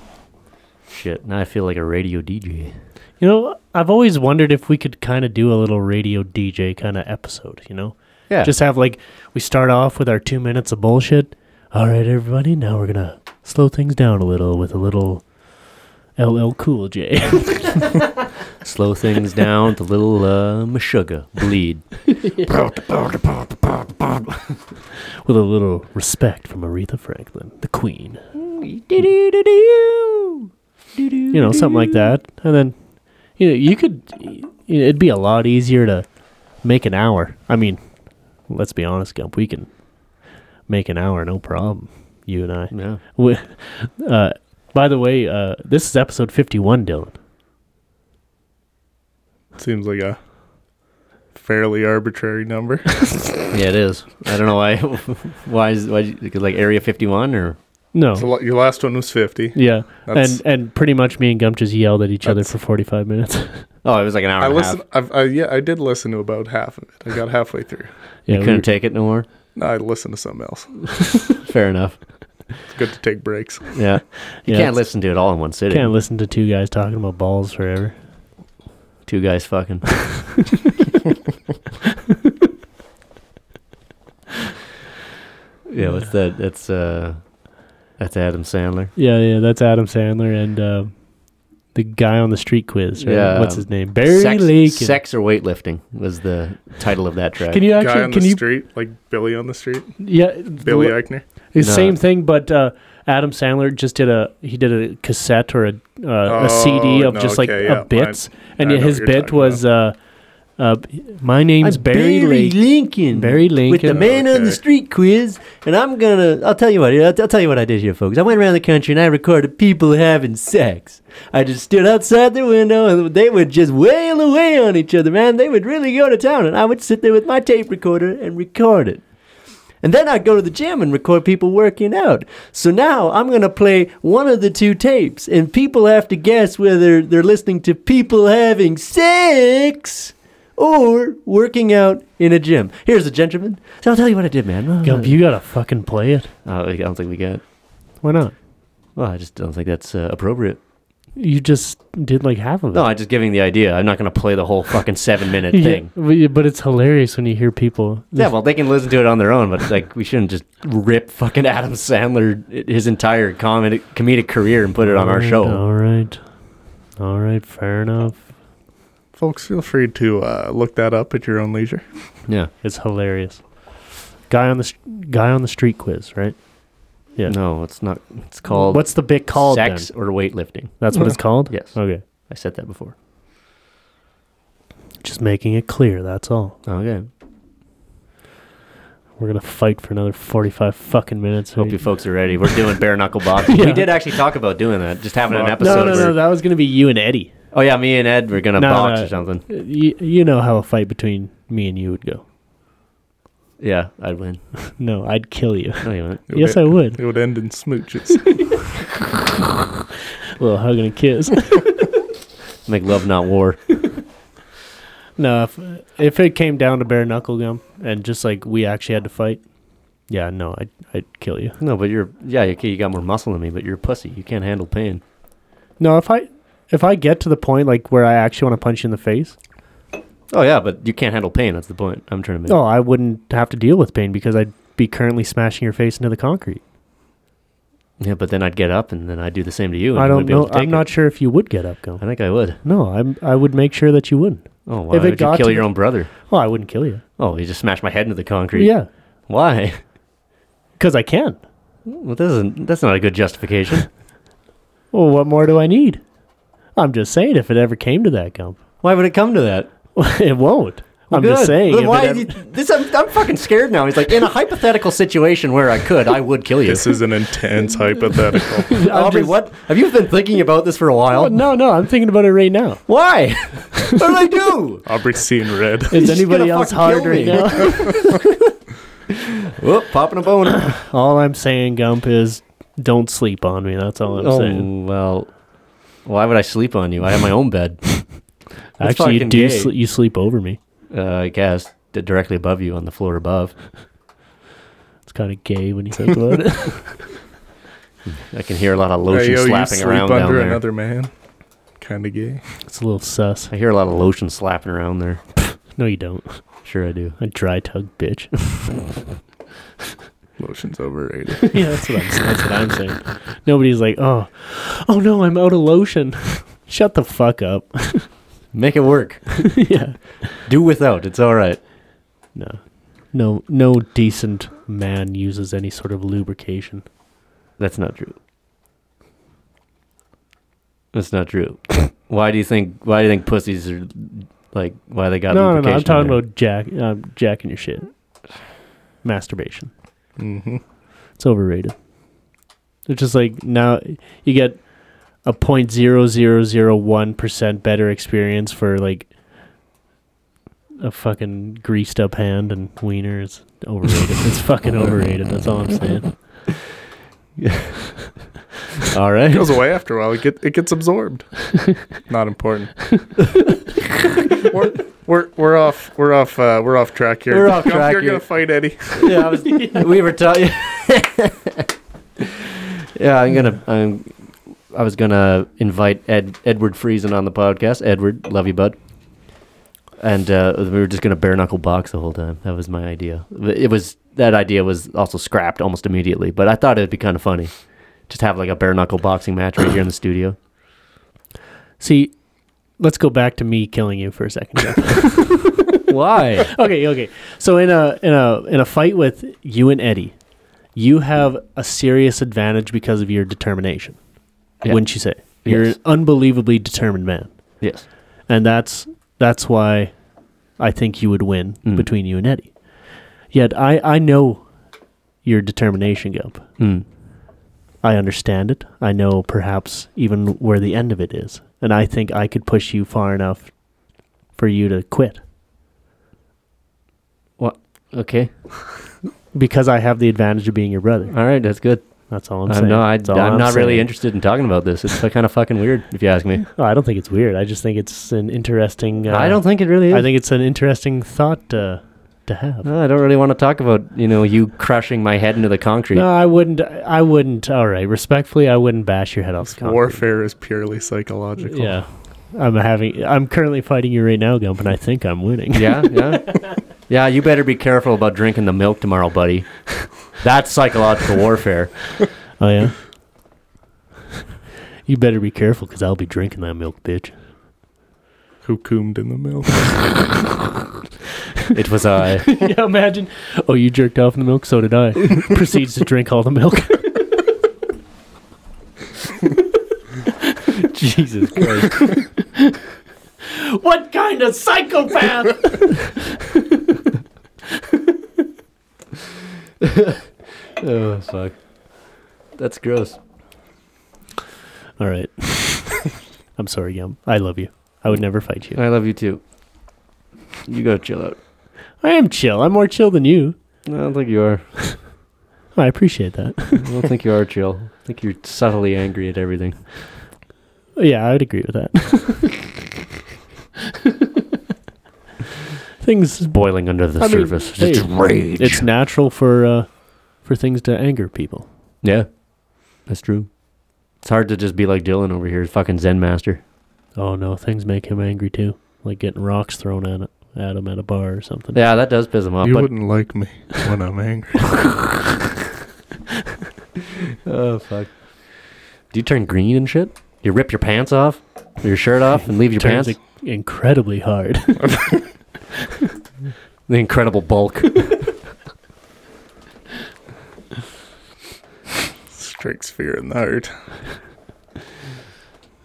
Speaker 1: Shit. Now I feel like a radio DJ.
Speaker 2: You know, I've always wondered if we could kind of do a little radio DJ kind of episode, you know?
Speaker 1: Yeah.
Speaker 2: Just have like, we start off with our two minutes of bullshit. All right, everybody, now we're going to slow things down a little with a little LL Cool J.
Speaker 1: Slow things down with a little uh, sugar bleed.
Speaker 2: with a little respect from Aretha Franklin, the queen. You know, something like that. And then, you know, you could, y- it'd be a lot easier to make an hour. I mean, let's be honest, Gump, we can make an hour, no problem, you and I.
Speaker 1: Yeah.
Speaker 2: We, uh, by the way, uh, this is episode 51, Dylan.
Speaker 3: Seems like a fairly arbitrary number.
Speaker 1: Yeah, it is. I don't know why. why is why? is it Like Area 51 or
Speaker 2: No.
Speaker 3: So lo- your last one was 50.
Speaker 2: yeah.
Speaker 3: That's-
Speaker 2: And and pretty much me and Gump just yelled at each other for 45 minutes.
Speaker 1: oh, it was like an hour.
Speaker 3: I
Speaker 1: and a half.
Speaker 3: listened. I've, I, yeah, I did listen to about half of it. I got halfway through.
Speaker 2: yeah, we
Speaker 1: Couldn't
Speaker 2: were-
Speaker 1: take it no more.
Speaker 3: No, I listened to something else.
Speaker 1: Fair enough.
Speaker 3: It's good to take breaks.
Speaker 1: Yeah. You
Speaker 2: Yeah,
Speaker 1: can't
Speaker 2: it's-
Speaker 1: listen to it all in one sitting.
Speaker 2: can't listen to two guys talking about balls forever.
Speaker 1: Two guys fucking. yeah, what's that? That's uh that's Adam Sandler.
Speaker 2: Yeah, yeah, that's Adam Sandler and uh, the guy on the street quiz. Right?
Speaker 1: Yeah.
Speaker 2: what's his name? Barry
Speaker 1: sex,
Speaker 2: Lakin.
Speaker 1: sex or weightlifting was the title of that track.
Speaker 2: Can you
Speaker 3: Guy
Speaker 2: actually?
Speaker 3: on
Speaker 2: can
Speaker 3: the
Speaker 2: you?
Speaker 3: street, like Billy on the street,
Speaker 2: Yeah,
Speaker 3: Billy
Speaker 2: l-
Speaker 3: Eichner.
Speaker 2: it's
Speaker 1: No.
Speaker 2: same thing, but uh, Adam Sandler just did a he did a cassette or a uh, a CD
Speaker 3: Oh,
Speaker 2: of
Speaker 3: no,
Speaker 2: just like
Speaker 3: okay,
Speaker 2: a
Speaker 3: yeah,
Speaker 2: bits, and
Speaker 3: I know
Speaker 2: his
Speaker 3: what you're
Speaker 2: bit
Speaker 3: talking
Speaker 2: was. Uh, uh, my name's Barry, Lake.
Speaker 1: Lincoln.
Speaker 2: Barry
Speaker 1: With the
Speaker 2: Lincoln.
Speaker 1: man on the
Speaker 3: Okay.
Speaker 1: street quiz, and I'm gonna. I'll tell you what. I'll, I'll tell you what I did here, folks. I went around the country and I recorded people having sex. I just stood outside the window and they would just wail away on each other, man. They would really go to town, and I would sit there with my tape recorder and record it. And then I'd go to the gym and record people working out. So now I'm going to play one of the two tapes, and people have to guess whether they're listening to people having sex or working out in a gym. Here's a gentleman. So I'll tell you what I did, man.
Speaker 2: Gump, you gotta fucking play it.
Speaker 1: Uh, I don't think we got.
Speaker 2: Why not?
Speaker 1: Well, I just don't think that's uh, appropriate.
Speaker 2: You just did like half of it.
Speaker 1: No, I'm just giving the idea. I'm not going to play the whole fucking seven minute
Speaker 2: Yeah,
Speaker 1: thing.
Speaker 2: but you- but it's hilarious when you hear people.
Speaker 1: Yeah, well, they can listen to it on their own, but like we shouldn't just rip fucking Adam Sandler his entire comedy comedic career and put it on our
Speaker 2: Alright,
Speaker 1: show.
Speaker 2: All right. All right, fair enough.
Speaker 3: Folks, feel free to uh, look that up at your own leisure.
Speaker 1: Yeah.
Speaker 2: It's hilarious. Guy on the s- guy on the street quiz, right? Yeah.
Speaker 1: No, it's not. It's called.
Speaker 2: What's the bit called
Speaker 1: Sex
Speaker 2: then?
Speaker 1: or weightlifting?
Speaker 2: That's what it's called?
Speaker 1: Yes.
Speaker 2: Okay.
Speaker 1: I said that before.
Speaker 2: Just making it clear, that's all.
Speaker 1: Okay.
Speaker 2: We're going to fight for another 45 fucking minutes.
Speaker 1: Hope you folks are ready. We're doing bare knuckle boxing.
Speaker 2: Yeah.
Speaker 1: We did actually talk about doing that. Just having an
Speaker 2: No,
Speaker 1: episode.
Speaker 2: no, no,
Speaker 1: where-
Speaker 2: that was going to be you and Eddie.
Speaker 1: Oh yeah, me and Ed were gonna
Speaker 2: No,
Speaker 1: box
Speaker 2: no.
Speaker 1: or something.
Speaker 2: You, you know how a fight between me and you would go.
Speaker 1: Yeah, I'd win.
Speaker 2: No, I'd kill you.
Speaker 1: No, you wouldn't.
Speaker 2: yes, I would.
Speaker 3: It would end in smooches.
Speaker 2: Well, hug and a kiss.
Speaker 1: Make love, not war.
Speaker 2: no, if, if it came down to bare knuckle gum and just like we actually had to fight, yeah, no, I'd, I'd kill you.
Speaker 1: No, but you're yeah, okay, you got more muscle than me, but you're a pussy. You can't handle pain.
Speaker 2: No, if I if I get to the point like where I actually want to punch you in the face,
Speaker 1: Oh yeah, but you can't handle pain. That's the point I'm trying to make.
Speaker 2: no, oh, I wouldn't have to deal with pain because I'd be currently smashing your face into the concrete.
Speaker 1: Yeah, but then I'd get up and then I'd do the same to you. And
Speaker 2: I
Speaker 1: you
Speaker 2: don't
Speaker 1: wouldn't be able
Speaker 2: know.
Speaker 1: to take
Speaker 2: I'm not sure if you would get up,
Speaker 1: It. I
Speaker 2: Gum.
Speaker 1: think I would.
Speaker 2: No, I'm. I would make sure that you wouldn't.
Speaker 1: Oh, why
Speaker 2: If it
Speaker 1: would you
Speaker 2: got
Speaker 1: kill
Speaker 2: to
Speaker 1: your
Speaker 2: the-
Speaker 1: own brother?
Speaker 2: Well, I wouldn't kill you.
Speaker 1: Oh, you just smashed my head into the concrete.
Speaker 2: Yeah,
Speaker 1: Why?
Speaker 2: because I can.
Speaker 1: Well, this isn't. That's not a good justification.
Speaker 2: Well, what more do I need? I'm just saying, if it ever came to that, Gump,
Speaker 1: why would it come to that?
Speaker 2: it won't. I'm just
Speaker 1: Good.
Speaker 2: saying.
Speaker 1: Then
Speaker 2: if
Speaker 1: why
Speaker 2: it
Speaker 1: you,
Speaker 2: ever-
Speaker 1: this? I'm, I'm fucking scared now. He's like, in a hypothetical situation where I could, I would kill you.
Speaker 3: this is an intense hypothetical.
Speaker 2: I'm
Speaker 1: Aubrey,
Speaker 2: just-
Speaker 1: what? Have you been thinking about this for a while?
Speaker 2: Oh, no, no, I'm thinking about it right now.
Speaker 1: Why? what did I do?
Speaker 3: Aubrey's seeing red.
Speaker 2: Is
Speaker 1: He's just
Speaker 2: anybody
Speaker 1: gonna
Speaker 2: else
Speaker 1: fucking kill
Speaker 2: hard right
Speaker 1: me.
Speaker 2: now?
Speaker 1: Whoop, popping a bone.
Speaker 2: all I'm saying, Gump, is don't sleep on me. That's all I'm saying.
Speaker 1: oh well. Why would I sleep on you? I have my own bed. That's
Speaker 2: Actually, you
Speaker 1: fucking
Speaker 2: do.
Speaker 1: gay.
Speaker 2: Sl- you sleep over me.
Speaker 1: Uh, I guess d- directly above you on the floor above.
Speaker 2: It's kind of gay when you think about it.
Speaker 1: I can hear a lot of
Speaker 3: Hey,
Speaker 1: lotion
Speaker 3: yo, you
Speaker 1: slapping
Speaker 3: sleep
Speaker 1: around down
Speaker 3: under
Speaker 1: there.
Speaker 3: another man. Kind of gay.
Speaker 2: It's a little sus.
Speaker 1: I hear a lot of lotion slapping around there.
Speaker 2: No, you don't.
Speaker 1: Sure, I do.
Speaker 2: A dry tug, bitch.
Speaker 3: Lotion's overrated.
Speaker 2: yeah, that's what I'm. That's what I'm saying. Nobody's like, oh, oh no, I'm out of lotion. Shut the fuck up.
Speaker 1: Make it work.
Speaker 2: yeah.
Speaker 1: do without. It's all right.
Speaker 2: No. No no decent man uses any sort of lubrication.
Speaker 1: That's not true. That's not true. why do you think? Why do you think pussies are like? Why they got?
Speaker 2: no, no, no.
Speaker 1: lubrication
Speaker 2: I'm
Speaker 1: on
Speaker 2: talking
Speaker 1: there?
Speaker 2: about jack um, jacking your shit. Masturbation.
Speaker 3: hmm
Speaker 2: It's overrated. It's just like now you get a point zero zero zero one percent better experience for like a fucking greased up hand and wiener is overrated. it's fucking overrated. That's all I'm saying.
Speaker 1: All right.
Speaker 3: goes away after a while. It, get, it gets absorbed. Not important. we're, we're we're off we're off uh, we're off track here.
Speaker 1: We're off
Speaker 3: Gump,
Speaker 1: track
Speaker 3: You're
Speaker 1: here.
Speaker 3: gonna fight Eddie.
Speaker 1: yeah, I was, we were talking. yeah, I'm gonna. I'm, I was gonna invite Ed Edward Friesen on the podcast. Edward, love you, bud. And uh, we were just gonna bare knuckle box the whole time. That was my idea. It was that idea was also scrapped almost immediately. But I thought it'd be kind of funny, just have like a bare knuckle boxing match right here in the studio.
Speaker 2: See, let's go back to me killing you for a second. Jeff.
Speaker 1: Why?
Speaker 2: okay, okay. So in a in a in a fight with you and Eddie, you have a serious advantage because of your determination.
Speaker 1: Yeah.
Speaker 2: Wouldn't you say? You're
Speaker 1: Yes.
Speaker 2: an unbelievably determined man.
Speaker 1: yes.
Speaker 2: And that's that's why I think you would win
Speaker 1: Mm.
Speaker 2: between you and Eddie. Yet I I know your determination, Gump.
Speaker 1: Mm.
Speaker 2: I understand it. I know perhaps even where the end of it is. And I think I could push you far enough for you to quit.
Speaker 1: What? Okay.
Speaker 2: Because I have the advantage of being your brother.
Speaker 1: All right. That's good.
Speaker 2: That's all I'm
Speaker 1: Uh,
Speaker 2: saying.
Speaker 1: no, I,
Speaker 2: That's all
Speaker 1: I'm, not really
Speaker 2: saying.
Speaker 1: interested in talking about this. It's kind of fucking weird, if you ask me.
Speaker 2: No, I don't think it's weird. I just think it's an interesting. Uh,
Speaker 1: I don't think it really
Speaker 2: I
Speaker 1: is.
Speaker 2: think it's an interesting thought uh, to have.
Speaker 1: No, I don't really want to talk about you know you crushing my head into the concrete.
Speaker 2: No, I wouldn't. I wouldn't. All right, respectfully, I wouldn't bash your head off. the concrete.
Speaker 3: Warfare is purely psychological.
Speaker 2: Yeah, I'm having. I'm currently fighting you right now, Gump, and I think I'm winning.
Speaker 1: Yeah, yeah, yeah. You better be careful about drinking the milk tomorrow, buddy. That's psychological warfare.
Speaker 2: oh yeah. you better be careful, because I'll be drinking that milk, bitch.
Speaker 3: Who coomed in the milk?
Speaker 1: It was uh, I.
Speaker 2: yeah, imagine. Oh, you jerked off in the milk. So did I. Proceeds to drink all the milk.
Speaker 1: Jesus Christ.
Speaker 2: what kind of psychopath?
Speaker 1: Oh fuck. That's gross.
Speaker 2: all right. I'm sorry, Gump. I love you. I
Speaker 1: Mm.
Speaker 2: would never fight you.
Speaker 1: I love you too. You go chill out.
Speaker 2: I am chill. I'm more chill than you.
Speaker 1: I don't think you are.
Speaker 2: I appreciate that.
Speaker 1: I don't think you are chill. I think you're subtly angry at everything.
Speaker 2: yeah, I would agree with that. things
Speaker 1: Boiling under the
Speaker 2: I mean,
Speaker 1: surface.
Speaker 2: hey,
Speaker 1: Just rage.
Speaker 2: It's natural for uh, for things to anger people.
Speaker 1: yeah. That's true. It's hard to just be like Dylan over here, fucking Zen master.
Speaker 2: Oh no, things make him angry too, like getting rocks thrown at it- at him at a bar or something.
Speaker 1: Yeah, that does piss him off.
Speaker 3: you
Speaker 1: but
Speaker 3: wouldn't like me when I'm angry.
Speaker 1: Oh fuck. Do you turn green and shit? You rip your pants off, your shirt off, and leave your
Speaker 2: Turns
Speaker 1: pants?
Speaker 2: in- incredibly hard.
Speaker 1: the incredible bulk.
Speaker 3: Strikes fear in the heart.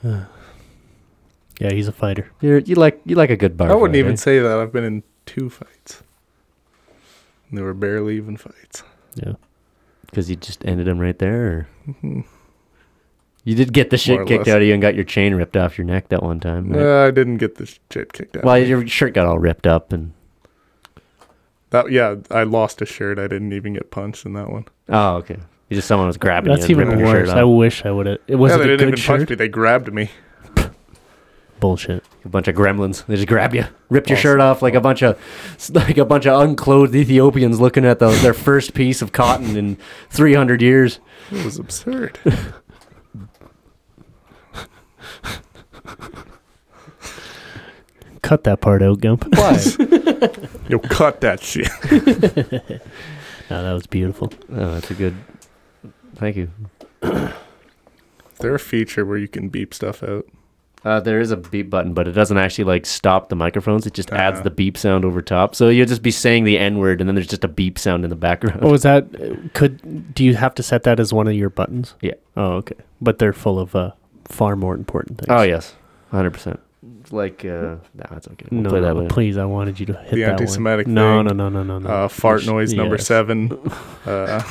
Speaker 2: yeah, he's a fighter.
Speaker 1: You're, you like you like a good bar.
Speaker 3: I wouldn't
Speaker 1: fight,
Speaker 3: even
Speaker 1: eh?
Speaker 3: say that. I've been in two fights. And they were barely even fights.
Speaker 2: Yeah,
Speaker 1: because you just ended him right there. Or?
Speaker 3: Mhm.
Speaker 1: You did get the
Speaker 3: More
Speaker 1: shit
Speaker 3: or
Speaker 1: kicked
Speaker 3: less.
Speaker 1: out of you and got your chain ripped off your neck that one time. right?
Speaker 3: No, Uh, I didn't get the shit kicked out.
Speaker 1: well, your shirt got all ripped up, and
Speaker 3: that yeah, I lost a shirt. I didn't even get punched in that one.
Speaker 1: oh, okay. You just someone was grabbing
Speaker 2: that's
Speaker 1: you. and
Speaker 2: even
Speaker 1: ripping your
Speaker 2: worse.
Speaker 1: Shirt
Speaker 2: I
Speaker 1: off.
Speaker 2: wish I would have. It was
Speaker 3: yeah,
Speaker 2: not
Speaker 3: they
Speaker 2: a
Speaker 3: didn't
Speaker 2: good
Speaker 3: even punch
Speaker 2: shirt.
Speaker 3: me. They grabbed me.
Speaker 2: Bullshit.
Speaker 1: a bunch of gremlins. They just grab you, ripped your shirt off like a bunch of like a bunch of unclothed Ethiopians looking at the, their first piece of cotton in 300 years.
Speaker 3: It was absurd.
Speaker 2: Cut that part out, Gump.
Speaker 1: Why?
Speaker 3: Yo, cut that shit.
Speaker 2: no, that was beautiful.
Speaker 1: Oh, that's a good. Thank you.
Speaker 3: Is there a feature where you can beep stuff out?
Speaker 1: Uh, there is a beep button, but it doesn't actually like stop the microphones. It just adds
Speaker 3: Uh-huh.
Speaker 1: the beep sound over top. So you'll just be saying the N word, and then there's just a beep sound in the background.
Speaker 2: Oh, is that could? Do you have to set that as one of your buttons?
Speaker 1: Yeah.
Speaker 2: Oh, okay. But they're full of uh, far more important things.
Speaker 1: Oh, yes, hundred percent. It's like uh, nah, that's okay. We'll
Speaker 2: No,
Speaker 1: play that
Speaker 2: no,
Speaker 1: later.
Speaker 2: please. I wanted you to hit
Speaker 3: The
Speaker 2: that
Speaker 3: anti-Semitic
Speaker 2: one. No,
Speaker 3: thing.
Speaker 2: no, no, no, no, no.
Speaker 3: Uh, fart
Speaker 2: Which-
Speaker 3: noise number
Speaker 2: yes.
Speaker 3: seven. Uh,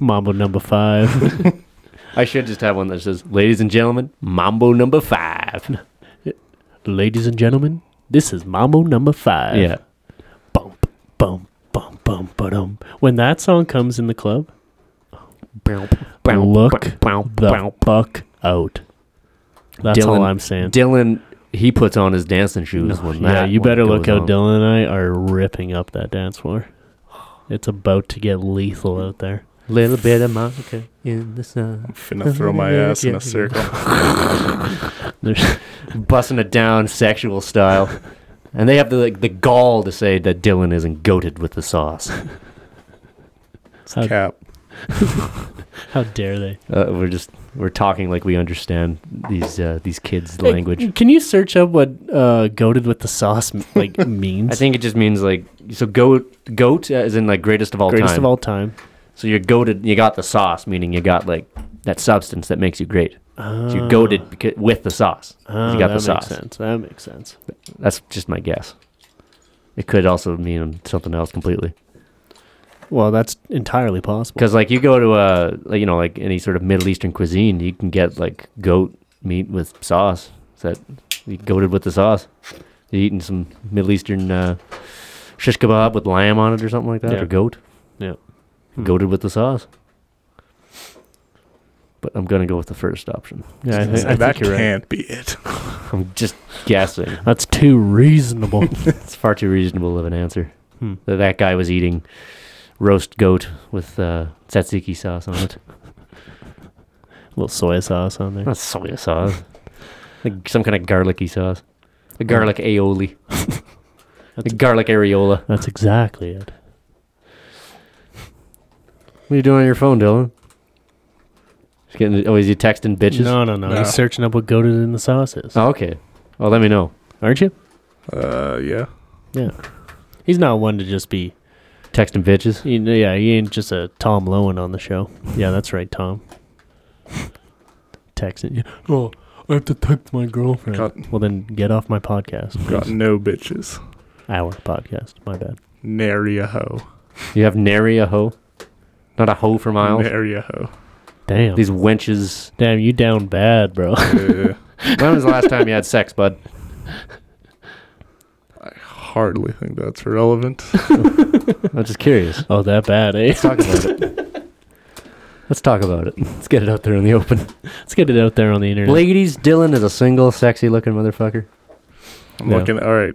Speaker 2: Mambo number five.
Speaker 1: I should just have one that says, "Ladies and gentlemen, Mambo number five.
Speaker 2: Ladies and gentlemen, this is Mambo number five.
Speaker 1: Yeah.
Speaker 2: Bump, bump, bump, bump, ba-dum. When that song comes in the club, look the fuck out. That's all
Speaker 1: Dylan-
Speaker 2: I'm saying.
Speaker 1: Dylan, he puts on his dancing shoes.
Speaker 2: No,
Speaker 1: when
Speaker 2: yeah,
Speaker 1: that
Speaker 2: you
Speaker 1: one
Speaker 2: better look
Speaker 1: goes
Speaker 2: out.
Speaker 1: on.
Speaker 2: Dylan and I are ripping up that dance floor. It's about to get lethal out there.
Speaker 1: Little bit of Monica in the sun.
Speaker 3: I'm finna throw my ass in a circle.
Speaker 2: There's,
Speaker 1: busting it down sexual style. And they have the like, the gall to say that Dylan isn't goaded with the sauce.
Speaker 3: It's cap.
Speaker 2: how dare they?
Speaker 1: Uh, we're just we're talking like we understand these uh, these kids'
Speaker 2: Hey,
Speaker 1: language.
Speaker 2: Can you search up what uh, "goaded with the sauce" m- like means?
Speaker 1: I think it just means like so goat goat uh, as in like greatest of all
Speaker 2: greatest
Speaker 1: time.
Speaker 2: of all time.
Speaker 1: so you're goaded. You got the sauce, meaning you got like that substance that makes you great. so you're goaded beca- with the sauce. 'cause
Speaker 2: Oh,
Speaker 1: you got
Speaker 2: that
Speaker 1: the
Speaker 2: makes
Speaker 1: sauce.
Speaker 2: sense. That makes sense.
Speaker 1: That's just my guess. It could also mean something else completely.
Speaker 2: Well, that's entirely possible.
Speaker 1: Because like you go to a like, you know like any sort of Middle Eastern cuisine, you can get like goat meat with sauce. Is that you goated with the sauce? You eating some Middle Eastern uh, shish kebab with lamb on it or something like that,
Speaker 2: Yeah. Hmm.
Speaker 1: or goat
Speaker 2: Yeah.
Speaker 1: goated with the sauce. But I'm gonna go with the first option.
Speaker 2: Yeah, I thi- I
Speaker 3: that
Speaker 2: think you're right.
Speaker 3: can't be it.
Speaker 1: I'm just guessing.
Speaker 2: That's too reasonable.
Speaker 1: it's far too reasonable of an answer.
Speaker 2: Hmm.
Speaker 1: That that guy was eating roast goat with uh, tzatziki sauce on it.
Speaker 2: little soy sauce on there.
Speaker 1: Not soy sauce. like some kind of garlicky sauce. A garlic aioli. a garlic areola.
Speaker 2: That's exactly it.
Speaker 1: What are you doing on your phone, Dylan? Just getting, oh, is you texting bitches?
Speaker 2: no, no, no,
Speaker 3: No.
Speaker 2: He's searching up what goaded in the sauce is.
Speaker 1: Oh, okay. Well, let me know.
Speaker 2: Aren't you?
Speaker 3: Uh, yeah.
Speaker 2: Yeah. He's not one to just be.
Speaker 1: Texting bitches.
Speaker 2: You know, yeah, he ain't just a Tom Lowen on the show. Yeah, that's right, Tom. Texting you. Oh, I have to text my girlfriend.
Speaker 3: Got-
Speaker 2: Well, then get off my podcast.
Speaker 3: Got no bitches.
Speaker 2: Our podcast. My bad.
Speaker 3: Nary a hoe.
Speaker 1: You have nary a hoe? Not a hoe for miles?
Speaker 3: Nary a hoe.
Speaker 2: Damn.
Speaker 1: These wenches.
Speaker 2: Damn, you down bad, bro.
Speaker 3: Uh,
Speaker 1: when was the last time you had sex, bud?
Speaker 3: hardly think that's relevant.
Speaker 1: I'm just curious.
Speaker 2: oh, that bad, eh?
Speaker 1: Let's talk about it. Let's talk about it. Let's get it out there in the open.
Speaker 2: Let's get it out there on the internet.
Speaker 1: Ladies, Dylan is a single, sexy looking motherfucker.
Speaker 3: I'm
Speaker 2: Yeah.
Speaker 3: looking. All right.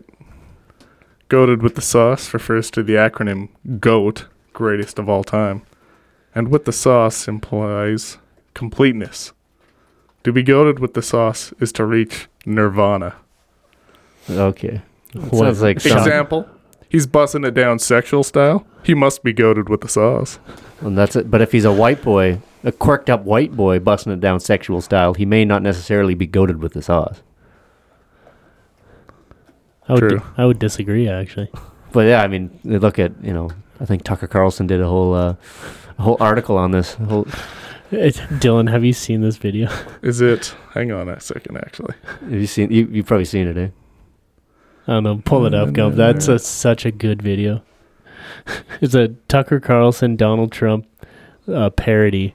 Speaker 3: Goated with the sauce refers to the acronym GOAT, greatest of all time. And with the sauce implies completeness. To be goated with the sauce is to reach nirvana.
Speaker 1: Okay.
Speaker 2: What?
Speaker 1: Sounds like some-
Speaker 3: Example He's busting it down sexual style. He must be goaded with the sauce.
Speaker 1: and that's it. But if he's a white boy, a quirked up white boy busting it down sexual style, he may not necessarily be goaded with the sauce.
Speaker 2: I would,
Speaker 3: True.
Speaker 2: di- I would disagree, actually.
Speaker 1: But yeah, I mean, they look at you know, I think Tucker Carlson did a whole uh, a whole article on this. a whole,
Speaker 2: It's, Dylan, have you seen this video?
Speaker 3: Is it? Hang on a second, actually.
Speaker 1: have you seen? You you probably seen it, eh?
Speaker 2: I don't know. Pull it up, Gump. That's a, such a good video. it's a Tucker Carlson, Donald Trump uh, parody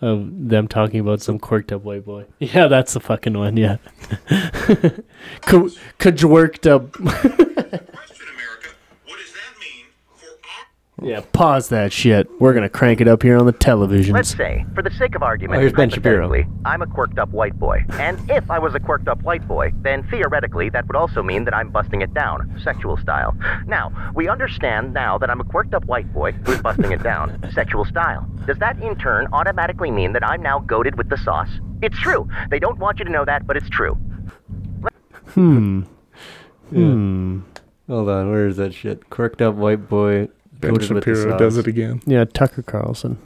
Speaker 2: of them talking about some quirked up white boy. Yeah, that's the fucking one. Yeah. Could worked up. Yeah, pause that shit. We're going to crank it up here on the
Speaker 12: Let's
Speaker 2: televisions.
Speaker 12: say, for the sake of argument,
Speaker 1: Oh, here's Ben Shapiro.
Speaker 12: hypothetically, I'm a quirked up white boy. And if I was a quirked up white boy, then theoretically that would also mean that I'm busting it down, sexual style. Now, we understand now that I'm a quirked up white boy who's busting it down, sexual style. Does that in turn automatically mean that I'm now goaded with the sauce? It's true. They don't want you to know that, but it's true.
Speaker 1: Hold on, where is that shit? Quirked up white boy.
Speaker 3: Ben Shapiro does it again.
Speaker 2: Yeah, Tucker Carlson.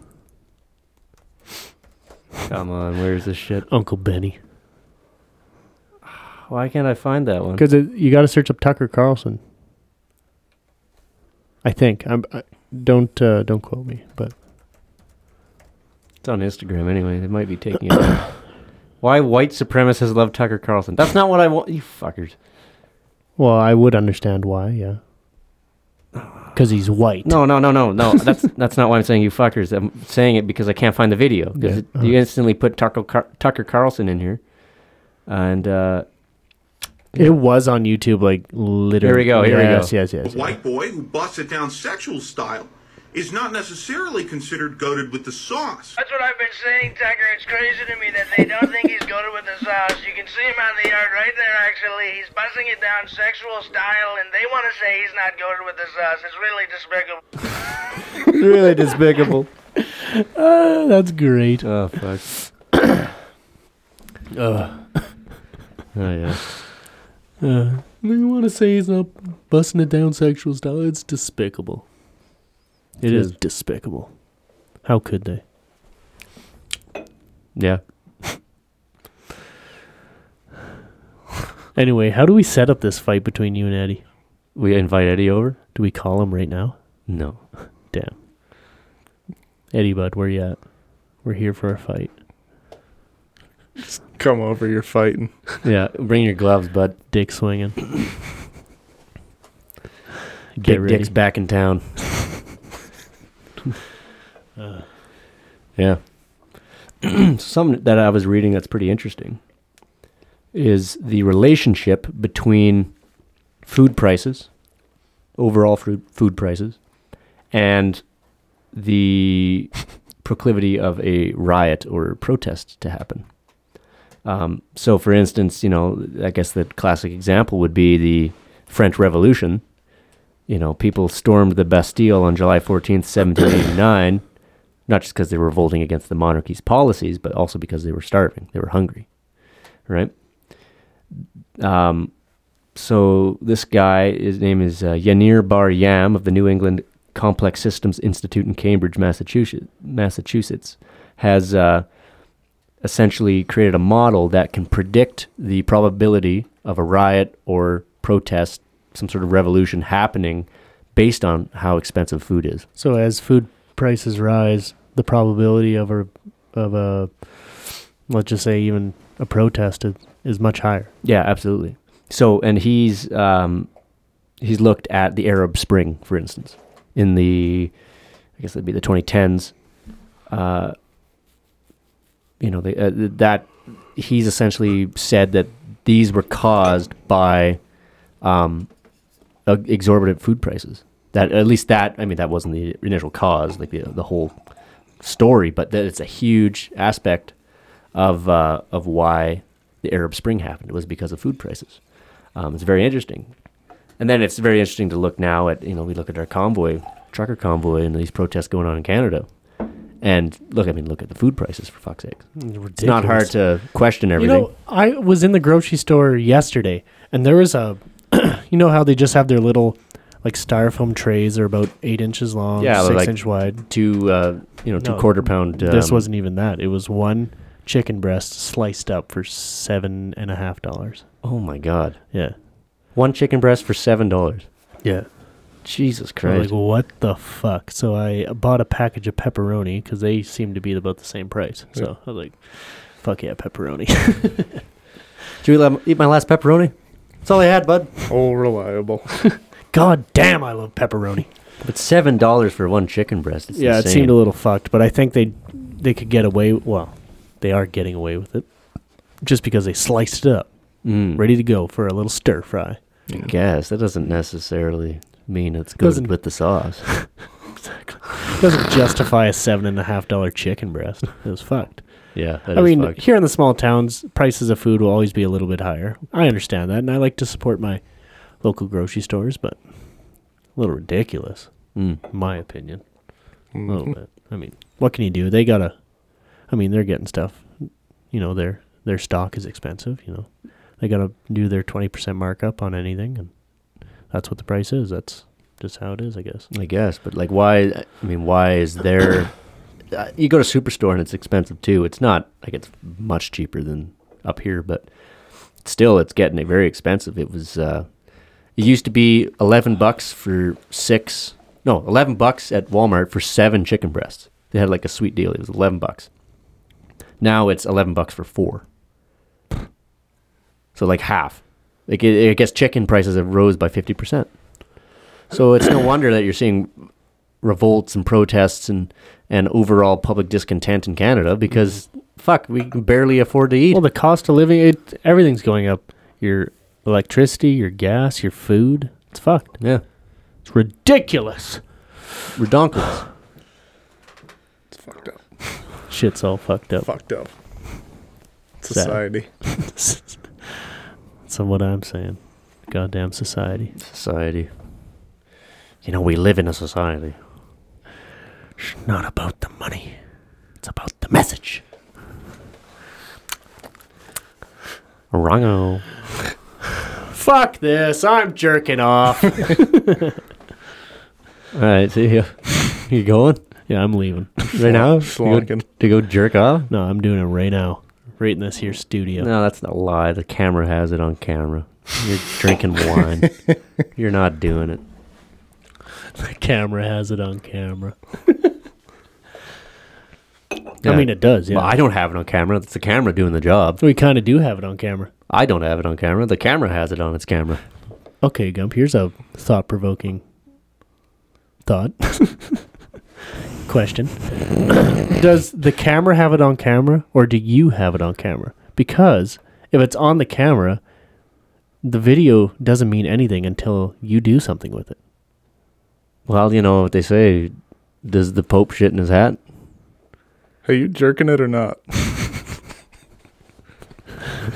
Speaker 1: Come on, where is this shit?
Speaker 2: Uncle Benny.
Speaker 1: Why can't I find that one?
Speaker 2: Because you got to search up Tucker Carlson. I think I'm. I, don't uh, don't quote me, but
Speaker 1: It's on Instagram anyway. They might be taking it. down. Why white supremacists love Tucker Carlson? That's not what I want. You fuckers.
Speaker 2: well, I would understand why. Yeah, because he's white.
Speaker 1: No, no, no, no, no. That's that's not why I'm saying you fuckers. I'm saying it because I can't find the video.
Speaker 2: Yeah,
Speaker 1: Because you instantly put Tucker Car- Tucker Carlson in here, and uh,
Speaker 2: it was on YouTube. Like literally.
Speaker 1: Here we go, here we go.
Speaker 2: yes, Yes, yes, yes.
Speaker 13: A white boy who busts it down sexual style is not necessarily considered goaded with the sauce.
Speaker 7: That's what I've been saying, Tucker. It's crazy to me that they don't think he's goaded with the sauce. You can see him out in the yard right there, actually. He's busting it down sexual style, and they want to say he's not goaded with the sauce. It's really despicable.
Speaker 1: really despicable.
Speaker 2: Uh, that's great.
Speaker 1: Oh fuck. Oh yeah.
Speaker 2: Uh, you want to say he's not busting it down sexual style? It's despicable. it is. despicable. How could they?
Speaker 1: Yeah.
Speaker 2: Anyway, how do we set up this fight between you and Eddie?
Speaker 1: We invite Eddie over.
Speaker 2: Do we call him right now?
Speaker 1: No.
Speaker 2: Damn. Eddie Bud, where you at? We're here for a fight.
Speaker 3: Come over, you're fighting.
Speaker 1: Yeah. Bring your gloves, bud.
Speaker 2: Dick swinging. Get
Speaker 1: Big
Speaker 2: ready.
Speaker 1: Dick's back in town. yeah. Something that I was reading that's pretty interesting is the relationship between food prices, overall food food prices, and the proclivity of a riot or protest to happen. Um, so, for instance, you know, I guess the classic example would be the French Revolution. You know, people stormed the Bastille on July 14th, 1789, not just because they were revolting against the monarchy's policies, but also because they were starving, they were hungry, right? Um, so this guy, his name is uh, Yanir Bar Yam of the New England Complex Systems Institute in Cambridge, Massachusetts. Massachusetts has uh, essentially created a model that can predict the probability of a riot or protest, some sort of revolution happening, based on how expensive food is.
Speaker 2: So as food prices rise, the probability of a of a let's just say even a protest is, is much higher.
Speaker 1: Yeah, absolutely. So, and he's um, he's looked at the Arab Spring, for instance, in the I guess it'd be the 2010s. Uh, you know, they, uh, th- that he's essentially said that these were caused by um, uh, exorbitant food prices. That at least that I mean that wasn't the initial cause, like the the whole story, but that it's a huge aspect of uh, of why the Arab Spring happened. It was because of food prices. Um, it's very interesting. And then it's very interesting to look now at you know we look at our convoy, trucker convoy, and these protests going on in Canada. And look, I mean, look at the food prices for fuck's sake. It's not hard to question everything.
Speaker 2: You know, I was in the grocery store yesterday, and there was a, you know how they just have their little, like styrofoam trays are about eight inches long,
Speaker 1: yeah,
Speaker 2: six
Speaker 1: like
Speaker 2: inch wide.
Speaker 1: two uh, you know two
Speaker 2: No,
Speaker 1: quarter pound. Um,
Speaker 2: this wasn't even that. It was one chicken breast sliced up for seven and a half dollars.
Speaker 1: Oh my god.
Speaker 2: Yeah.
Speaker 1: One chicken breast for seven dollars.
Speaker 2: Yeah.
Speaker 1: Jesus
Speaker 2: I'm
Speaker 1: Christ.
Speaker 2: Like what the fuck? So I bought a package of pepperoni because they seem to be about the same price. So
Speaker 1: Yeah.
Speaker 2: I was like, "Fuck yeah, pepperoni."
Speaker 1: Did you let- eat my last pepperoni? That's all I had, bud.
Speaker 3: Oh, reliable.
Speaker 2: God damn, I love pepperoni.
Speaker 1: But seven dollars for one chicken breast. It's
Speaker 2: yeah,
Speaker 1: insane.
Speaker 2: it seemed a little fucked, but I think they they could get away. Well, they are getting away with it just because they sliced it up,
Speaker 1: Mm.
Speaker 2: ready to go for a little stir fry.
Speaker 1: I guess that doesn't necessarily mean it's good
Speaker 2: Doesn't-
Speaker 1: with the sauce.
Speaker 2: Doesn't justify a seven and a half dollar chicken breast. It was fucked.
Speaker 1: Yeah, that
Speaker 2: I
Speaker 1: is
Speaker 2: mean,
Speaker 1: fucked.
Speaker 2: here in the small towns, prices of food will always be a little bit higher. I understand that, and I like to support my local grocery stores, but a little ridiculous,
Speaker 1: Mm.
Speaker 2: in my opinion. A
Speaker 1: Mm-hmm.
Speaker 2: little bit. I mean, what can you do? They gotta. I mean, they're getting stuff. You know, their their stock is expensive. You know, they gotta do their twenty percent markup on anything, and that's what the price is. That's just how it is, I guess.
Speaker 1: I guess, but like, why? I mean, why is there? Uh, you go to superstore and it's expensive too. It's not like it's much cheaper than up here, but still, it's getting very expensive. It was. Uh, it used to be eleven bucks for six. No, eleven bucks at Walmart for seven chicken breasts. They had like a sweet deal. It was eleven bucks. Now it's eleven bucks for four. So like half. Like it, I guess chicken prices have rose by fifty percent. So it's no wonder that you're seeing revolts and protests and and overall public discontent in Canada because fuck, we can barely afford to eat.
Speaker 2: Well, the cost of living, it everything's going up. Your electricity, your gas, your food. It's fucked.
Speaker 1: Yeah.
Speaker 2: It's ridiculous.
Speaker 1: Redonkulous.
Speaker 3: It's fucked up.
Speaker 2: Shit's all fucked up.
Speaker 3: Fucked up.
Speaker 2: Sad.
Speaker 3: Society.
Speaker 2: That's what I'm saying. Goddamn society.
Speaker 1: Society. You know, we live in a society.
Speaker 2: It's not about the money. It's about the message.
Speaker 1: Wrongo.
Speaker 2: Fuck this. I'm jerking off.
Speaker 1: All right, see ya. you going
Speaker 2: yeah, I'm leaving.
Speaker 1: right now? You go,
Speaker 3: Slonking.
Speaker 1: to go jerk off?
Speaker 2: No, I'm doing it right now. Right in this here studio.
Speaker 1: No, that's not a lie. The camera has it on camera. You're drinking wine. You're not doing it.
Speaker 2: The camera has it on camera.
Speaker 1: Yeah.
Speaker 2: I mean, it does, yeah.
Speaker 1: Well, I don't have it on camera. It's the camera doing the job.
Speaker 2: we kind of do have it on camera.
Speaker 1: I don't have it on camera. The camera has it on its camera.
Speaker 2: Okay, Gump, here's a thought provoking thought. Question Does the camera have it on camera or do you have it on camera? Because if it's on the camera, the video doesn't mean anything until you do something with it.
Speaker 1: Well, you know what they say. Does the Pope shit in his hat?
Speaker 3: Are you jerking it or not?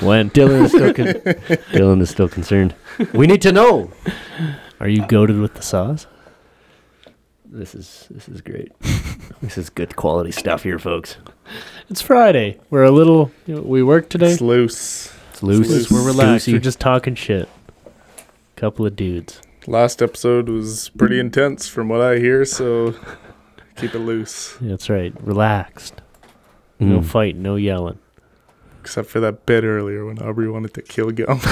Speaker 1: When Dylan is still con- Dylan is still concerned. We need to know.
Speaker 2: Are you goaded with the sauce?
Speaker 1: This is this is great. This is good quality stuff here, folks.
Speaker 2: It's Friday. We're a little. We work today. It's
Speaker 3: loose.
Speaker 1: It's loose.
Speaker 2: We're relaxed.
Speaker 1: Loosey.
Speaker 2: We're just talking shit. Couple of dudes.
Speaker 3: Last episode was pretty intense from what I hear, so keep it loose.
Speaker 2: That's right. Relaxed. No
Speaker 3: Mm.
Speaker 2: fight. No yelling.
Speaker 3: Except for that bit earlier when Aubrey wanted to kill Gum.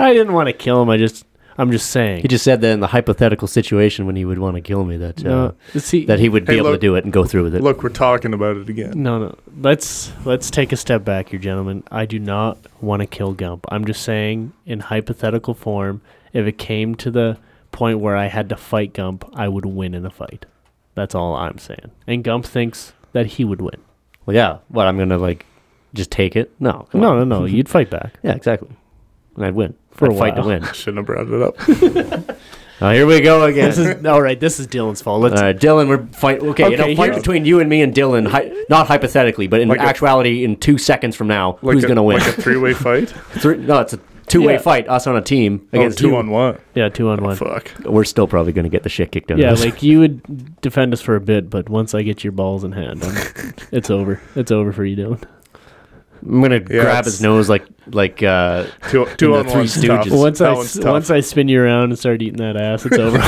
Speaker 2: I didn't want to kill him. I just. I'm just saying.
Speaker 1: He just said that in the hypothetical situation when he would want to kill me, that uh,
Speaker 2: No, see-
Speaker 1: that he would be
Speaker 2: Hey,
Speaker 1: able to
Speaker 2: look-
Speaker 1: do it and go through with it.
Speaker 3: Look, we're talking about it again.
Speaker 2: No, no. Let's let's take a step back here, gentlemen. I do not want to kill Gump. I'm just saying, in hypothetical form, if it came to the point where I had to fight Gump, I would win in a fight. That's all I'm saying. And Gump thinks that he would win.
Speaker 1: Well, yeah. What I'm gonna like, just take it? No, come
Speaker 2: No,
Speaker 1: on.
Speaker 2: no, no. You'd fight back.
Speaker 1: yeah, exactly. And I'd win
Speaker 2: For
Speaker 1: I'd
Speaker 2: a
Speaker 1: fight to
Speaker 2: while.
Speaker 1: win.
Speaker 3: Shouldn't have brought it up.
Speaker 1: Oh, here we go again.
Speaker 2: This is all right. This is Dylan's fault. Let's
Speaker 1: All right, Dylan, we're fight. Okay, you
Speaker 2: Okay,
Speaker 1: know, fight
Speaker 2: here-
Speaker 1: between you and me and Dylan. Hi- not hypothetically, but in
Speaker 3: Like a-
Speaker 1: actuality, in two seconds from now, who's
Speaker 3: a-
Speaker 1: gonna win?
Speaker 3: Like a three way fight?
Speaker 1: Three, no, it's a two-way
Speaker 2: Yeah.
Speaker 1: fight. Us on a team
Speaker 3: Oh,
Speaker 1: against
Speaker 3: two
Speaker 1: you.
Speaker 3: on one.
Speaker 2: Yeah, two on one.
Speaker 3: Fuck.
Speaker 1: We're still probably gonna get the shit kicked out.
Speaker 2: Yeah,
Speaker 1: of us.
Speaker 2: like you would defend us for a bit, but once I get your balls in hand, I'm, it's over. It's over for you, Dylan.
Speaker 1: I'm gonna grab
Speaker 2: it's-
Speaker 1: his nose like like uh,
Speaker 3: two,
Speaker 2: Two
Speaker 1: the Three Stooges.
Speaker 2: Once I s- once I spin you around and start eating that ass, it's over.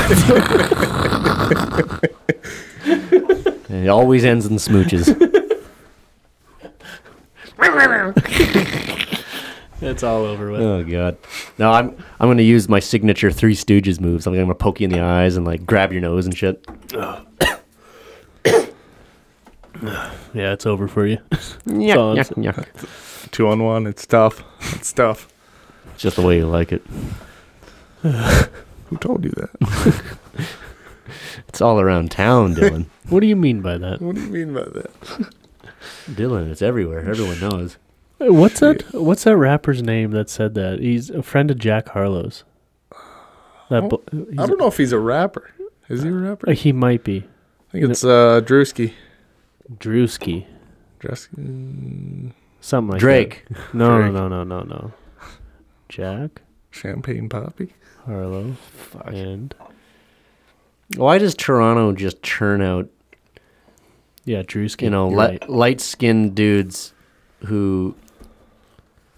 Speaker 1: It always ends in smooches.
Speaker 2: it's all over with.
Speaker 1: oh god. No, I'm I'm gonna use my signature Three Stooges moves. I'm gonna poke you in the eyes and like grab your nose and shit.
Speaker 2: Yeah, it's over for you.
Speaker 1: Yuck,
Speaker 2: So it's-
Speaker 1: yuck, yuck.
Speaker 3: Two on one. It's tough. It's tough.
Speaker 1: It's just the way you like it.
Speaker 3: Who told you that?
Speaker 1: It's all around town, Dylan.
Speaker 2: What do you mean by that?
Speaker 3: what do you mean by that?
Speaker 1: Dylan, it's everywhere. Everyone knows.
Speaker 2: Uh, What's that? What's that rapper's name that said that? He's a friend of Jack Harlow's.
Speaker 1: Oh,
Speaker 2: That bo- he's-
Speaker 3: I don't know if he's a rapper. Is he a rapper?
Speaker 2: uh, he might be
Speaker 3: I think it's uh, Drewski.
Speaker 2: Drewski,
Speaker 3: Drewski.
Speaker 2: something like
Speaker 1: Drake.
Speaker 2: That. No,
Speaker 3: Drake.
Speaker 2: no, no, no, no, no. Jack
Speaker 3: Champagne Poppy.
Speaker 2: Harlow and
Speaker 1: Why does Toronto just churn out,
Speaker 2: yeah, Drewski.
Speaker 1: you know,
Speaker 2: you're
Speaker 1: li-
Speaker 2: right.
Speaker 1: light-skinned dudes who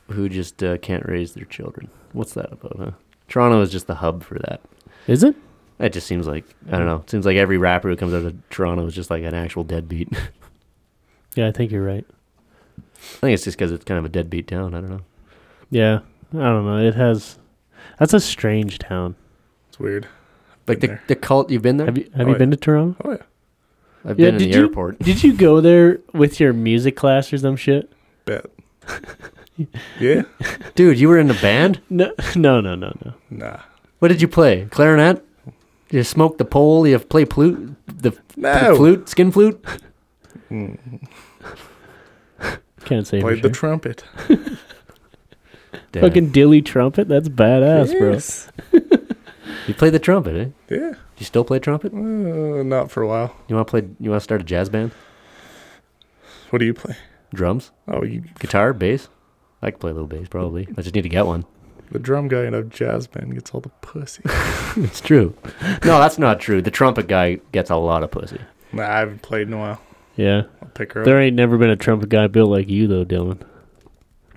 Speaker 1: who just uh, can't raise their children? What's that about, huh? Toronto is just the hub for that.
Speaker 2: is it?
Speaker 1: It just seems like I don't know. It seems like every rapper who comes out of Toronto is just like an actual deadbeat. I
Speaker 2: Yeah, I think you're right.
Speaker 1: think it's just because it's kind of a deadbeat town. I don't know.
Speaker 2: Yeah, I don't know. It has. That's a strange town.
Speaker 3: It's weird.
Speaker 1: Like
Speaker 3: Been
Speaker 1: the,
Speaker 3: there.
Speaker 1: the cult. You've been there.
Speaker 2: Have you have
Speaker 3: Oh,
Speaker 2: you
Speaker 3: yeah.
Speaker 2: been to Toronto?
Speaker 3: Oh yeah,
Speaker 1: I've
Speaker 2: Yeah,
Speaker 1: been in
Speaker 2: did
Speaker 1: the
Speaker 2: you,
Speaker 1: airport.
Speaker 2: Did you go there with your music class or some shit?
Speaker 3: bet. yeah,
Speaker 1: Dude, you were in a band.
Speaker 2: No, no, no, no, no.
Speaker 3: nah,
Speaker 1: What did you play? Clarinet. You smoke the pole. You play flute. The f-
Speaker 3: No.
Speaker 1: flute, skin flute.
Speaker 2: Can't say for
Speaker 3: played
Speaker 2: sure.
Speaker 3: the trumpet.
Speaker 1: Damn.
Speaker 2: Fucking dilly trumpet. That's badass,
Speaker 3: Yes.
Speaker 1: You play the trumpet, eh?
Speaker 3: Yeah,
Speaker 1: You still play trumpet?
Speaker 3: uh, not for a while.
Speaker 1: You want to play? You want to start a jazz band?
Speaker 3: What do you play?
Speaker 1: Drums,
Speaker 3: Oh, you
Speaker 1: guitar, bass. I could play a little bass, probably. I just need to get one.
Speaker 3: the drum guy in a jazz band gets all the pussy.
Speaker 1: It's true. No, that's not true. The trumpet guy gets a lot of pussy.
Speaker 3: nah, I haven't played in a while.
Speaker 2: bro. Yeah.
Speaker 3: I'll pick her up.
Speaker 2: There ain't never been a trumpet guy built like you though, Dylan.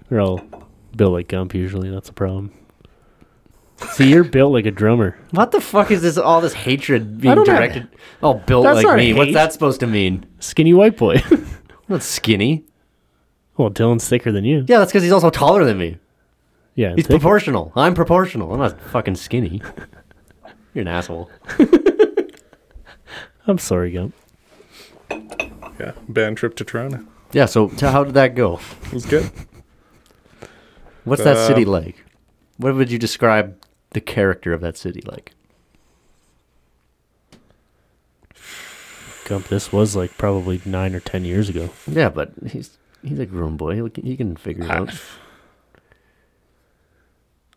Speaker 2: They're all built like Gump usually. That's a problem. See, you're built like a drummer.
Speaker 1: What the fuck is this? All this hatred being
Speaker 2: don't have-
Speaker 1: directed? Oh, built
Speaker 2: That's
Speaker 1: like
Speaker 2: not
Speaker 1: me. What's
Speaker 2: hate.
Speaker 1: that supposed to mean?
Speaker 2: Skinny white boy.
Speaker 1: I'm not skinny.
Speaker 2: well, Dylan's thicker than you.
Speaker 1: Yeah, that's because he's also taller than me.
Speaker 2: Yeah.
Speaker 1: He's
Speaker 2: thick.
Speaker 1: proportional. I'm proportional. I'm not fucking skinny. You're an asshole.
Speaker 2: I'm sorry, Gump.
Speaker 3: Yeah, band trip to Toronto.
Speaker 1: Yeah. So, so how did that go?
Speaker 3: It was good.
Speaker 1: What's that city
Speaker 3: Um,
Speaker 1: like? What would you describe the character of that city like?
Speaker 2: Gump, this was like probably nine or ten years ago.
Speaker 1: Yeah, but he's he's a grown boy. He'll, he can figure it out.
Speaker 3: Ah.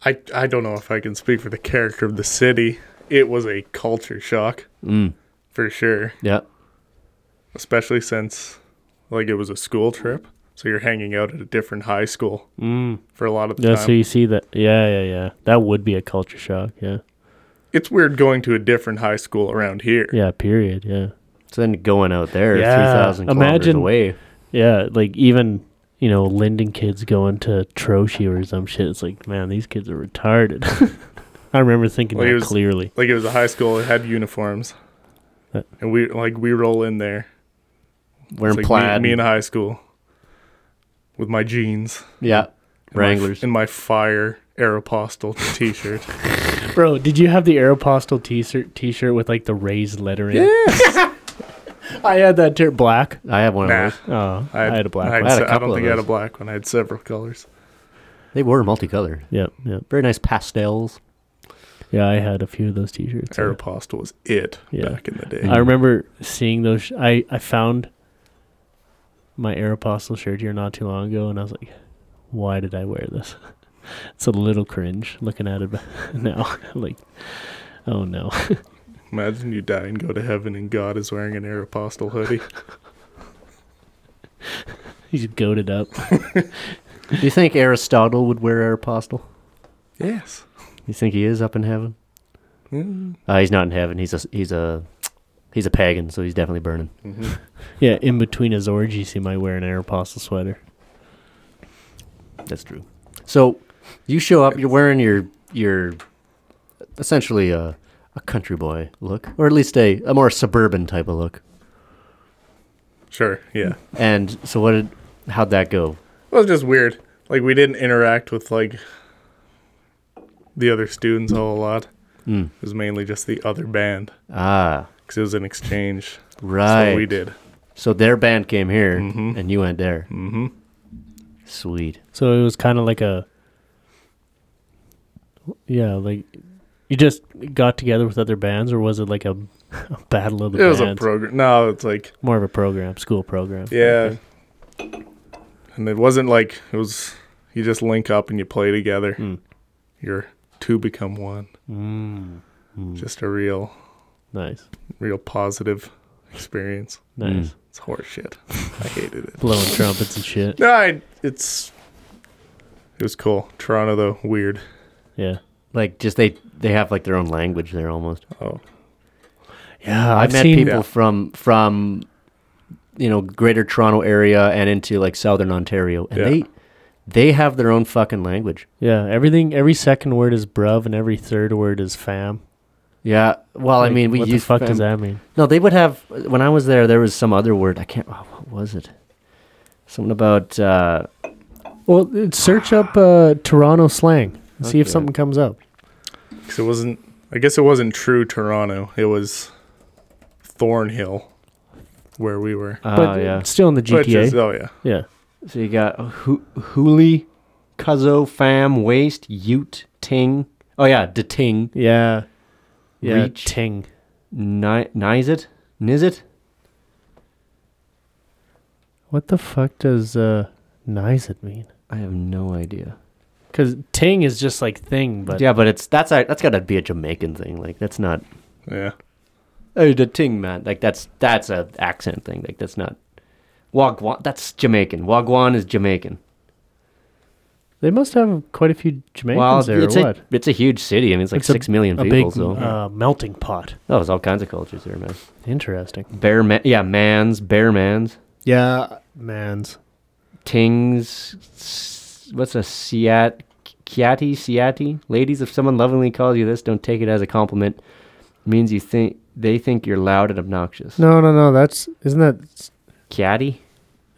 Speaker 3: I I don't know if I can speak for the character of the city. It was a culture shock
Speaker 1: Mm.
Speaker 3: for sure,
Speaker 1: Yeah.
Speaker 3: especially since like it was a school trip. So you're hanging out at a different high school
Speaker 2: Mm.
Speaker 3: for a lot of the
Speaker 2: Yeah,
Speaker 3: time.
Speaker 2: so you see that. Yeah, yeah, yeah. That would be a culture shock. Yeah.
Speaker 3: It's weird going to a different high school around here.
Speaker 2: Yeah, period. Yeah.
Speaker 1: So then going out there,
Speaker 2: Yeah,
Speaker 1: 3,000 kilometers away.
Speaker 2: Yeah, like even, you know, Linden kids going to Troshi or some shit. It's like, man, these kids are retarded. I remember thinking
Speaker 3: Like
Speaker 2: that
Speaker 3: it was
Speaker 2: clearly.
Speaker 3: Like it was a high school. It had uniforms,
Speaker 2: Uh,
Speaker 3: and we like we roll in there.
Speaker 1: Wearing
Speaker 3: It's like
Speaker 1: plaid
Speaker 3: Me, me
Speaker 1: and-
Speaker 3: in high school, with my jeans.
Speaker 1: Yeah,
Speaker 3: and my-
Speaker 1: Wranglers.
Speaker 3: and my fire Aeropostale t-shirt.
Speaker 2: Bro, did you have the Aeropostale t-shirt, t-shirt with like the raised lettering? I had that t- black.
Speaker 1: I have one
Speaker 3: Nah.
Speaker 1: of those.
Speaker 2: Oh, I had, a black
Speaker 3: I,
Speaker 2: one.
Speaker 3: had se- I don't think I had a black one. I had several colors.
Speaker 1: They were multicolored.
Speaker 2: Yep, yep.
Speaker 1: Very nice pastels.
Speaker 2: Yeah, I had a few of those t-shirts. yeah.
Speaker 3: Aeropostale was it back in the day.
Speaker 2: I remember seeing those. Sh- I I found my Aeropostale shirt here not too long ago, and I was like, "Why did I wear this?" it's a little cringe looking at it now. like, oh no.
Speaker 3: Imagine you die and go to heaven, and God is wearing an Aeropostale hoodie.
Speaker 2: He's goaded up.
Speaker 1: Do you think Aristotle would wear Aeropostale?
Speaker 3: yes.
Speaker 1: You think he is up in heaven?
Speaker 3: Mm.
Speaker 1: Uh, he's not in heaven. He's a he's a he's a pagan, so he's definitely burning.
Speaker 2: yeah, in between his orgies, he might wear an Aeropostale sweater.
Speaker 1: That's true. So you show up. You're wearing your your essentially a a country boy look, or at least a a more suburban type of look.
Speaker 3: Sure. Yeah.
Speaker 1: And so what did how'd that go?
Speaker 3: It was just weird. Like we didn't interact with like the other students a whole lot.
Speaker 1: Mm.
Speaker 3: It was mainly just the other band
Speaker 1: Ah,
Speaker 3: because it was an exchange.
Speaker 1: right.
Speaker 3: So we did.
Speaker 1: So their band came here, and you went there. Mm-hmm. Sweet.
Speaker 2: So it was kind of like a, yeah, like you just got together with other bands, or was it like a, a battle of the
Speaker 3: it was
Speaker 2: bands?
Speaker 3: a program. No, it's like
Speaker 2: More of a program, school program.
Speaker 3: yeah. And it wasn't like it was. You just link up and you play together. You're two become one.
Speaker 2: Mm.
Speaker 3: Just a real,
Speaker 2: Nice.
Speaker 3: real positive experience.
Speaker 2: Nice. Mm.
Speaker 3: It's horseshit. I hated it.
Speaker 2: Blowing trumpets and shit.
Speaker 3: No, I, it's it was cool. Toronto though, weird.
Speaker 2: Yeah.
Speaker 1: Like just they they have like their own language there almost.
Speaker 3: Oh.
Speaker 1: I
Speaker 2: Yeah, Uh, I've
Speaker 1: met
Speaker 2: seen-
Speaker 1: people
Speaker 2: Yeah.
Speaker 1: from from you know Greater Toronto area and into like Southern Ontario, and
Speaker 2: Yeah.
Speaker 1: they they have their own fucking language.
Speaker 2: Yeah. Everything. Every second word is bruv, and every third word is fam.
Speaker 1: Yeah. Well, I
Speaker 2: Like,
Speaker 1: mean, we
Speaker 2: what the
Speaker 1: use
Speaker 2: fuck does that mean?
Speaker 1: No, they would have. When I was there, there was some other word. I can't. Oh, what was it? Something about. Uh,
Speaker 2: Well, search up uh, Toronto slang. and See if
Speaker 3: Okay.
Speaker 2: something comes up.
Speaker 3: 'Cause it wasn't. I guess it wasn't true Toronto. It was Thornhill, where we were.
Speaker 1: But oh, uh, yeah.
Speaker 2: Still in the
Speaker 3: Which
Speaker 2: GTA.
Speaker 3: is- oh yeah.
Speaker 2: Ah, Yeah.
Speaker 1: so you got hu- Hooli, Cuzzo, Fam, Waste, Ute, Ting. Oh yeah, de Ting.
Speaker 2: Yeah. Yeah.
Speaker 1: Reach.
Speaker 2: Ting.
Speaker 1: Ni- Nizit. Nizit.
Speaker 2: What the fuck does uh, nizit mean?
Speaker 1: I have no idea.
Speaker 2: Because ting is just like thing, but
Speaker 1: yeah, but it's that's a, that's gotta be a Jamaican thing. Like that's not.
Speaker 3: Yeah.
Speaker 1: Oh, the ting man. Like that's that's a accent thing. Like that's not. Wagwan. That's Jamaican. Wagwan is Jamaican.
Speaker 2: they must have quite a few Jamaicans there.
Speaker 1: it's
Speaker 2: or
Speaker 1: a,
Speaker 2: what?
Speaker 1: it's a huge city. I mean, it's like
Speaker 2: a-
Speaker 1: six million
Speaker 2: a
Speaker 1: people.
Speaker 2: big,
Speaker 1: so
Speaker 2: uh, melting pot.
Speaker 1: oh, there's all kinds of cultures there, man.
Speaker 2: Interesting.
Speaker 1: Bear man, yeah, mans, bear mans,
Speaker 2: Yeah, man's.
Speaker 1: tings. s- What's a siat, kiati, siati? Ladies, if someone lovingly calls you this, don't take it as a compliment. It means you think they think you're loud and obnoxious.
Speaker 2: No, no, no. That's isn't that
Speaker 1: Kiati,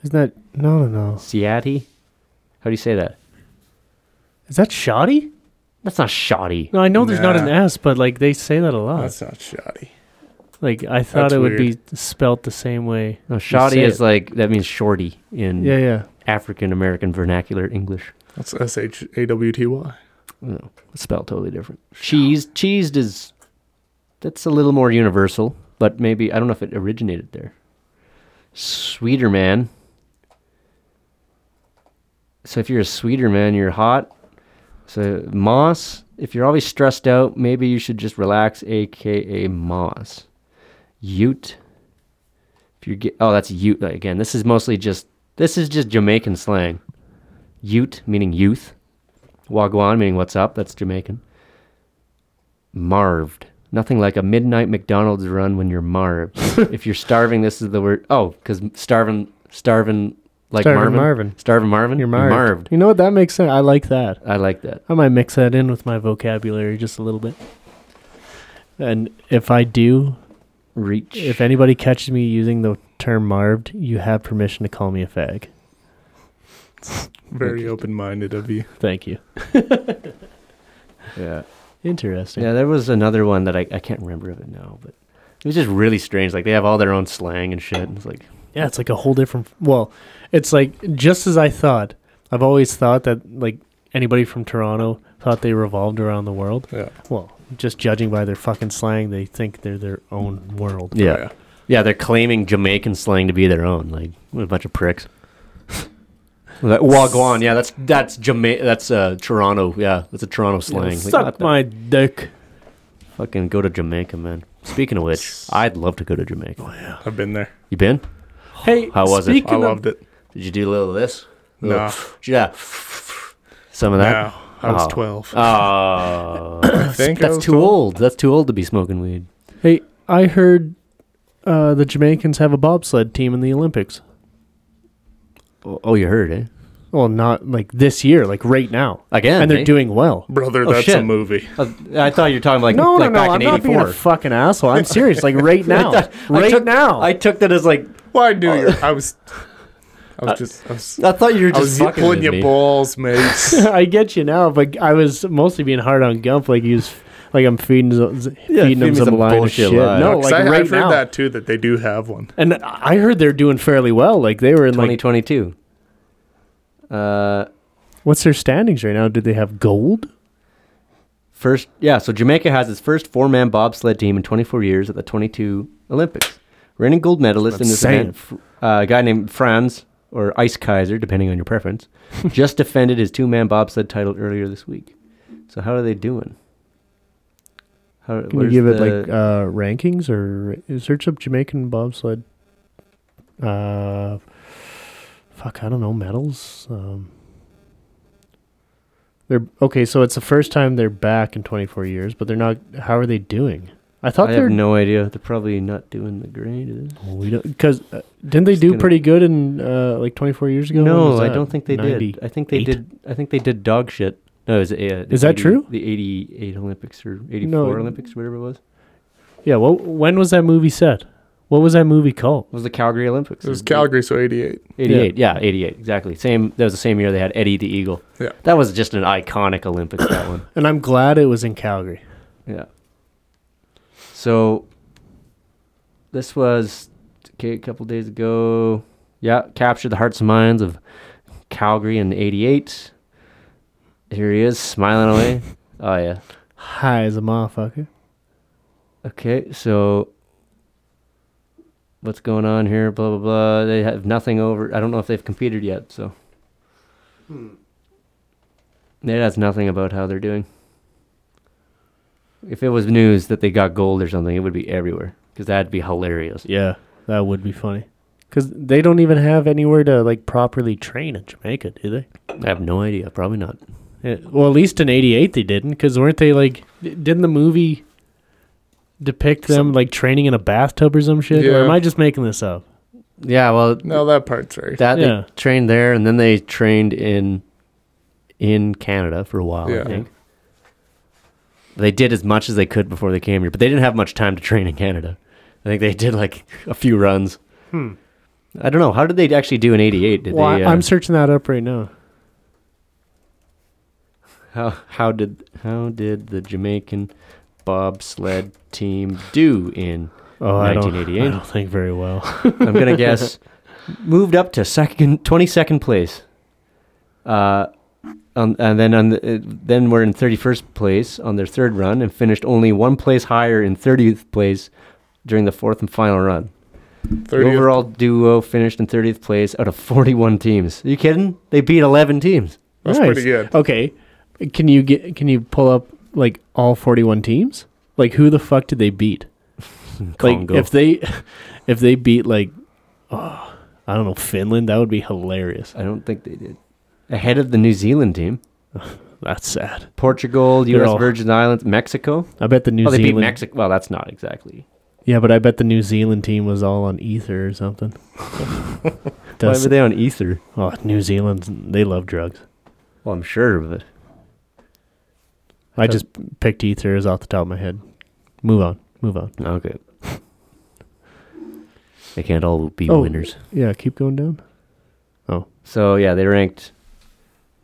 Speaker 2: isn't that no, no, no.
Speaker 1: siati. How do you say that?
Speaker 2: Is that shoddy?
Speaker 1: That's not shoddy.
Speaker 2: No, I know there's not an
Speaker 1: Nah.
Speaker 2: S, but like they say that a lot.
Speaker 3: That's not shoddy.
Speaker 2: Like I thought
Speaker 1: That's
Speaker 2: it would
Speaker 1: weird.
Speaker 2: be spelt the same way.
Speaker 1: No,
Speaker 2: you
Speaker 1: shoddy
Speaker 2: say
Speaker 1: is
Speaker 2: it.
Speaker 1: like that means shorty in
Speaker 2: Yeah, yeah.
Speaker 1: African American vernacular English.
Speaker 3: That's S H A W T Y.
Speaker 1: No, it's spelled totally different. Cheese, cheesed is that's a little more universal, but maybe I don't know if it originated there. Sweeter man. So if you're a sweeter man, you're hot. So moss. If you're always stressed out, maybe you should just relax, aka moss. Ute. If you're ge- oh, that's youth again. This is mostly just this is just Jamaican slang. Ute meaning youth. Wagwan meaning what's up. That's Jamaican. Marved. Nothing like a midnight McDonald's run when you're marved. if you're starving, this is the word. Oh, because starving, starving like
Speaker 2: Starvin'
Speaker 1: Marvin.
Speaker 2: Marvin.
Speaker 1: Starving Marvin.
Speaker 2: You're marved. You know what? That makes sense. I like that.
Speaker 1: I like that.
Speaker 2: I might mix that in with my vocabulary just a little bit. And if I do,
Speaker 1: reach.
Speaker 2: If anybody catches me using the term marved, you have permission to call me a fag.
Speaker 3: Very open minded of you.
Speaker 2: Thank you.
Speaker 1: Yeah.
Speaker 2: Interesting.
Speaker 1: Yeah, there was another one that I, I can't remember of it now, but it was just really strange. Like they have all their own slang and shit. and It's like
Speaker 2: Yeah, it's like a whole different. Well, it's like just as I thought. I've always thought that like anybody from Toronto thought they revolved around the world.
Speaker 3: Yeah.
Speaker 2: Well, just judging by their fucking slang, they think they're their own world.
Speaker 1: yeah. yeah. they're claiming Jamaican slang to be their own. Like what a bunch of pricks. like, Wagwan, yeah, that's that's Jama- that's uh Toronto, yeah, that's a Toronto slang. Like,
Speaker 2: Suck
Speaker 1: what the-
Speaker 2: my dick.
Speaker 1: fucking go to Jamaica, man. Speaking of which, I'd love to go to Jamaica. Oh, yeah.
Speaker 3: I've been there.
Speaker 1: You been?
Speaker 2: Hey,
Speaker 1: How was it?
Speaker 2: speaking I of- loved
Speaker 3: it.
Speaker 1: Did you do a little of this? A little-
Speaker 3: Nah.
Speaker 1: Yeah. Some of that.
Speaker 3: No, I was
Speaker 1: Oh.
Speaker 3: 12.
Speaker 2: Uh,
Speaker 1: Oh,
Speaker 3: I think I
Speaker 1: that's
Speaker 3: was
Speaker 1: too
Speaker 3: 12.
Speaker 1: old. That's too old to be smoking weed.
Speaker 2: Hey, I heard uh, the Jamaicans have a bobsled team in the Olympics.
Speaker 1: Oh, oh, you heard, eh?
Speaker 2: Well, not like this year, like right now.
Speaker 1: Again,
Speaker 2: And they're
Speaker 1: eh?
Speaker 2: doing well.
Speaker 3: Brother,
Speaker 1: Oh,
Speaker 3: that's a
Speaker 1: shit.
Speaker 3: movie.
Speaker 1: Uh, I thought you were talking like,
Speaker 2: no,
Speaker 1: like
Speaker 2: no,
Speaker 1: back
Speaker 2: no. I'm
Speaker 1: in
Speaker 2: not being a
Speaker 1: 84.
Speaker 2: fucking asshole. I'm serious. Like right now.
Speaker 1: I thought- I
Speaker 2: right
Speaker 1: took-
Speaker 2: now.
Speaker 1: I took that as like,
Speaker 3: Well, I knew
Speaker 1: Oh.
Speaker 3: you. I was. I was just. I, was,
Speaker 1: I thought you were
Speaker 3: I
Speaker 1: Uh, just
Speaker 3: was
Speaker 1: fucking
Speaker 3: pulling
Speaker 1: with
Speaker 3: your
Speaker 1: me.
Speaker 3: balls, mate.
Speaker 2: I get you now, but I was mostly being hard on Gump, like he was, like I'm feeding, z- feeding him
Speaker 1: feed me
Speaker 2: some,
Speaker 1: some
Speaker 2: line of
Speaker 1: bullshit
Speaker 2: shit.
Speaker 1: lie.
Speaker 2: No,
Speaker 3: 'Cause
Speaker 2: like
Speaker 3: I,
Speaker 2: right
Speaker 3: I've
Speaker 2: now.
Speaker 3: heard that too. That they do have one.
Speaker 2: And I heard they're doing fairly well. Like they were in like
Speaker 1: 2022. Uh,
Speaker 2: what's their standings right now? Did they have gold?
Speaker 1: First, yeah. So Jamaica has its first four-man bobsled team in 24 years at the 22 Olympics. Reigning gold medalist in this
Speaker 2: Insane.
Speaker 1: event, f- uh, a guy named Franz or Ice Kaiser, depending on your preference, just defended his two-man bobsled title earlier this week. So how are they doing? How,
Speaker 2: Can you
Speaker 1: where's
Speaker 2: give it
Speaker 1: the-
Speaker 2: like uh, rankings or search up Jamaican bobsled? Uh, fuck, I don't know medals. Um, they're okay. So it's the first time they're back in 24 years, but they're not. How are they doing? I thought
Speaker 1: I
Speaker 2: they're
Speaker 1: have no idea. They're probably not doing the greatest.
Speaker 2: we don't because uh, didn't they do
Speaker 1: gonna-
Speaker 2: pretty good in uh, like 24 years ago? When
Speaker 1: No,
Speaker 2: was
Speaker 1: I
Speaker 2: that?
Speaker 1: don't think they
Speaker 2: 98?
Speaker 1: did. I think they did. I think they did dog shit. No, is it, uh, the
Speaker 2: Is that
Speaker 1: 80
Speaker 2: true?
Speaker 1: The 88 Olympics or 84 Olympics, whatever it was.
Speaker 2: Yeah. Well, when was that movie set? What was that movie called?
Speaker 1: was the Calgary Olympics.
Speaker 3: It was
Speaker 2: Mm-hmm.
Speaker 3: Calgary, so 88.
Speaker 1: 88 yeah. 88 exactly same that was the same year they had eddie the eagle
Speaker 3: Yeah.
Speaker 1: that was just an iconic olympics that one
Speaker 2: And I'm glad it was in Calgary.
Speaker 1: yeah so this was okay, a couple days ago yeah captured the hearts and minds of calgary in 88 here he is smiling away oh yeah
Speaker 2: High as a motherfucker.
Speaker 1: Okay, so what's going on here? Blah blah blah. They have nothing over. I don't know if they've competed yet. So Hmm. it has nothing about how they're doing. If it was news that they got gold or something, it would be everywhere because that'd be hilarious.
Speaker 2: Yeah, that would be funny. Because they don't even have anywhere to like properly train in Jamaica, do they?
Speaker 1: I have no idea. Probably not.
Speaker 2: Yeah, well, at least in '88 they didn't, because weren't they like? d- Didn't the movie depict them like training in a bathtub or some shit? Or am
Speaker 3: Yeah.
Speaker 2: I just making this up?
Speaker 1: Yeah. Well,
Speaker 3: No, that part's right.
Speaker 1: that
Speaker 2: Yeah.
Speaker 1: they trained there, and then they trained in in Canada for a while.
Speaker 3: Yeah.
Speaker 1: I think they did as much as they could before they came here, but they didn't have much time to train in Canada. I think they did like a few runs.
Speaker 2: Hmm.
Speaker 1: I don't know. How did they actually do in '88? Did
Speaker 2: Well,
Speaker 1: they?
Speaker 2: I-
Speaker 1: Uh,
Speaker 2: I'm searching that up right now.
Speaker 1: how how did how did the Jamaican bobsled team do in
Speaker 2: Oh, I don't, I
Speaker 1: 1988?
Speaker 2: don't think very well.
Speaker 1: I'm gonna guess moved up to second, twenty second place. Uh, on, and then on the, uh, then we're in thirty first place on their third run, and finished only one place higher in thirtieth place during the fourth and final run. The
Speaker 3: 30th.
Speaker 1: overall duo finished in thirtieth place out of forty one teams. Are you kidding? They beat eleven teams.
Speaker 3: That's
Speaker 2: Nice. Oh,
Speaker 3: pretty good.
Speaker 2: Okay, can you get? Can you pull up like all 41 teams? Like who the fuck did they beat? like
Speaker 1: Congo.
Speaker 2: if they, if they beat like Oh, I don't know Finland. That would be hilarious.
Speaker 1: I don't think they did. Ahead of the New Zealand team.
Speaker 2: That's sad.
Speaker 1: Portugal,
Speaker 2: They're
Speaker 1: U.S.
Speaker 2: all-
Speaker 1: Virgin Islands, Mexico.
Speaker 2: I bet the New
Speaker 1: oh, they beat
Speaker 2: Zealand-
Speaker 1: Mexico. Well, that's not exactly.
Speaker 2: Yeah, but I bet the New Zealand team was all on ether or something.
Speaker 1: Why were they on ether?
Speaker 2: Oh, New Zealand's they love drugs.
Speaker 1: Well, I'm sure of it.
Speaker 2: I just picked ethers off the top of my head. Move on. Move on.
Speaker 1: Okay. Oh, They can't all be
Speaker 2: Oh,
Speaker 1: winners.
Speaker 2: Yeah, keep going down. Oh.
Speaker 1: So yeah, they ranked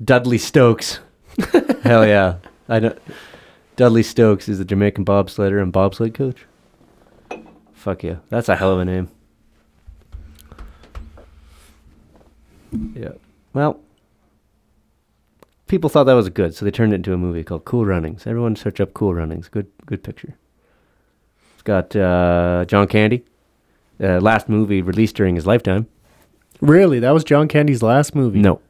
Speaker 1: Dudley Stokes. Hell yeah. I know Dudley Stokes is the Jamaican bobsledder and bobsled coach. Fuck yeah. That's a hell of a name. Yeah. Well, people thought that was good, so they turned it into a movie called Cool Runnings. Everyone search up Cool Runnings. Good good picture. It's got uh, John Candy. Uh, last movie released during his lifetime.
Speaker 2: Really? That was John Candy's last movie?
Speaker 1: No,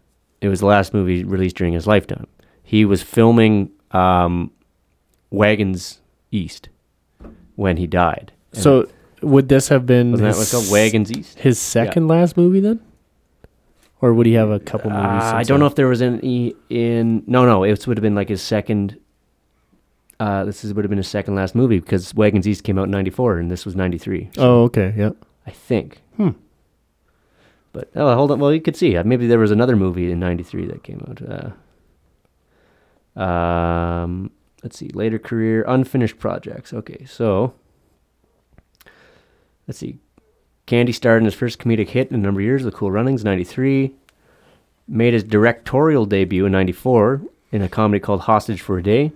Speaker 1: it was the last movie released during his lifetime. He was filming um, Wagons East when he died. And
Speaker 2: So would this have been
Speaker 1: Wasn't that what's called Wagons East?
Speaker 2: His second last movie then? Or would he have a couple movies?
Speaker 1: Uh, I
Speaker 2: since
Speaker 1: don't
Speaker 2: then?
Speaker 1: know if there was any in. No, no, it would have been like his second. Uh, this is, would have been his second last movie because Wagons East came out in '94 and this was '93.
Speaker 2: Oh, okay. Yeah.
Speaker 1: I think. Hmm. But oh, hold on. Well, you could see. uh, Maybe there was another movie in '93 that came out. Uh, um, let's see. Later career, unfinished projects. Okay, so let's see. Candy starred in his first comedic hit in a number of years, The Cool Runnings, '93. Made his directorial debut in '94 in a comedy called Hostage for a Day.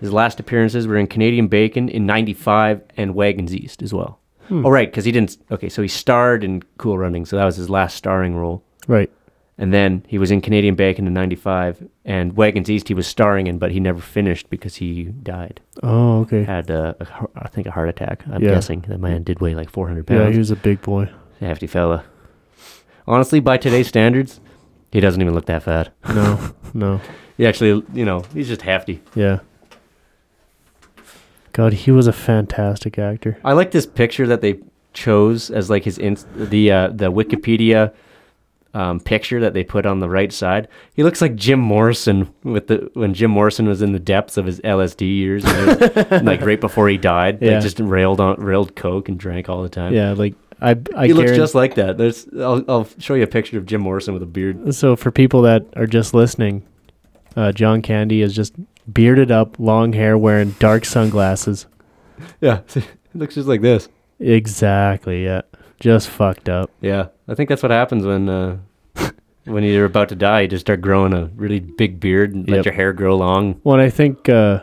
Speaker 1: His last appearances were in Canadian Bacon in '95 and Wagons East as well.
Speaker 2: Hmm.
Speaker 1: Oh, right, because he didn't. Okay, so he starred in Cool Runnings, so that was his last starring role.
Speaker 2: Right.
Speaker 1: And then he was in Canadian Bacon in '95 and Wagons East. He was starring in, but he never finished because he died.
Speaker 2: Oh, okay.
Speaker 1: Had uh, a heart- I think a heart attack. I'm
Speaker 2: Yeah.
Speaker 1: guessing that man did weigh like 400 pounds.
Speaker 2: Yeah, he was a big boy.
Speaker 1: a hefty fella. Honestly, by today's standards, he doesn't even look that fat.
Speaker 2: No, no.
Speaker 1: He actually, you know, he's just hefty.
Speaker 2: Yeah. God, he was a fantastic actor.
Speaker 1: I like this picture that they chose as like his inst- the uh, the Wikipedia um, picture that they put on the right side. He looks like Jim Morrison with the when Jim Morrison was in the depths of his LSD years, and it was, like right before he died.
Speaker 2: Yeah.
Speaker 1: Like just railed on railed coke and drank all the time.
Speaker 2: Yeah, like I I
Speaker 1: he looks
Speaker 2: guaran-
Speaker 1: just like that. There's I'll I'll show you a picture of Jim Morrison with a beard.
Speaker 2: So for people that are just listening, uh, John Candy is just bearded up, long hair, wearing dark sunglasses.
Speaker 1: Yeah, it looks just like this.
Speaker 2: Exactly. Yeah. Just fucked up.
Speaker 1: Yeah, I think that's what happens when uh, when you're about to die. You just start growing a really big beard and let
Speaker 2: Yep.
Speaker 1: your hair grow long.
Speaker 2: Well, and I think uh,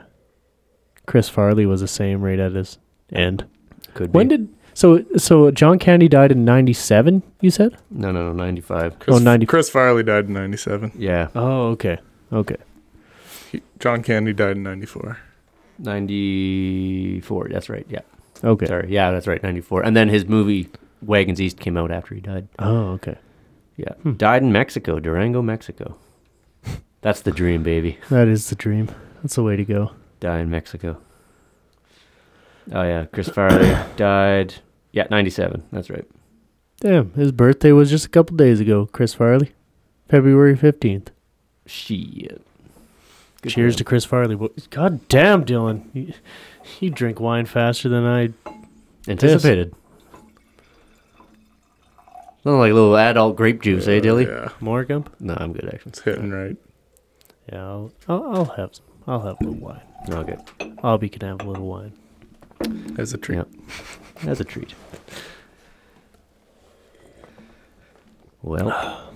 Speaker 2: Chris Farley was the same right at his end.
Speaker 1: Could
Speaker 2: when did so so John Candy died in '97? You said
Speaker 1: No, no, no, 95.
Speaker 2: Oh, 90
Speaker 3: Chris Farley died in 97.
Speaker 1: Yeah.
Speaker 2: Oh, okay. Okay.
Speaker 3: He- John Candy died in 94.
Speaker 1: 94. That's right. Yeah.
Speaker 2: Okay.
Speaker 1: Sorry. Yeah, that's right. 94. And then his movie Wagons East came out after he died.
Speaker 2: Oh, okay.
Speaker 1: Yeah. Died in Mexico, Durango, Mexico. that's the dream, baby.
Speaker 2: That is the dream. That's the way to go.
Speaker 1: Die in Mexico. Oh, yeah. Chris Farley died. Yeah, 97. That's right.
Speaker 2: Damn, his birthday was just a couple days ago. Chris Farley, February fifteenth.
Speaker 1: Shit. Good
Speaker 2: Cheers
Speaker 1: man.
Speaker 2: to Chris Farley. Wo- God damn, Dylan, you, you drink wine faster than I
Speaker 1: Anticipated. Not like a little adult grape juice, eh, Dilly?
Speaker 3: Yeah.
Speaker 2: More gump.
Speaker 1: No, I'm good, actually.
Speaker 3: It's hitting right.
Speaker 2: Yeah, I'll, I'll, I'll have some. I'll have a little wine.
Speaker 1: Okay.
Speaker 2: Albie can have a little wine.
Speaker 3: As a treat.
Speaker 1: That's a treat. Well,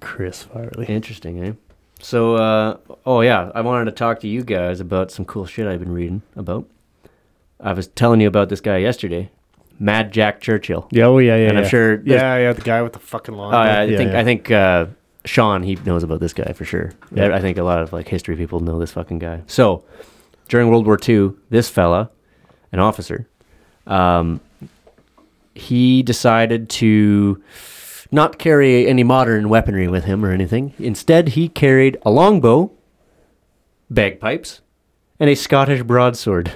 Speaker 2: Chris Farley.
Speaker 1: interesting, eh? So, uh, oh yeah, I wanted to talk to you guys about some cool shit I've been reading about. I was telling you about this guy yesterday, Mad Jack Churchill.
Speaker 2: Yeah, oh yeah, yeah.
Speaker 1: And I'm
Speaker 2: yeah.
Speaker 1: sure there's-
Speaker 2: Yeah, yeah, the guy with the fucking long.
Speaker 1: Oh,
Speaker 2: hair.
Speaker 1: yeah, I
Speaker 2: Yeah,
Speaker 1: think
Speaker 2: yeah.
Speaker 1: I think uh, Sean he knows about this guy for sure.
Speaker 2: Yeah.
Speaker 1: I think a lot of like history people know this fucking guy. So during World War II, this fella, an officer, um, he decided to not carry any modern weaponry with him or anything. Instead, he carried a longbow, bagpipes, and a Scottish broadsword.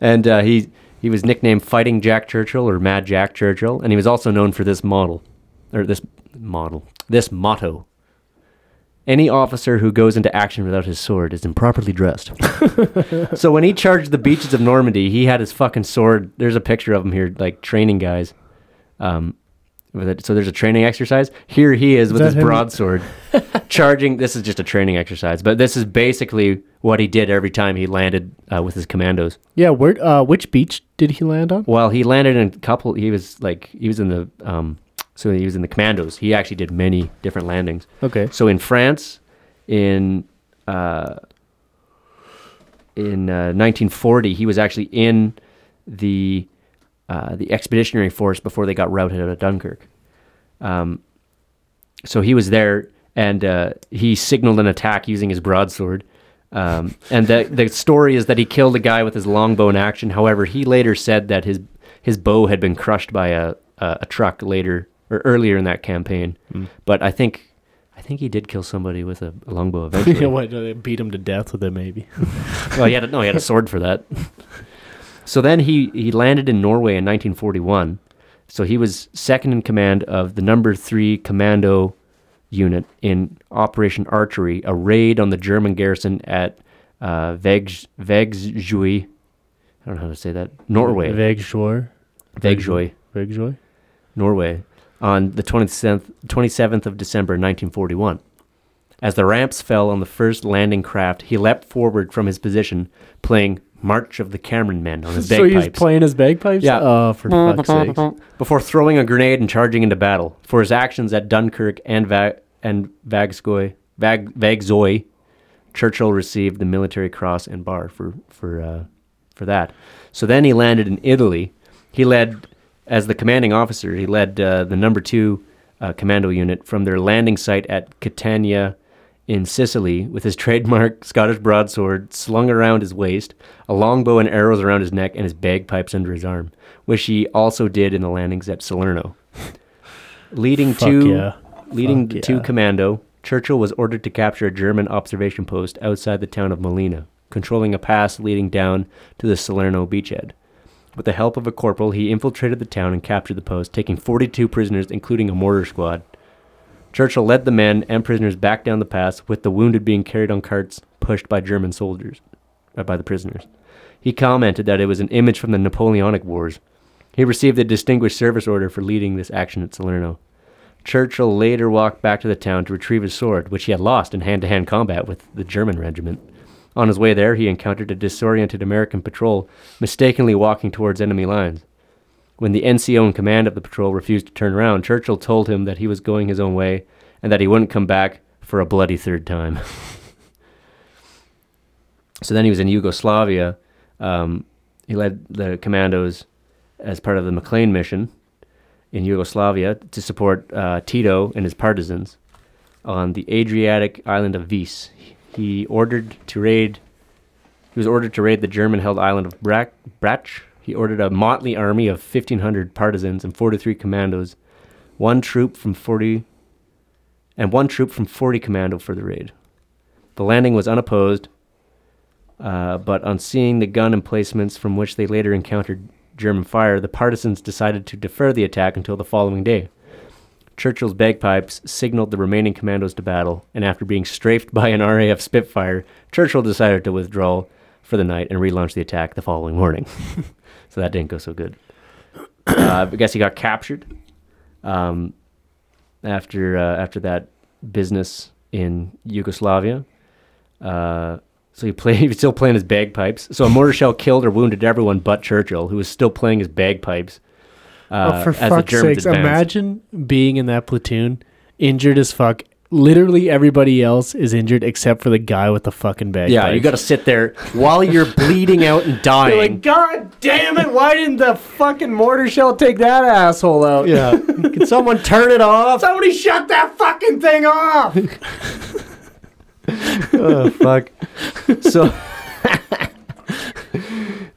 Speaker 1: and uh, he he He was nicknamed Fighting Jack Churchill or Mad Jack Churchill, and he was also known for this model, or this model, this motto. Any officer who goes into action without his sword is improperly dressed. so when he charged the beaches of Normandy, he had his fucking sword. There's a picture of him here, like training guys. Um, with it. So there's a training exercise. Here he is with
Speaker 2: that
Speaker 1: his
Speaker 2: him?
Speaker 1: broadsword, charging. This is just a training exercise, but this is basically what he did every time he landed uh, with his commandos.
Speaker 2: Yeah, where uh, which beach did he land on?
Speaker 1: Well, he landed in a couple. He was like he was in the um, so he was in the commandos. He actually did many different landings.
Speaker 2: Okay.
Speaker 1: So in France, in uh, in uh, 1940, he was actually in the uh, the expeditionary force before they got routed out of Dunkirk. Um, so he was there, and uh, he signaled an attack using his broadsword. Um, and the the story is that he killed a guy with his longbow in action. However, he later said that his his bow had been crushed by a a, a truck later or earlier in that campaign.
Speaker 2: Mm.
Speaker 1: But I think I think he did kill somebody with a, a longbow eventually.
Speaker 2: yeah, what, they beat him to death with it, maybe.
Speaker 1: well, he had a, no, he had a sword for that. So then he he landed in Norway in 1941. So he was second in command of the number three commando unit in Operation Archery, a raid on the German garrison at uh, Vegs Vegsjøy. I don't know how to say that. Norway.
Speaker 2: Vegsjøy.
Speaker 1: Vegsjøy.
Speaker 2: Vegsjøy.
Speaker 1: Norway, on the 27th, 27th of December 1941. As the ramps fell on the first landing craft, he leapt forward from his position, playing March of the Cameronmen on his
Speaker 2: so
Speaker 1: bagpipes.
Speaker 2: he's playing his bagpipes.
Speaker 1: Yeah. Uh,
Speaker 2: Oh, for fuck's sake.
Speaker 1: Before throwing a grenade and charging into battle for his actions at Dunkirk and Va- and Vagskoy, Vag- Vagzoy, Churchill received the Military Cross and Bar for for uh, for that. So then he landed in Italy. He led as the commanding officer. He led uh, the number two uh, commando unit from their landing site at Catania in Sicily with his trademark Scottish broadsword slung around his waist, a longbow and arrows around his neck, and his bagpipes under his arm, which he also did in the landings at Salerno. leading
Speaker 2: Fuck
Speaker 1: to
Speaker 2: yeah.
Speaker 1: leading
Speaker 2: Fuck
Speaker 1: to
Speaker 2: yeah.
Speaker 1: commando, Churchill was ordered to capture a German observation post outside the town of Molina, controlling a pass leading down to the Salerno beachhead. With the help of a corporal, he infiltrated the town and captured the post, taking 42 prisoners, including a mortar squad. Churchill led the men and prisoners back down the pass, with the wounded being carried on carts pushed by German soldiers, uh, by the prisoners. He commented that it was an image from the Napoleonic Wars. He received a Distinguished Service Order for leading this action at Salerno. Churchill later walked back to the town to retrieve his sword, which he had lost in hand to hand combat with the German regiment. On his way there, he encountered a disoriented American patrol mistakenly walking towards enemy lines. When the NCO in command of the patrol refused to turn around, Churchill told him that he was going his own way and that he wouldn't come back for a bloody third time. so then he was in Yugoslavia. Um, he led the commandos as part of the McLean mission in Yugoslavia to support uh, Tito and his partisans on the Adriatic island of Vis. He ordered to raid. He was ordered to raid the German-held island of Brac- Brach. He ordered a motley army of 1,500 partisans and 43 commandos, one troop from 40, and one troop from 40 commando for the raid. The landing was unopposed, uh, but on seeing the gun emplacements from which they later encountered German fire, the partisans decided to defer the attack until the following day. Churchill's bagpipes signaled the remaining commandos to battle, and after being strafed by an RAF Spitfire, Churchill decided to withdraw for the night and relaunch the attack the following morning. so that didn't go so good. Uh, I guess he got captured um, after uh, after that business in Yugoslavia. Uh, so he played. He was still playing his bagpipes. So a mortar shell killed or wounded everyone but Churchill, who was still playing his bagpipes. uh,
Speaker 2: oh, for
Speaker 1: as the
Speaker 2: fuck's
Speaker 1: Germans
Speaker 2: sakes!
Speaker 1: advanced.
Speaker 2: Imagine being in that platoon, injured as fuck. Literally everybody else is injured except for the guy with the fucking bagpipes.
Speaker 1: Yeah, you got to sit there while you're bleeding out and dying.
Speaker 2: You're like, God damn it! Why didn't the fucking mortar shell take that asshole out?
Speaker 1: Yeah. Can someone turn it off?
Speaker 2: Somebody shut that fucking thing off.
Speaker 1: oh fuck. So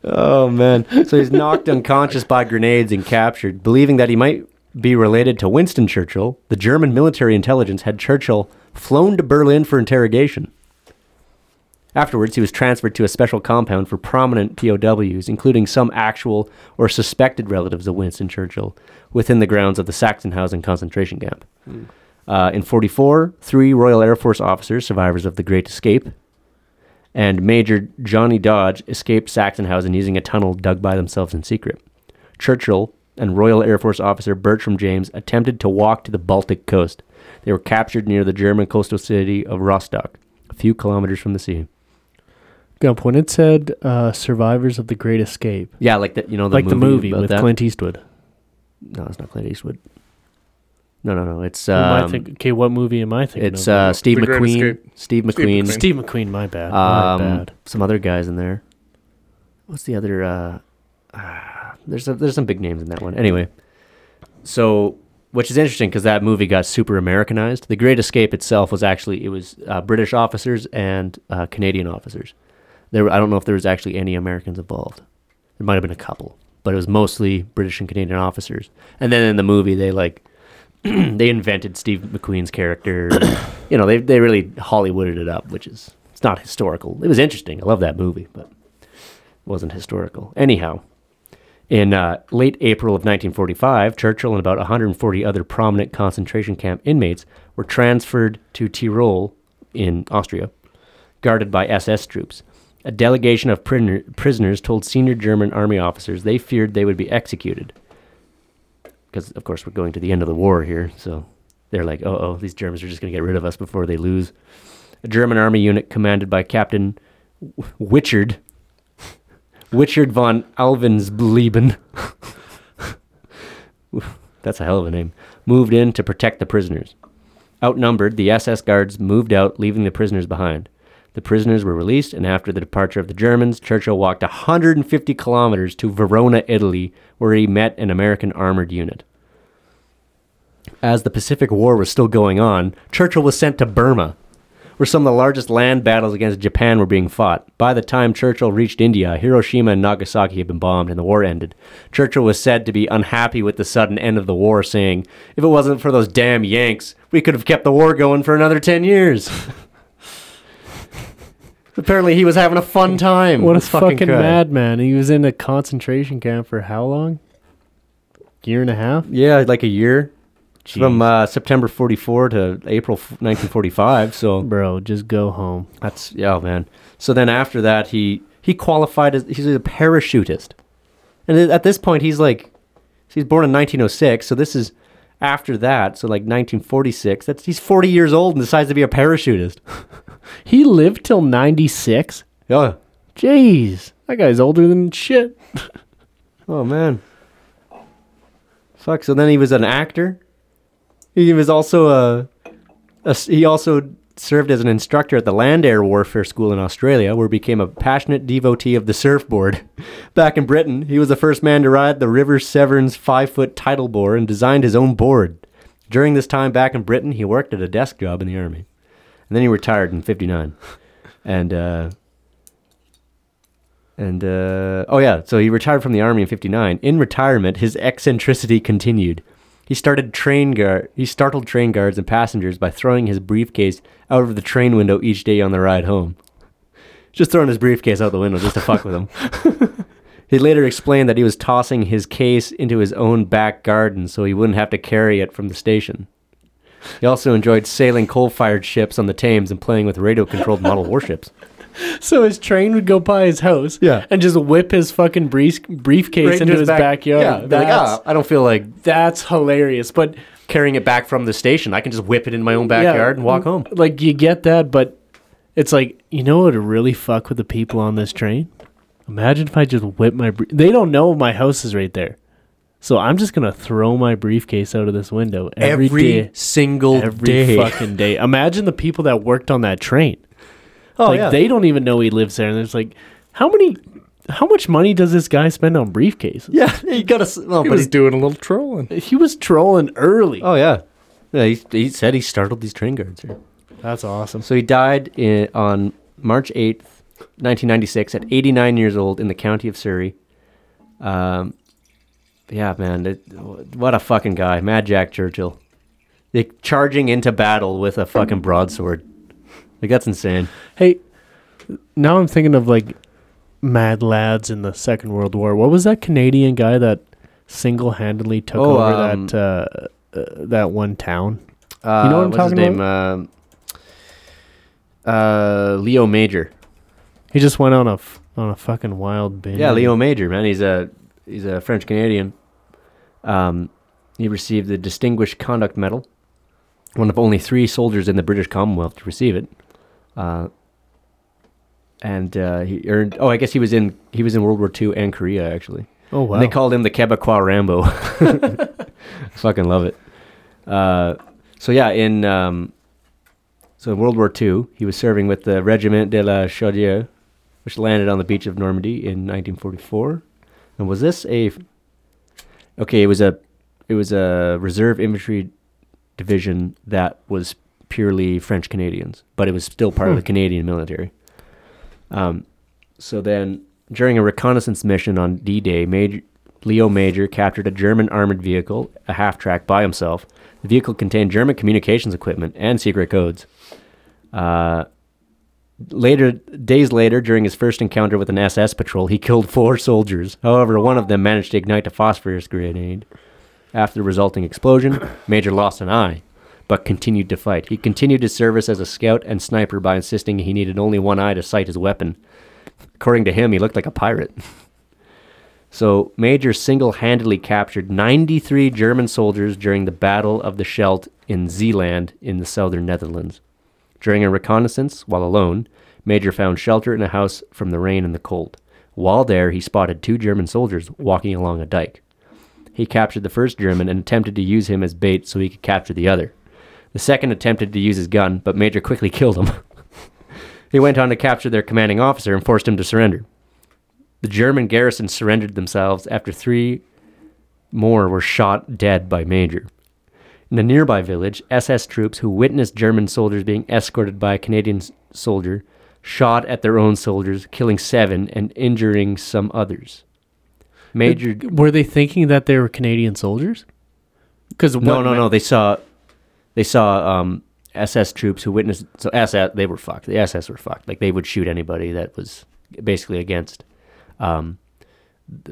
Speaker 1: Oh man. So he's knocked unconscious by grenades and captured, believing that he might be related to Winston Churchill. The German military intelligence had Churchill flown to Berlin for interrogation. Afterwards, he was transferred to a special compound for prominent POWs, including some actual or suspected relatives of Winston Churchill, within the grounds of the Sachsenhausen concentration camp.
Speaker 14: Hmm.
Speaker 1: Uh, in 44, three Royal Air Force officers, survivors of the Great Escape, and Major Johnny Dodge escaped Sachsenhausen using a tunnel dug by themselves in secret. Churchill and Royal Air Force officer Bertram James attempted to walk to the Baltic coast. They were captured near the German coastal city of Rostock, a few kilometers from the sea.
Speaker 2: Gump, when it said uh, survivors of the Great Escape.
Speaker 1: Yeah, like the- you know, the
Speaker 2: like the
Speaker 1: movie
Speaker 2: movie
Speaker 1: about
Speaker 2: with
Speaker 1: that.
Speaker 2: Clint Eastwood.
Speaker 1: No, it's not Clint Eastwood. No, no, no. It's
Speaker 2: Who am I
Speaker 1: um,
Speaker 2: think- okay, what movie am I thinking?
Speaker 1: it's
Speaker 2: of?
Speaker 1: uh, Steve
Speaker 2: The Great
Speaker 1: McQueen.
Speaker 2: Escape.
Speaker 1: Steve
Speaker 2: Steve
Speaker 1: McQueen.
Speaker 2: McQueen. Steve McQueen, my bad, my
Speaker 1: Um,
Speaker 2: bad.
Speaker 1: Some other guys in there. What's the other? Uh, ah, there's a, there's some big names in that one. Anyway, so which is interesting because that movie got super Americanized. The Great Escape itself was actually it was uh, British officers and uh, Canadian officers. There, were- I don't know if there was actually any Americans involved. There might have been a couple, but it was mostly British and Canadian officers. And then in the movie, they like they invented Steve McQueen's character. you know, they they really Hollywooded it up, which is it's not historical. It was interesting. I love that movie, but it wasn't historical. Anyhow, in uh, late April of 1945, Churchill and about 140 other prominent concentration camp inmates were transferred to Tyrol in Austria, guarded by SS troops. A delegation of prisoner, prisoners told senior German army officers they feared they would be executed because of course we're going to the end of the war here. So they're like, oh, oh, these Germans are just going to get rid of us before they lose. A German army unit commanded by Captain W- Wichard, Wichard von Alvensblieben. That's a hell of a name. Moved in to protect the prisoners. Outnumbered, the SS guards moved out, leaving the prisoners behind. The prisoners were released, and after the departure of the Germans, Churchill walked 150 kilometers to Verona, Italy, where he met an American armored unit. As the Pacific War was still going on, Churchill was sent to Burma, where some of the largest land battles against Japan were being fought. By the time Churchill reached India, Hiroshima and Nagasaki had been bombed and the war ended. Churchill was said to be unhappy with the sudden end of the war, saying, If it wasn't for those damn Yanks, we could have kept the war going for another 10 years. Apparently, he was having a fun time.
Speaker 2: What a
Speaker 1: This
Speaker 2: fucking,
Speaker 1: guy.
Speaker 2: madman. He was in a concentration camp for how long? Year and a half?
Speaker 1: Yeah, like a year. From uh, September 44 to April f- 1945. So,
Speaker 2: bro, just go home.
Speaker 1: That's yeah, man. So then after that, he he qualified as he's a parachutist, and at- at this point, he's like, he's born in 1906. So this is after that. So like 1946. That's he's 40 years old and decides to be a parachutist.
Speaker 2: He lived till 96?
Speaker 1: Yeah.
Speaker 2: Jeez. That guy's older than shit.
Speaker 1: oh, man. Fuck. So then he was an actor. He was also a, a s- he also served as an instructor at the Land Air Warfare School in Australia, where he became a passionate devotee of the surfboard. Back in Britain, he was the first man to ride the River Severn's five-foot tidal bore and designed his own board. During this time back in Britain, he worked at a desk job in the army, and then he retired in '59. And uh, and uh, oh yeah, so he retired from the army in '59. In retirement, his eccentricity continued. He started train guard. He startled train guards and passengers by throwing his briefcase out of the train window each day on the ride home. Just throwing his briefcase out the window just to fuck with them. he later explained that he was tossing his case into his own back garden so he wouldn't have to carry it from the station. He also enjoyed sailing coal-fired ships on the Thames and playing with radio-controlled model warships.
Speaker 2: So his train would go by his house yeah. and just whip his fucking brief- briefcase
Speaker 1: Right
Speaker 2: into
Speaker 1: his
Speaker 2: his
Speaker 1: back-
Speaker 2: backyard.
Speaker 1: yeah, they're like, "Ah, I don't feel like
Speaker 2: that's hilarious. But
Speaker 1: carrying it back from the station, I can just whip it in my own backyard and walk home.
Speaker 2: Like you get that, but it's like you know what would really fuck with the people on this train. Imagine if I just whip my. Br- they don't know my house is right there, so I'm just gonna throw my briefcase out of this window
Speaker 1: Every
Speaker 2: day-
Speaker 1: single
Speaker 2: every
Speaker 1: day.
Speaker 2: fucking day. Imagine the people that worked on that train.
Speaker 1: Oh,
Speaker 2: like
Speaker 1: yeah.
Speaker 2: they don't even know he lives there, and it's like, how many, how much money does this guy spend on briefcases?
Speaker 1: Yeah, he got a. Well,
Speaker 2: but was he-
Speaker 3: doing a little trolling.
Speaker 2: He was trolling early.
Speaker 1: Oh yeah, yeah. He, he said he startled these train guards here.
Speaker 2: That's awesome.
Speaker 1: So he died in, on March eighth, nineteen ninety six, at eighty nine years old in the county of Surrey. Um, yeah, man, it- what a fucking guy, Mad Jack Churchill, like charging into battle with a fucking broadsword. Like that's insane.
Speaker 2: Hey, now I'm thinking of like mad lads in the Second World War. What was that Canadian guy that single handedly took
Speaker 1: Oh,
Speaker 2: over
Speaker 1: um,
Speaker 2: that uh, uh, that one town?
Speaker 1: Uh,
Speaker 2: you know what I'm
Speaker 1: what's
Speaker 2: talking
Speaker 1: his
Speaker 2: about?
Speaker 1: name? Um, uh, Leo Major.
Speaker 2: He just went on a f- on a fucking wild binge.
Speaker 1: Yeah, Leo Major, man. He's a he's a French Canadian. Um, he received the Distinguished Conduct Medal, one of only three soldiers in the British Commonwealth to receive it. Uh, and uh, he earned. Oh, I guess he was in he was in World War II and Korea actually.
Speaker 2: Oh,
Speaker 1: And they
Speaker 2: wow.
Speaker 1: called him the Quebecois Rambo. Fucking love it. Uh, so yeah, in um, so in World War II, he was serving with the Regiment de la Chaudière, which landed on the beach of Normandy in 1944. And was this a? Okay, it was a, it was a reserve infantry division that was purely French Canadians, but it was still part of
Speaker 2: Hmm.
Speaker 1: the Canadian military. Um, so then, during a reconnaissance mission on D-Day, Major, Leo Major captured a German armored vehicle, a half-track, by himself. The vehicle contained German communications equipment and secret codes. Uh, later, days later, during his first encounter with an SS patrol, he killed four soldiers. However, one of them managed to ignite a phosphorus grenade. After the resulting explosion, Major lost an eye, but continued to fight. He continued his service as a scout and sniper by insisting he needed only one eye to sight his weapon. According to him, he looked like a pirate. So, Major single handedly captured 93 German soldiers during the Battle of the Scheldt in Zeeland in the southern Netherlands. During a reconnaissance, while alone, Major found shelter in a house from the rain and the cold. While there, he spotted two German soldiers walking along a dike. He captured the first German and attempted to use him as bait so he could capture the other. The second attempted to use his gun, but Major quickly killed him. he went on to capture their commanding officer and forced him to surrender. The German garrison surrendered themselves after three more were shot dead by Major. In a nearby village, SS troops who witnessed German soldiers being escorted by a Canadian s- soldier shot at their own soldiers, killing seven and injuring some others. Major
Speaker 2: Were they thinking that they were Canadian soldiers? Because
Speaker 1: no, no, no. They saw, they saw um, SS troops who witnessed. So SS, they were fucked. The SS were fucked. Like they would shoot anybody that was basically against um,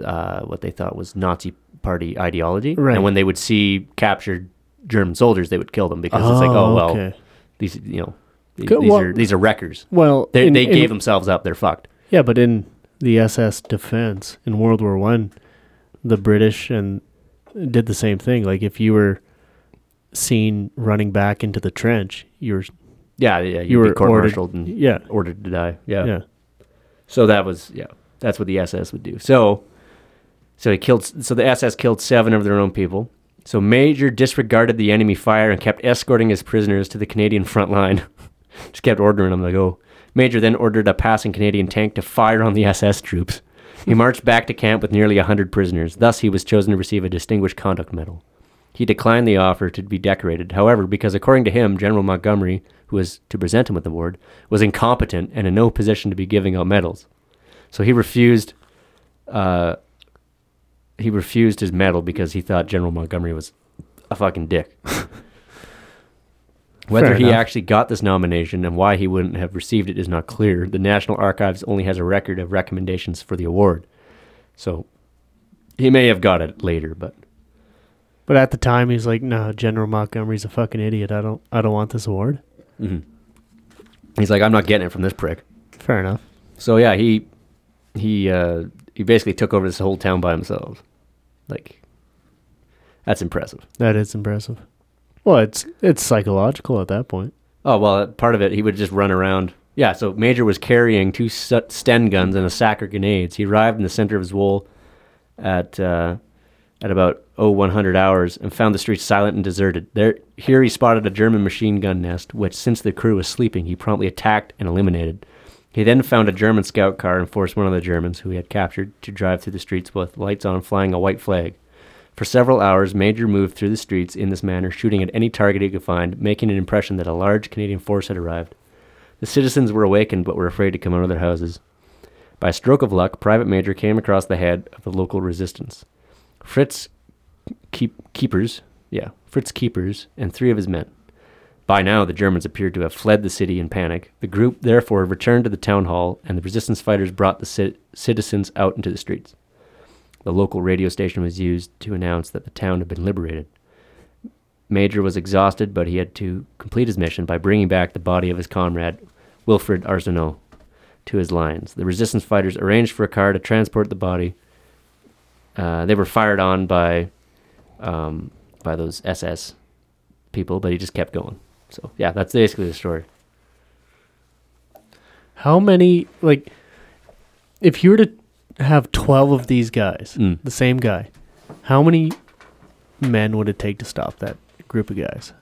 Speaker 1: uh, what they thought was Nazi party ideology.
Speaker 2: Right.
Speaker 1: And when they would see captured German soldiers, they would kill them because it's like,
Speaker 2: Oh,
Speaker 1: oh well,
Speaker 2: okay.
Speaker 1: these you know, these,
Speaker 2: Good,
Speaker 1: these
Speaker 2: well-
Speaker 1: are these are wreckers.
Speaker 2: Well,
Speaker 1: they
Speaker 2: in-
Speaker 1: they
Speaker 2: in-
Speaker 1: gave themselves up. They're fucked.
Speaker 2: Yeah, but in the SS defense in World War One, the British and did the same thing. Like if you were seen running back into the trench, you were
Speaker 1: Yeah, yeah.
Speaker 2: you were
Speaker 1: court-martialed
Speaker 2: ordered.
Speaker 1: and
Speaker 2: yeah,
Speaker 1: ordered to die. Yeah.
Speaker 2: Yeah.
Speaker 1: So that was yeah. That's what the SS would do. So, so he killed. So the SS killed seven of their own people. So Major disregarded the enemy fire and kept escorting his prisoners to the Canadian front line. Just kept ordering them to go. Major then ordered a passing Canadian tank to fire on the SS troops. He marched back to camp with nearly 100 prisoners. Thus, he was chosen to receive a Distinguished Conduct Medal. He declined the offer to be decorated, however, because according to him, General Montgomery, who was to present him with the award, was incompetent and in no position to be giving out medals. So he refused. Uh, he refused his medal because he thought General Montgomery was a fucking dick. Whether
Speaker 2: Fair
Speaker 1: he
Speaker 2: enough.
Speaker 1: actually got this nomination and why he wouldn't have received it is not clear. The National Archives only has a record of recommendations for the award. So he may have got it later, but
Speaker 2: But at the time, he's like, "No, General Montgomery's a fucking idiot. I don't, I don't want this award."
Speaker 1: Mhm. He's like, I'm not getting it from this prick.
Speaker 2: Fair enough.
Speaker 1: So yeah, he he uh, he basically took over this whole town by himself. Like that's impressive.
Speaker 2: That is impressive. Well, it's it's psychological at that point.
Speaker 1: Oh well, uh, part of it he would just run around. Yeah, so Major was carrying two su- Sten guns and a sack of grenades. He arrived in the center of Zwolle at uh, at about 0100 hours and found the streets silent and deserted. There, here he spotted a German machine gun nest, which since the crew was sleeping, he promptly attacked and eliminated. He then found a German scout car and forced one of the Germans, who he had captured, to drive through the streets with lights on, flying a white flag. For several hours, Major moved through the streets in this manner, shooting at any target he could find, making an impression that a large Canadian force had arrived. The citizens were awakened but were afraid to come out of their houses. By a stroke of luck, Private Major came across the head of the local resistance. Fritz keep, Keepers, yeah, Fritz Keepers, and three of his men. By now, the Germans appeared to have fled the city in panic. The group therefore returned to the town hall, and the resistance fighters brought the ci- citizens out into the streets. The local radio station was used to announce that the town had been liberated. Major was exhausted, but he had to complete his mission by bringing back the body of his comrade, Wilfred Arsenault, to his lines. The resistance fighters arranged for a car to transport the body. Uh, they were fired on by um, by those SS people, but he just kept going. So yeah, that's basically the story.
Speaker 2: How many like if you were to have 12 of these guys,
Speaker 1: Mm.
Speaker 2: the same guy, how many men would it take to stop that group of guys?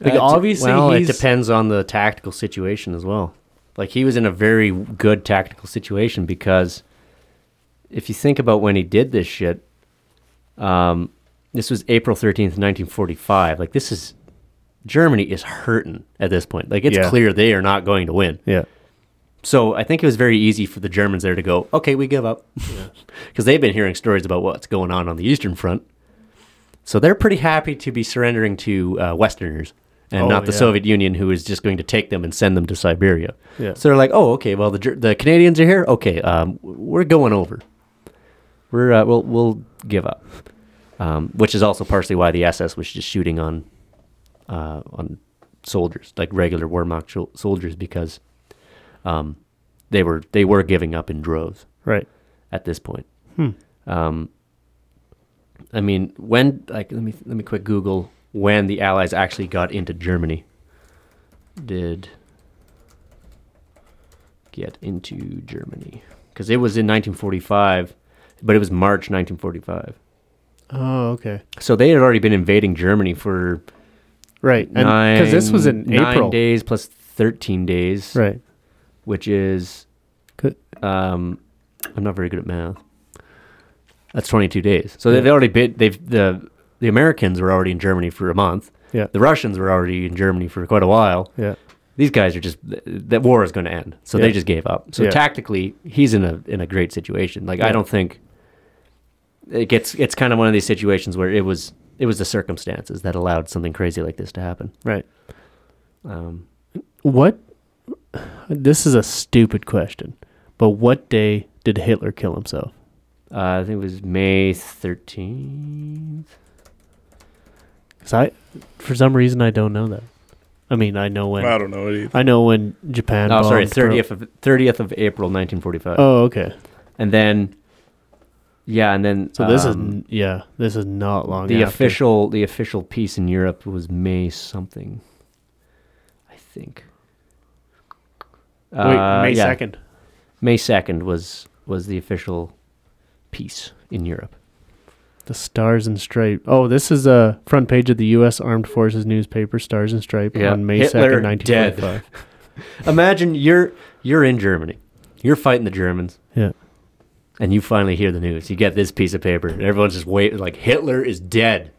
Speaker 2: Like
Speaker 1: Uh, it de-
Speaker 2: obviously
Speaker 1: well,
Speaker 2: he's
Speaker 1: it depends on the tactical situation as well. Like he was in a very good tactical situation because if you think about when he did this shit, um, this was April thirteenth, nineteen forty-five. Like this is Germany is hurting at this point. Like it's
Speaker 2: Yeah.
Speaker 1: clear they are not going to win.
Speaker 2: Yeah.
Speaker 1: So I think it was very easy for the Germans there to go, okay, we give up, because they've been hearing stories about what's going on on the Eastern Front. So they're pretty happy to be surrendering to uh, Westerners and
Speaker 2: Oh,
Speaker 1: not the
Speaker 2: yeah.
Speaker 1: Soviet Union, who is just going to take them and send them to Siberia.
Speaker 2: Yeah.
Speaker 1: So they're like, oh, okay, well the Ger- the Canadians are here. Okay, um, we're going over. We're uh, we'll we'll give up, um, which is also partially why the SS was just shooting on uh, on soldiers, like regular Wehrmacht shol- soldiers, because um, they were they were giving up in droves.
Speaker 2: Right.
Speaker 1: At this point.
Speaker 2: Hmm.
Speaker 1: Um, I mean, when like let me let me quick Google when the Allies actually got into Germany. Did get into Germany because it was in 1945, but it was March 1945.
Speaker 2: Oh, okay.
Speaker 1: So they had already been invading Germany for
Speaker 2: Right, and- 'cause this was in
Speaker 1: nine
Speaker 2: April.
Speaker 1: days plus thirteen days,
Speaker 2: Right.
Speaker 1: Which is, um, I'm not very good at math. That's twenty two days. So
Speaker 2: Yeah.
Speaker 1: they've already been they've the the Americans were already in Germany for a month.
Speaker 2: Yeah.
Speaker 1: The Russians were already in Germany for quite a while.
Speaker 2: Yeah.
Speaker 1: These guys are just th- that war is going to end, so
Speaker 2: Yeah.
Speaker 1: they just gave up. So
Speaker 2: Yeah.
Speaker 1: tactically, he's in a in a great situation. Like I
Speaker 2: Yeah.
Speaker 1: don't think it gets it's kind of one of these situations where it was it was the circumstances that allowed something crazy like this to happen.
Speaker 2: Right.
Speaker 1: Um,
Speaker 2: What? This is a stupid question, but what day did Hitler kill himself?
Speaker 1: uh, I think it was May thirteenth.
Speaker 2: Because I, for some reason, I don't know that. I mean, I know when.
Speaker 3: I don't know it either.
Speaker 2: I know when Japan.
Speaker 1: Oh, sorry,
Speaker 2: bombed Pearl-
Speaker 1: thirtieth of thirtieth of April, nineteen forty-five.
Speaker 2: Oh, okay.
Speaker 1: And then, yeah, and then
Speaker 2: So this is
Speaker 1: um,
Speaker 2: n- yeah, this is not long.
Speaker 1: the
Speaker 2: after.
Speaker 1: official the official piece in Europe was May something, I think.
Speaker 2: Wait,
Speaker 1: uh,
Speaker 2: May 2nd.
Speaker 1: May second was was the official piece in Europe.
Speaker 2: The Stars and Stripe. Oh, this is a front page of the U.S. Armed Forces newspaper, Stars and Stripe, on May
Speaker 1: Hitler
Speaker 2: second, nineteen
Speaker 1: dead.
Speaker 2: forty-five.
Speaker 1: Imagine you're you're in Germany, you're fighting the Germans.
Speaker 2: Yeah.
Speaker 1: And you finally hear the news. You get this piece of paper, and everyone's just waiting. Like Hitler is dead.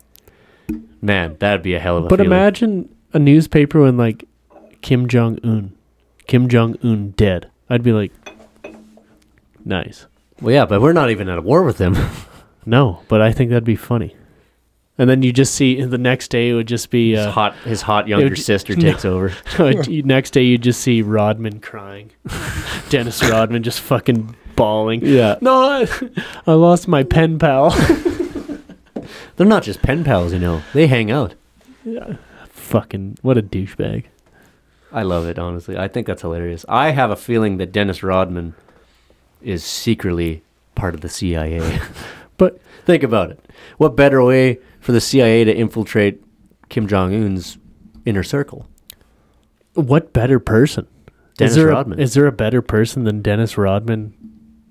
Speaker 1: Man, that'd be a hell of a.
Speaker 2: But
Speaker 1: feeling.
Speaker 2: imagine a newspaper when like Kim Jong Un, Kim Jong Un dead. I'd be like, nice.
Speaker 1: Well, yeah, but we're not even at a war with them.
Speaker 2: no, but I think that'd be funny. And then you just see the next day it would just be
Speaker 1: His
Speaker 2: uh,
Speaker 1: hot- his hot
Speaker 2: it
Speaker 1: younger
Speaker 2: would ju-
Speaker 1: sister takes over.
Speaker 2: No, it- you- next day you just see Rodman crying, Dennis Rodman just fucking bawling.
Speaker 1: Yeah.
Speaker 2: no, I, I lost my pen pal.
Speaker 1: They're not just pen pals, you know. They hang out.
Speaker 2: Yeah. Fucking what a douchebag.
Speaker 1: I love it, honestly. I think that's hilarious. I have a feeling that Dennis Rodman is secretly part of the CIA.
Speaker 2: but
Speaker 1: think about it. What better way for the CIA to infiltrate Kim Jong Un's inner circle?
Speaker 2: What better person?
Speaker 1: Dennis
Speaker 2: is there
Speaker 1: Rodman.
Speaker 2: A, is there a better person than Dennis Rodman?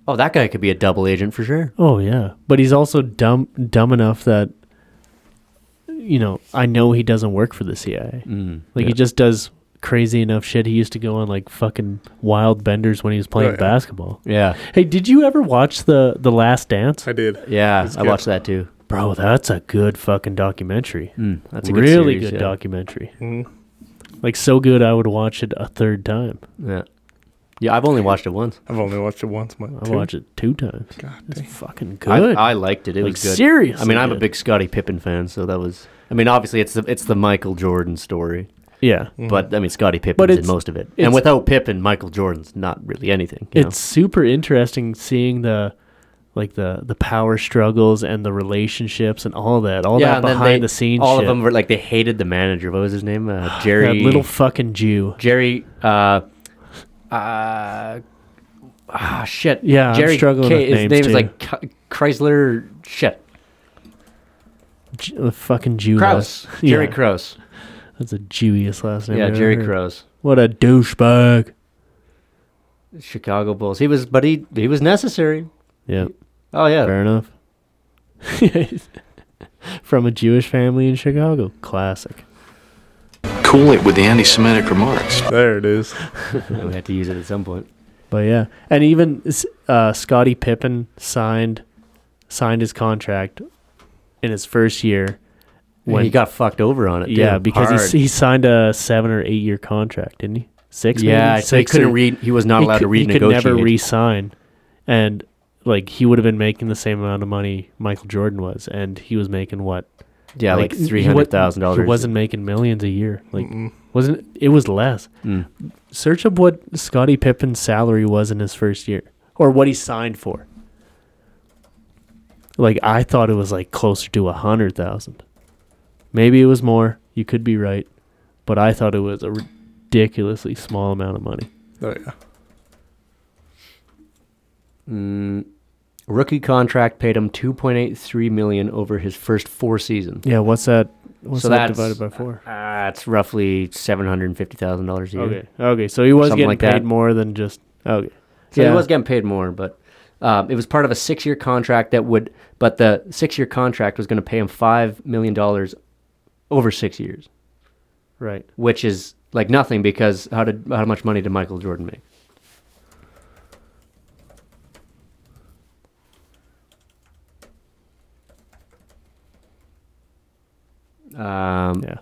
Speaker 1: Oh, that guy could be a double agent for sure.
Speaker 2: Oh yeah, but he's also dumb dumb enough that you know I know he doesn't work for the CIA.
Speaker 1: Mm,
Speaker 2: like he
Speaker 1: yeah.
Speaker 2: just does crazy enough shit. He used to go on like fucking wild benders when he was playing
Speaker 1: yeah.
Speaker 2: basketball.
Speaker 1: Yeah.
Speaker 2: Hey, did you ever watch the the Last Dance? I
Speaker 3: did.
Speaker 1: Yeah, I watched that too.
Speaker 2: Bro, that's a good fucking documentary.
Speaker 1: Mm, that's a good
Speaker 2: really
Speaker 1: series,
Speaker 2: good
Speaker 1: yeah.
Speaker 2: documentary.
Speaker 1: Mm-hmm.
Speaker 3: Mhm.
Speaker 2: Like so good, I would watch it a third time.
Speaker 1: Yeah. Yeah, I've only watched it once.
Speaker 3: I've only watched it once. My
Speaker 2: I
Speaker 3: two.
Speaker 2: watched it two times.
Speaker 3: God
Speaker 2: it's
Speaker 3: dang.
Speaker 2: fucking
Speaker 1: I-
Speaker 2: good.
Speaker 1: I, liked it. It
Speaker 2: Like,
Speaker 1: was good.
Speaker 2: Seriously,
Speaker 1: I mean, I'm a
Speaker 2: good.
Speaker 1: big Scottie Pippen fan, so that was. I mean, obviously, it's the it's the Michael Jordan story.
Speaker 2: Yeah.
Speaker 1: Mm-hmm. But I mean, Scottie
Speaker 2: But
Speaker 1: Pippen's in
Speaker 2: it's-
Speaker 1: most of it,
Speaker 2: it's-
Speaker 1: and without Pippen, Michael Jordan's not really anything. you know?
Speaker 2: it's super interesting seeing the like the the power struggles and the relationships and all that all that
Speaker 1: and then
Speaker 2: behind
Speaker 1: they-
Speaker 2: the scenes
Speaker 1: All
Speaker 2: shit.
Speaker 1: of them were like they hated the manager. What was his name? Uh, Jerry.
Speaker 2: that little fucking jew
Speaker 1: Jerry. Uh, uh, ah, shit.
Speaker 2: Yeah, I'm
Speaker 1: Jerry.
Speaker 2: struggling
Speaker 1: K-
Speaker 2: with
Speaker 1: his
Speaker 2: names
Speaker 1: name
Speaker 2: too.
Speaker 1: is like K- Chrysler. Shit.
Speaker 2: J- the fucking jew
Speaker 1: Krause.
Speaker 2: last-
Speaker 1: Jerry
Speaker 2: yeah.
Speaker 1: Krause.
Speaker 2: that's a jewiest last name
Speaker 1: Yeah,
Speaker 2: I've ever
Speaker 1: Jerry
Speaker 2: heard.
Speaker 1: Krause.
Speaker 2: what a douchebag
Speaker 1: Chicago Bulls. He was, but he he was necessary.
Speaker 2: yeah
Speaker 1: Oh yeah.
Speaker 2: fair enough from a jewish family in chicago classic
Speaker 11: Cool it with the anti Semitic remarks.
Speaker 3: There it is.
Speaker 1: we had to use it at some point.
Speaker 2: But yeah, and even s- uh, Scottie Pippen signed signed his contract in his first year
Speaker 1: When he got fucked over on it.
Speaker 2: yeah
Speaker 1: too.
Speaker 2: because he, s-
Speaker 1: Hard.
Speaker 2: he signed a seven or eight year contract, didn't he? Six.
Speaker 1: Yeah,
Speaker 2: maybe?
Speaker 1: so he
Speaker 2: Six
Speaker 1: couldn't
Speaker 2: or-
Speaker 1: re- he was not allowed to
Speaker 2: cou- He could never
Speaker 1: renegotiate.
Speaker 2: re-sign, and like he would have been making the same amount of money Michael Jordan was, and he was making what?
Speaker 1: Yeah, like
Speaker 2: he wa-
Speaker 1: $300,000
Speaker 2: He wasn't making millions a year. Like wasn't it was less.
Speaker 1: Mm.
Speaker 2: Search up what Scottie Pippen's salary was in his first year, or what he signed for. Like I thought it was like closer to a hundred thousand. Maybe it was more. You could be right, but I thought it was a ridiculously small amount of money.
Speaker 3: Oh, yeah.
Speaker 1: Mm, rookie contract paid him 2.83 million over his first four seasons.
Speaker 2: Yeah, what's that? What's
Speaker 1: So
Speaker 2: that
Speaker 1: that's-
Speaker 2: divided by four?
Speaker 1: That's roughly seven hundred and fifty thousand dollars a year.
Speaker 2: Okay, okay. So he was
Speaker 1: Something
Speaker 2: getting
Speaker 1: like
Speaker 2: paid
Speaker 1: that.
Speaker 2: more than just okay.
Speaker 1: So
Speaker 2: Yeah.
Speaker 1: he was getting paid more, but um, it was part of a six-year contract that would, but the six-year contract was going to pay him five million dollars over six years,
Speaker 2: right.
Speaker 1: which is like nothing because how did how much money did Michael Jordan make? Um,
Speaker 2: yeah.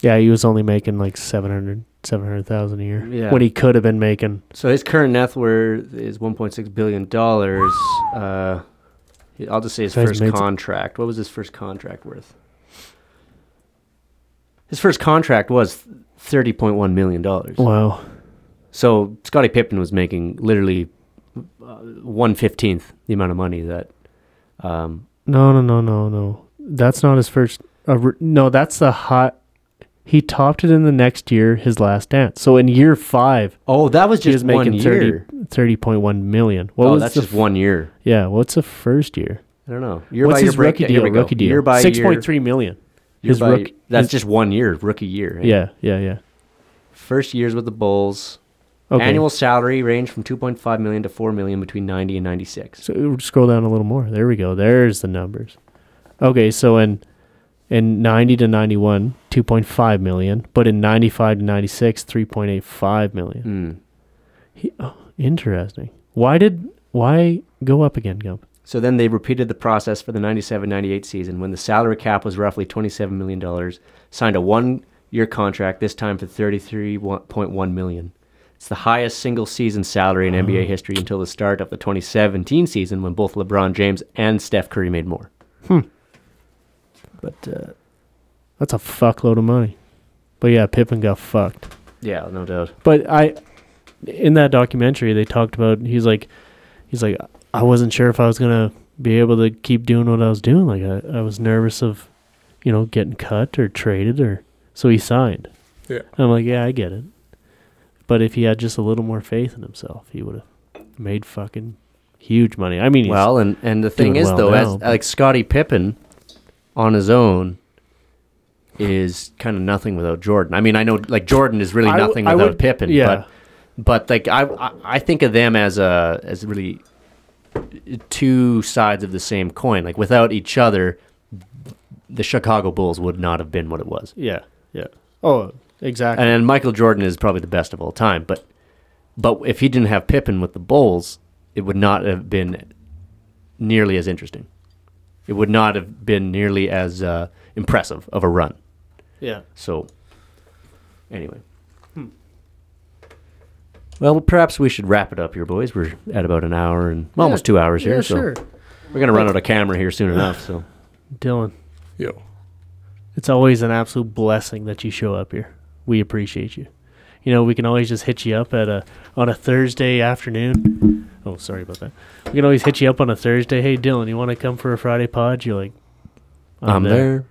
Speaker 2: Yeah, he was only making like 700 700,000 a year
Speaker 1: Yeah.
Speaker 2: when he could have been making
Speaker 1: So his current net worth is 1.6 billion dollars. Uh, I'll just say his
Speaker 2: Guys
Speaker 1: first
Speaker 2: made-
Speaker 1: contract. What was his first contract worth? His first contract was 30.1 million dollars.
Speaker 2: Wow.
Speaker 1: So Scottie Pippen was making literally one fifteenth the amount of money that. Um,
Speaker 2: No, no, no, no, no. That's not his first uh, re- No, that's the hot he topped it in the next year, his last dance. So in year 5,
Speaker 1: oh, that was
Speaker 2: he was
Speaker 1: just one
Speaker 2: making
Speaker 1: year.
Speaker 2: 30 30.1 million. What
Speaker 1: oh,
Speaker 2: was
Speaker 1: that's
Speaker 2: the
Speaker 1: just
Speaker 2: f-
Speaker 1: one year.
Speaker 2: Yeah, what's the first year?
Speaker 1: I don't know. Year
Speaker 2: what's
Speaker 1: by
Speaker 2: his
Speaker 1: year break-
Speaker 2: rookie
Speaker 1: yeah, here
Speaker 2: deal?
Speaker 1: we go.
Speaker 2: Rookie deal.
Speaker 1: Year by year-
Speaker 2: 6.3 million.
Speaker 1: Year
Speaker 2: His
Speaker 1: by-
Speaker 2: rookie
Speaker 1: That's
Speaker 2: his-
Speaker 1: just one year, rookie year. eh?
Speaker 2: Yeah, yeah, yeah.
Speaker 1: First years with the Bulls.
Speaker 2: Okay.
Speaker 1: Annual salary range from 2.5 million to 4 million between 90 and 96.
Speaker 2: So scroll down a little more. There we go. There's the numbers. Okay, so in in 90 to 91, 2.5 million, but in 95 to 96, 3.85 million. He, oh, interesting. Why did why go up again, Gump?
Speaker 1: So then they repeated the process for the 97-98 season when the salary cap was roughly 27 million dollars, signed a 1-year contract this time for 33.1 million. It's the highest single season salary in NBA history until the start of the 2017 season when both LeBron James and Steph Curry made more.
Speaker 2: Hmm.
Speaker 1: But uh,
Speaker 2: That's a fuckload of money. But yeah, Pippen got fucked.
Speaker 1: yeah, no doubt.
Speaker 2: But I, in that documentary, they talked about he's like, he's like, I wasn't sure if I was gonna be able to keep doing what I was doing. Like I, I was nervous of, you know, getting cut or traded or so he signed.
Speaker 3: Yeah.
Speaker 2: I'm like, yeah, I get it. But if he had just a little more faith in himself, he would have made fucking huge money. I mean, he's
Speaker 1: well, and and the
Speaker 2: doing
Speaker 1: thing is
Speaker 2: well
Speaker 1: though,
Speaker 2: now,
Speaker 1: as,
Speaker 2: but-
Speaker 1: like Scottie Pippen on his own is kind of nothing without Jordan. I mean, I know like Jordan is really
Speaker 2: I w-
Speaker 1: nothing
Speaker 2: I
Speaker 1: without
Speaker 2: would-
Speaker 1: Pippen,
Speaker 2: yeah.
Speaker 1: but but like I I- I think of them as a as really two sides of the same coin. Like without each other, the Chicago Bulls would not have been what it was.
Speaker 2: yeah, yeah. Oh, exactly.
Speaker 1: And, and Michael Jordan is probably the best of all time, but but if he didn't have Pippen with the Bulls, it would not have been nearly as interesting. It would not have been nearly as uh, impressive of a run.
Speaker 2: yeah.
Speaker 1: So anyway.
Speaker 2: Hmm.
Speaker 1: Well, perhaps we should wrap it up here, boys. We're at about an hour and well, almost two hours here.
Speaker 2: yeah,
Speaker 1: so
Speaker 2: sure.
Speaker 1: We're gonna run out of camera here soon enough. So
Speaker 2: Dylan,
Speaker 3: Yo.
Speaker 2: It's always an absolute blessing that you show up here. We appreciate you. You know, we can always just hit you up at a on a Thursday afternoon. Oh, sorry about that. We can always hit you up on a Thursday. Hey, Dylan, you want to come for a Friday pod? You're like,
Speaker 1: I'm there.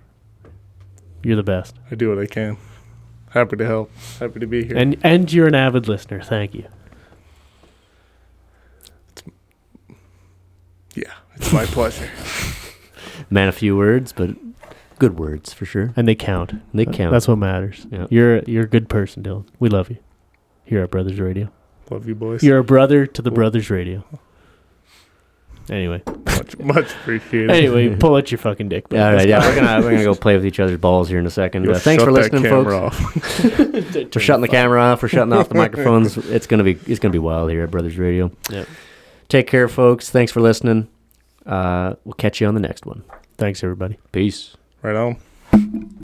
Speaker 2: You're the best.
Speaker 3: I do what I can. Happy to help. Happy to be here.
Speaker 2: And and you're an avid listener. Thank you.
Speaker 3: yeah, it's my pleasure.
Speaker 1: Man, a few words, but good words for sure.
Speaker 2: And they count.
Speaker 1: They
Speaker 2: That-
Speaker 1: count.
Speaker 2: Uh, That's what matters.
Speaker 1: Yeah.
Speaker 2: You're you're a good person, Dylan. We love you. Here at Brothers Radio.
Speaker 3: Love you, boys.
Speaker 2: You're a brother to the Brothers Radio. Anyway.
Speaker 3: Much, much appreciated.
Speaker 2: Anyway, pull out your fucking dick. bud.
Speaker 1: All right, yeah,
Speaker 2: Let's
Speaker 1: we're gonna we're gonna go play with each other's balls here in a second.
Speaker 3: Yo,
Speaker 1: Uh, thanks
Speaker 3: shut
Speaker 1: for
Speaker 3: that
Speaker 1: listening, folks.
Speaker 3: camera
Speaker 1: we're shutting the camera off. We're shutting off the microphones. It's gonna be it's gonna be wild here at Brothers Radio.
Speaker 2: Yep.
Speaker 1: Take care, folks. Thanks for listening. Uh, we'll catch you on the next one.
Speaker 2: Thanks, everybody.
Speaker 1: Peace.
Speaker 3: Right on.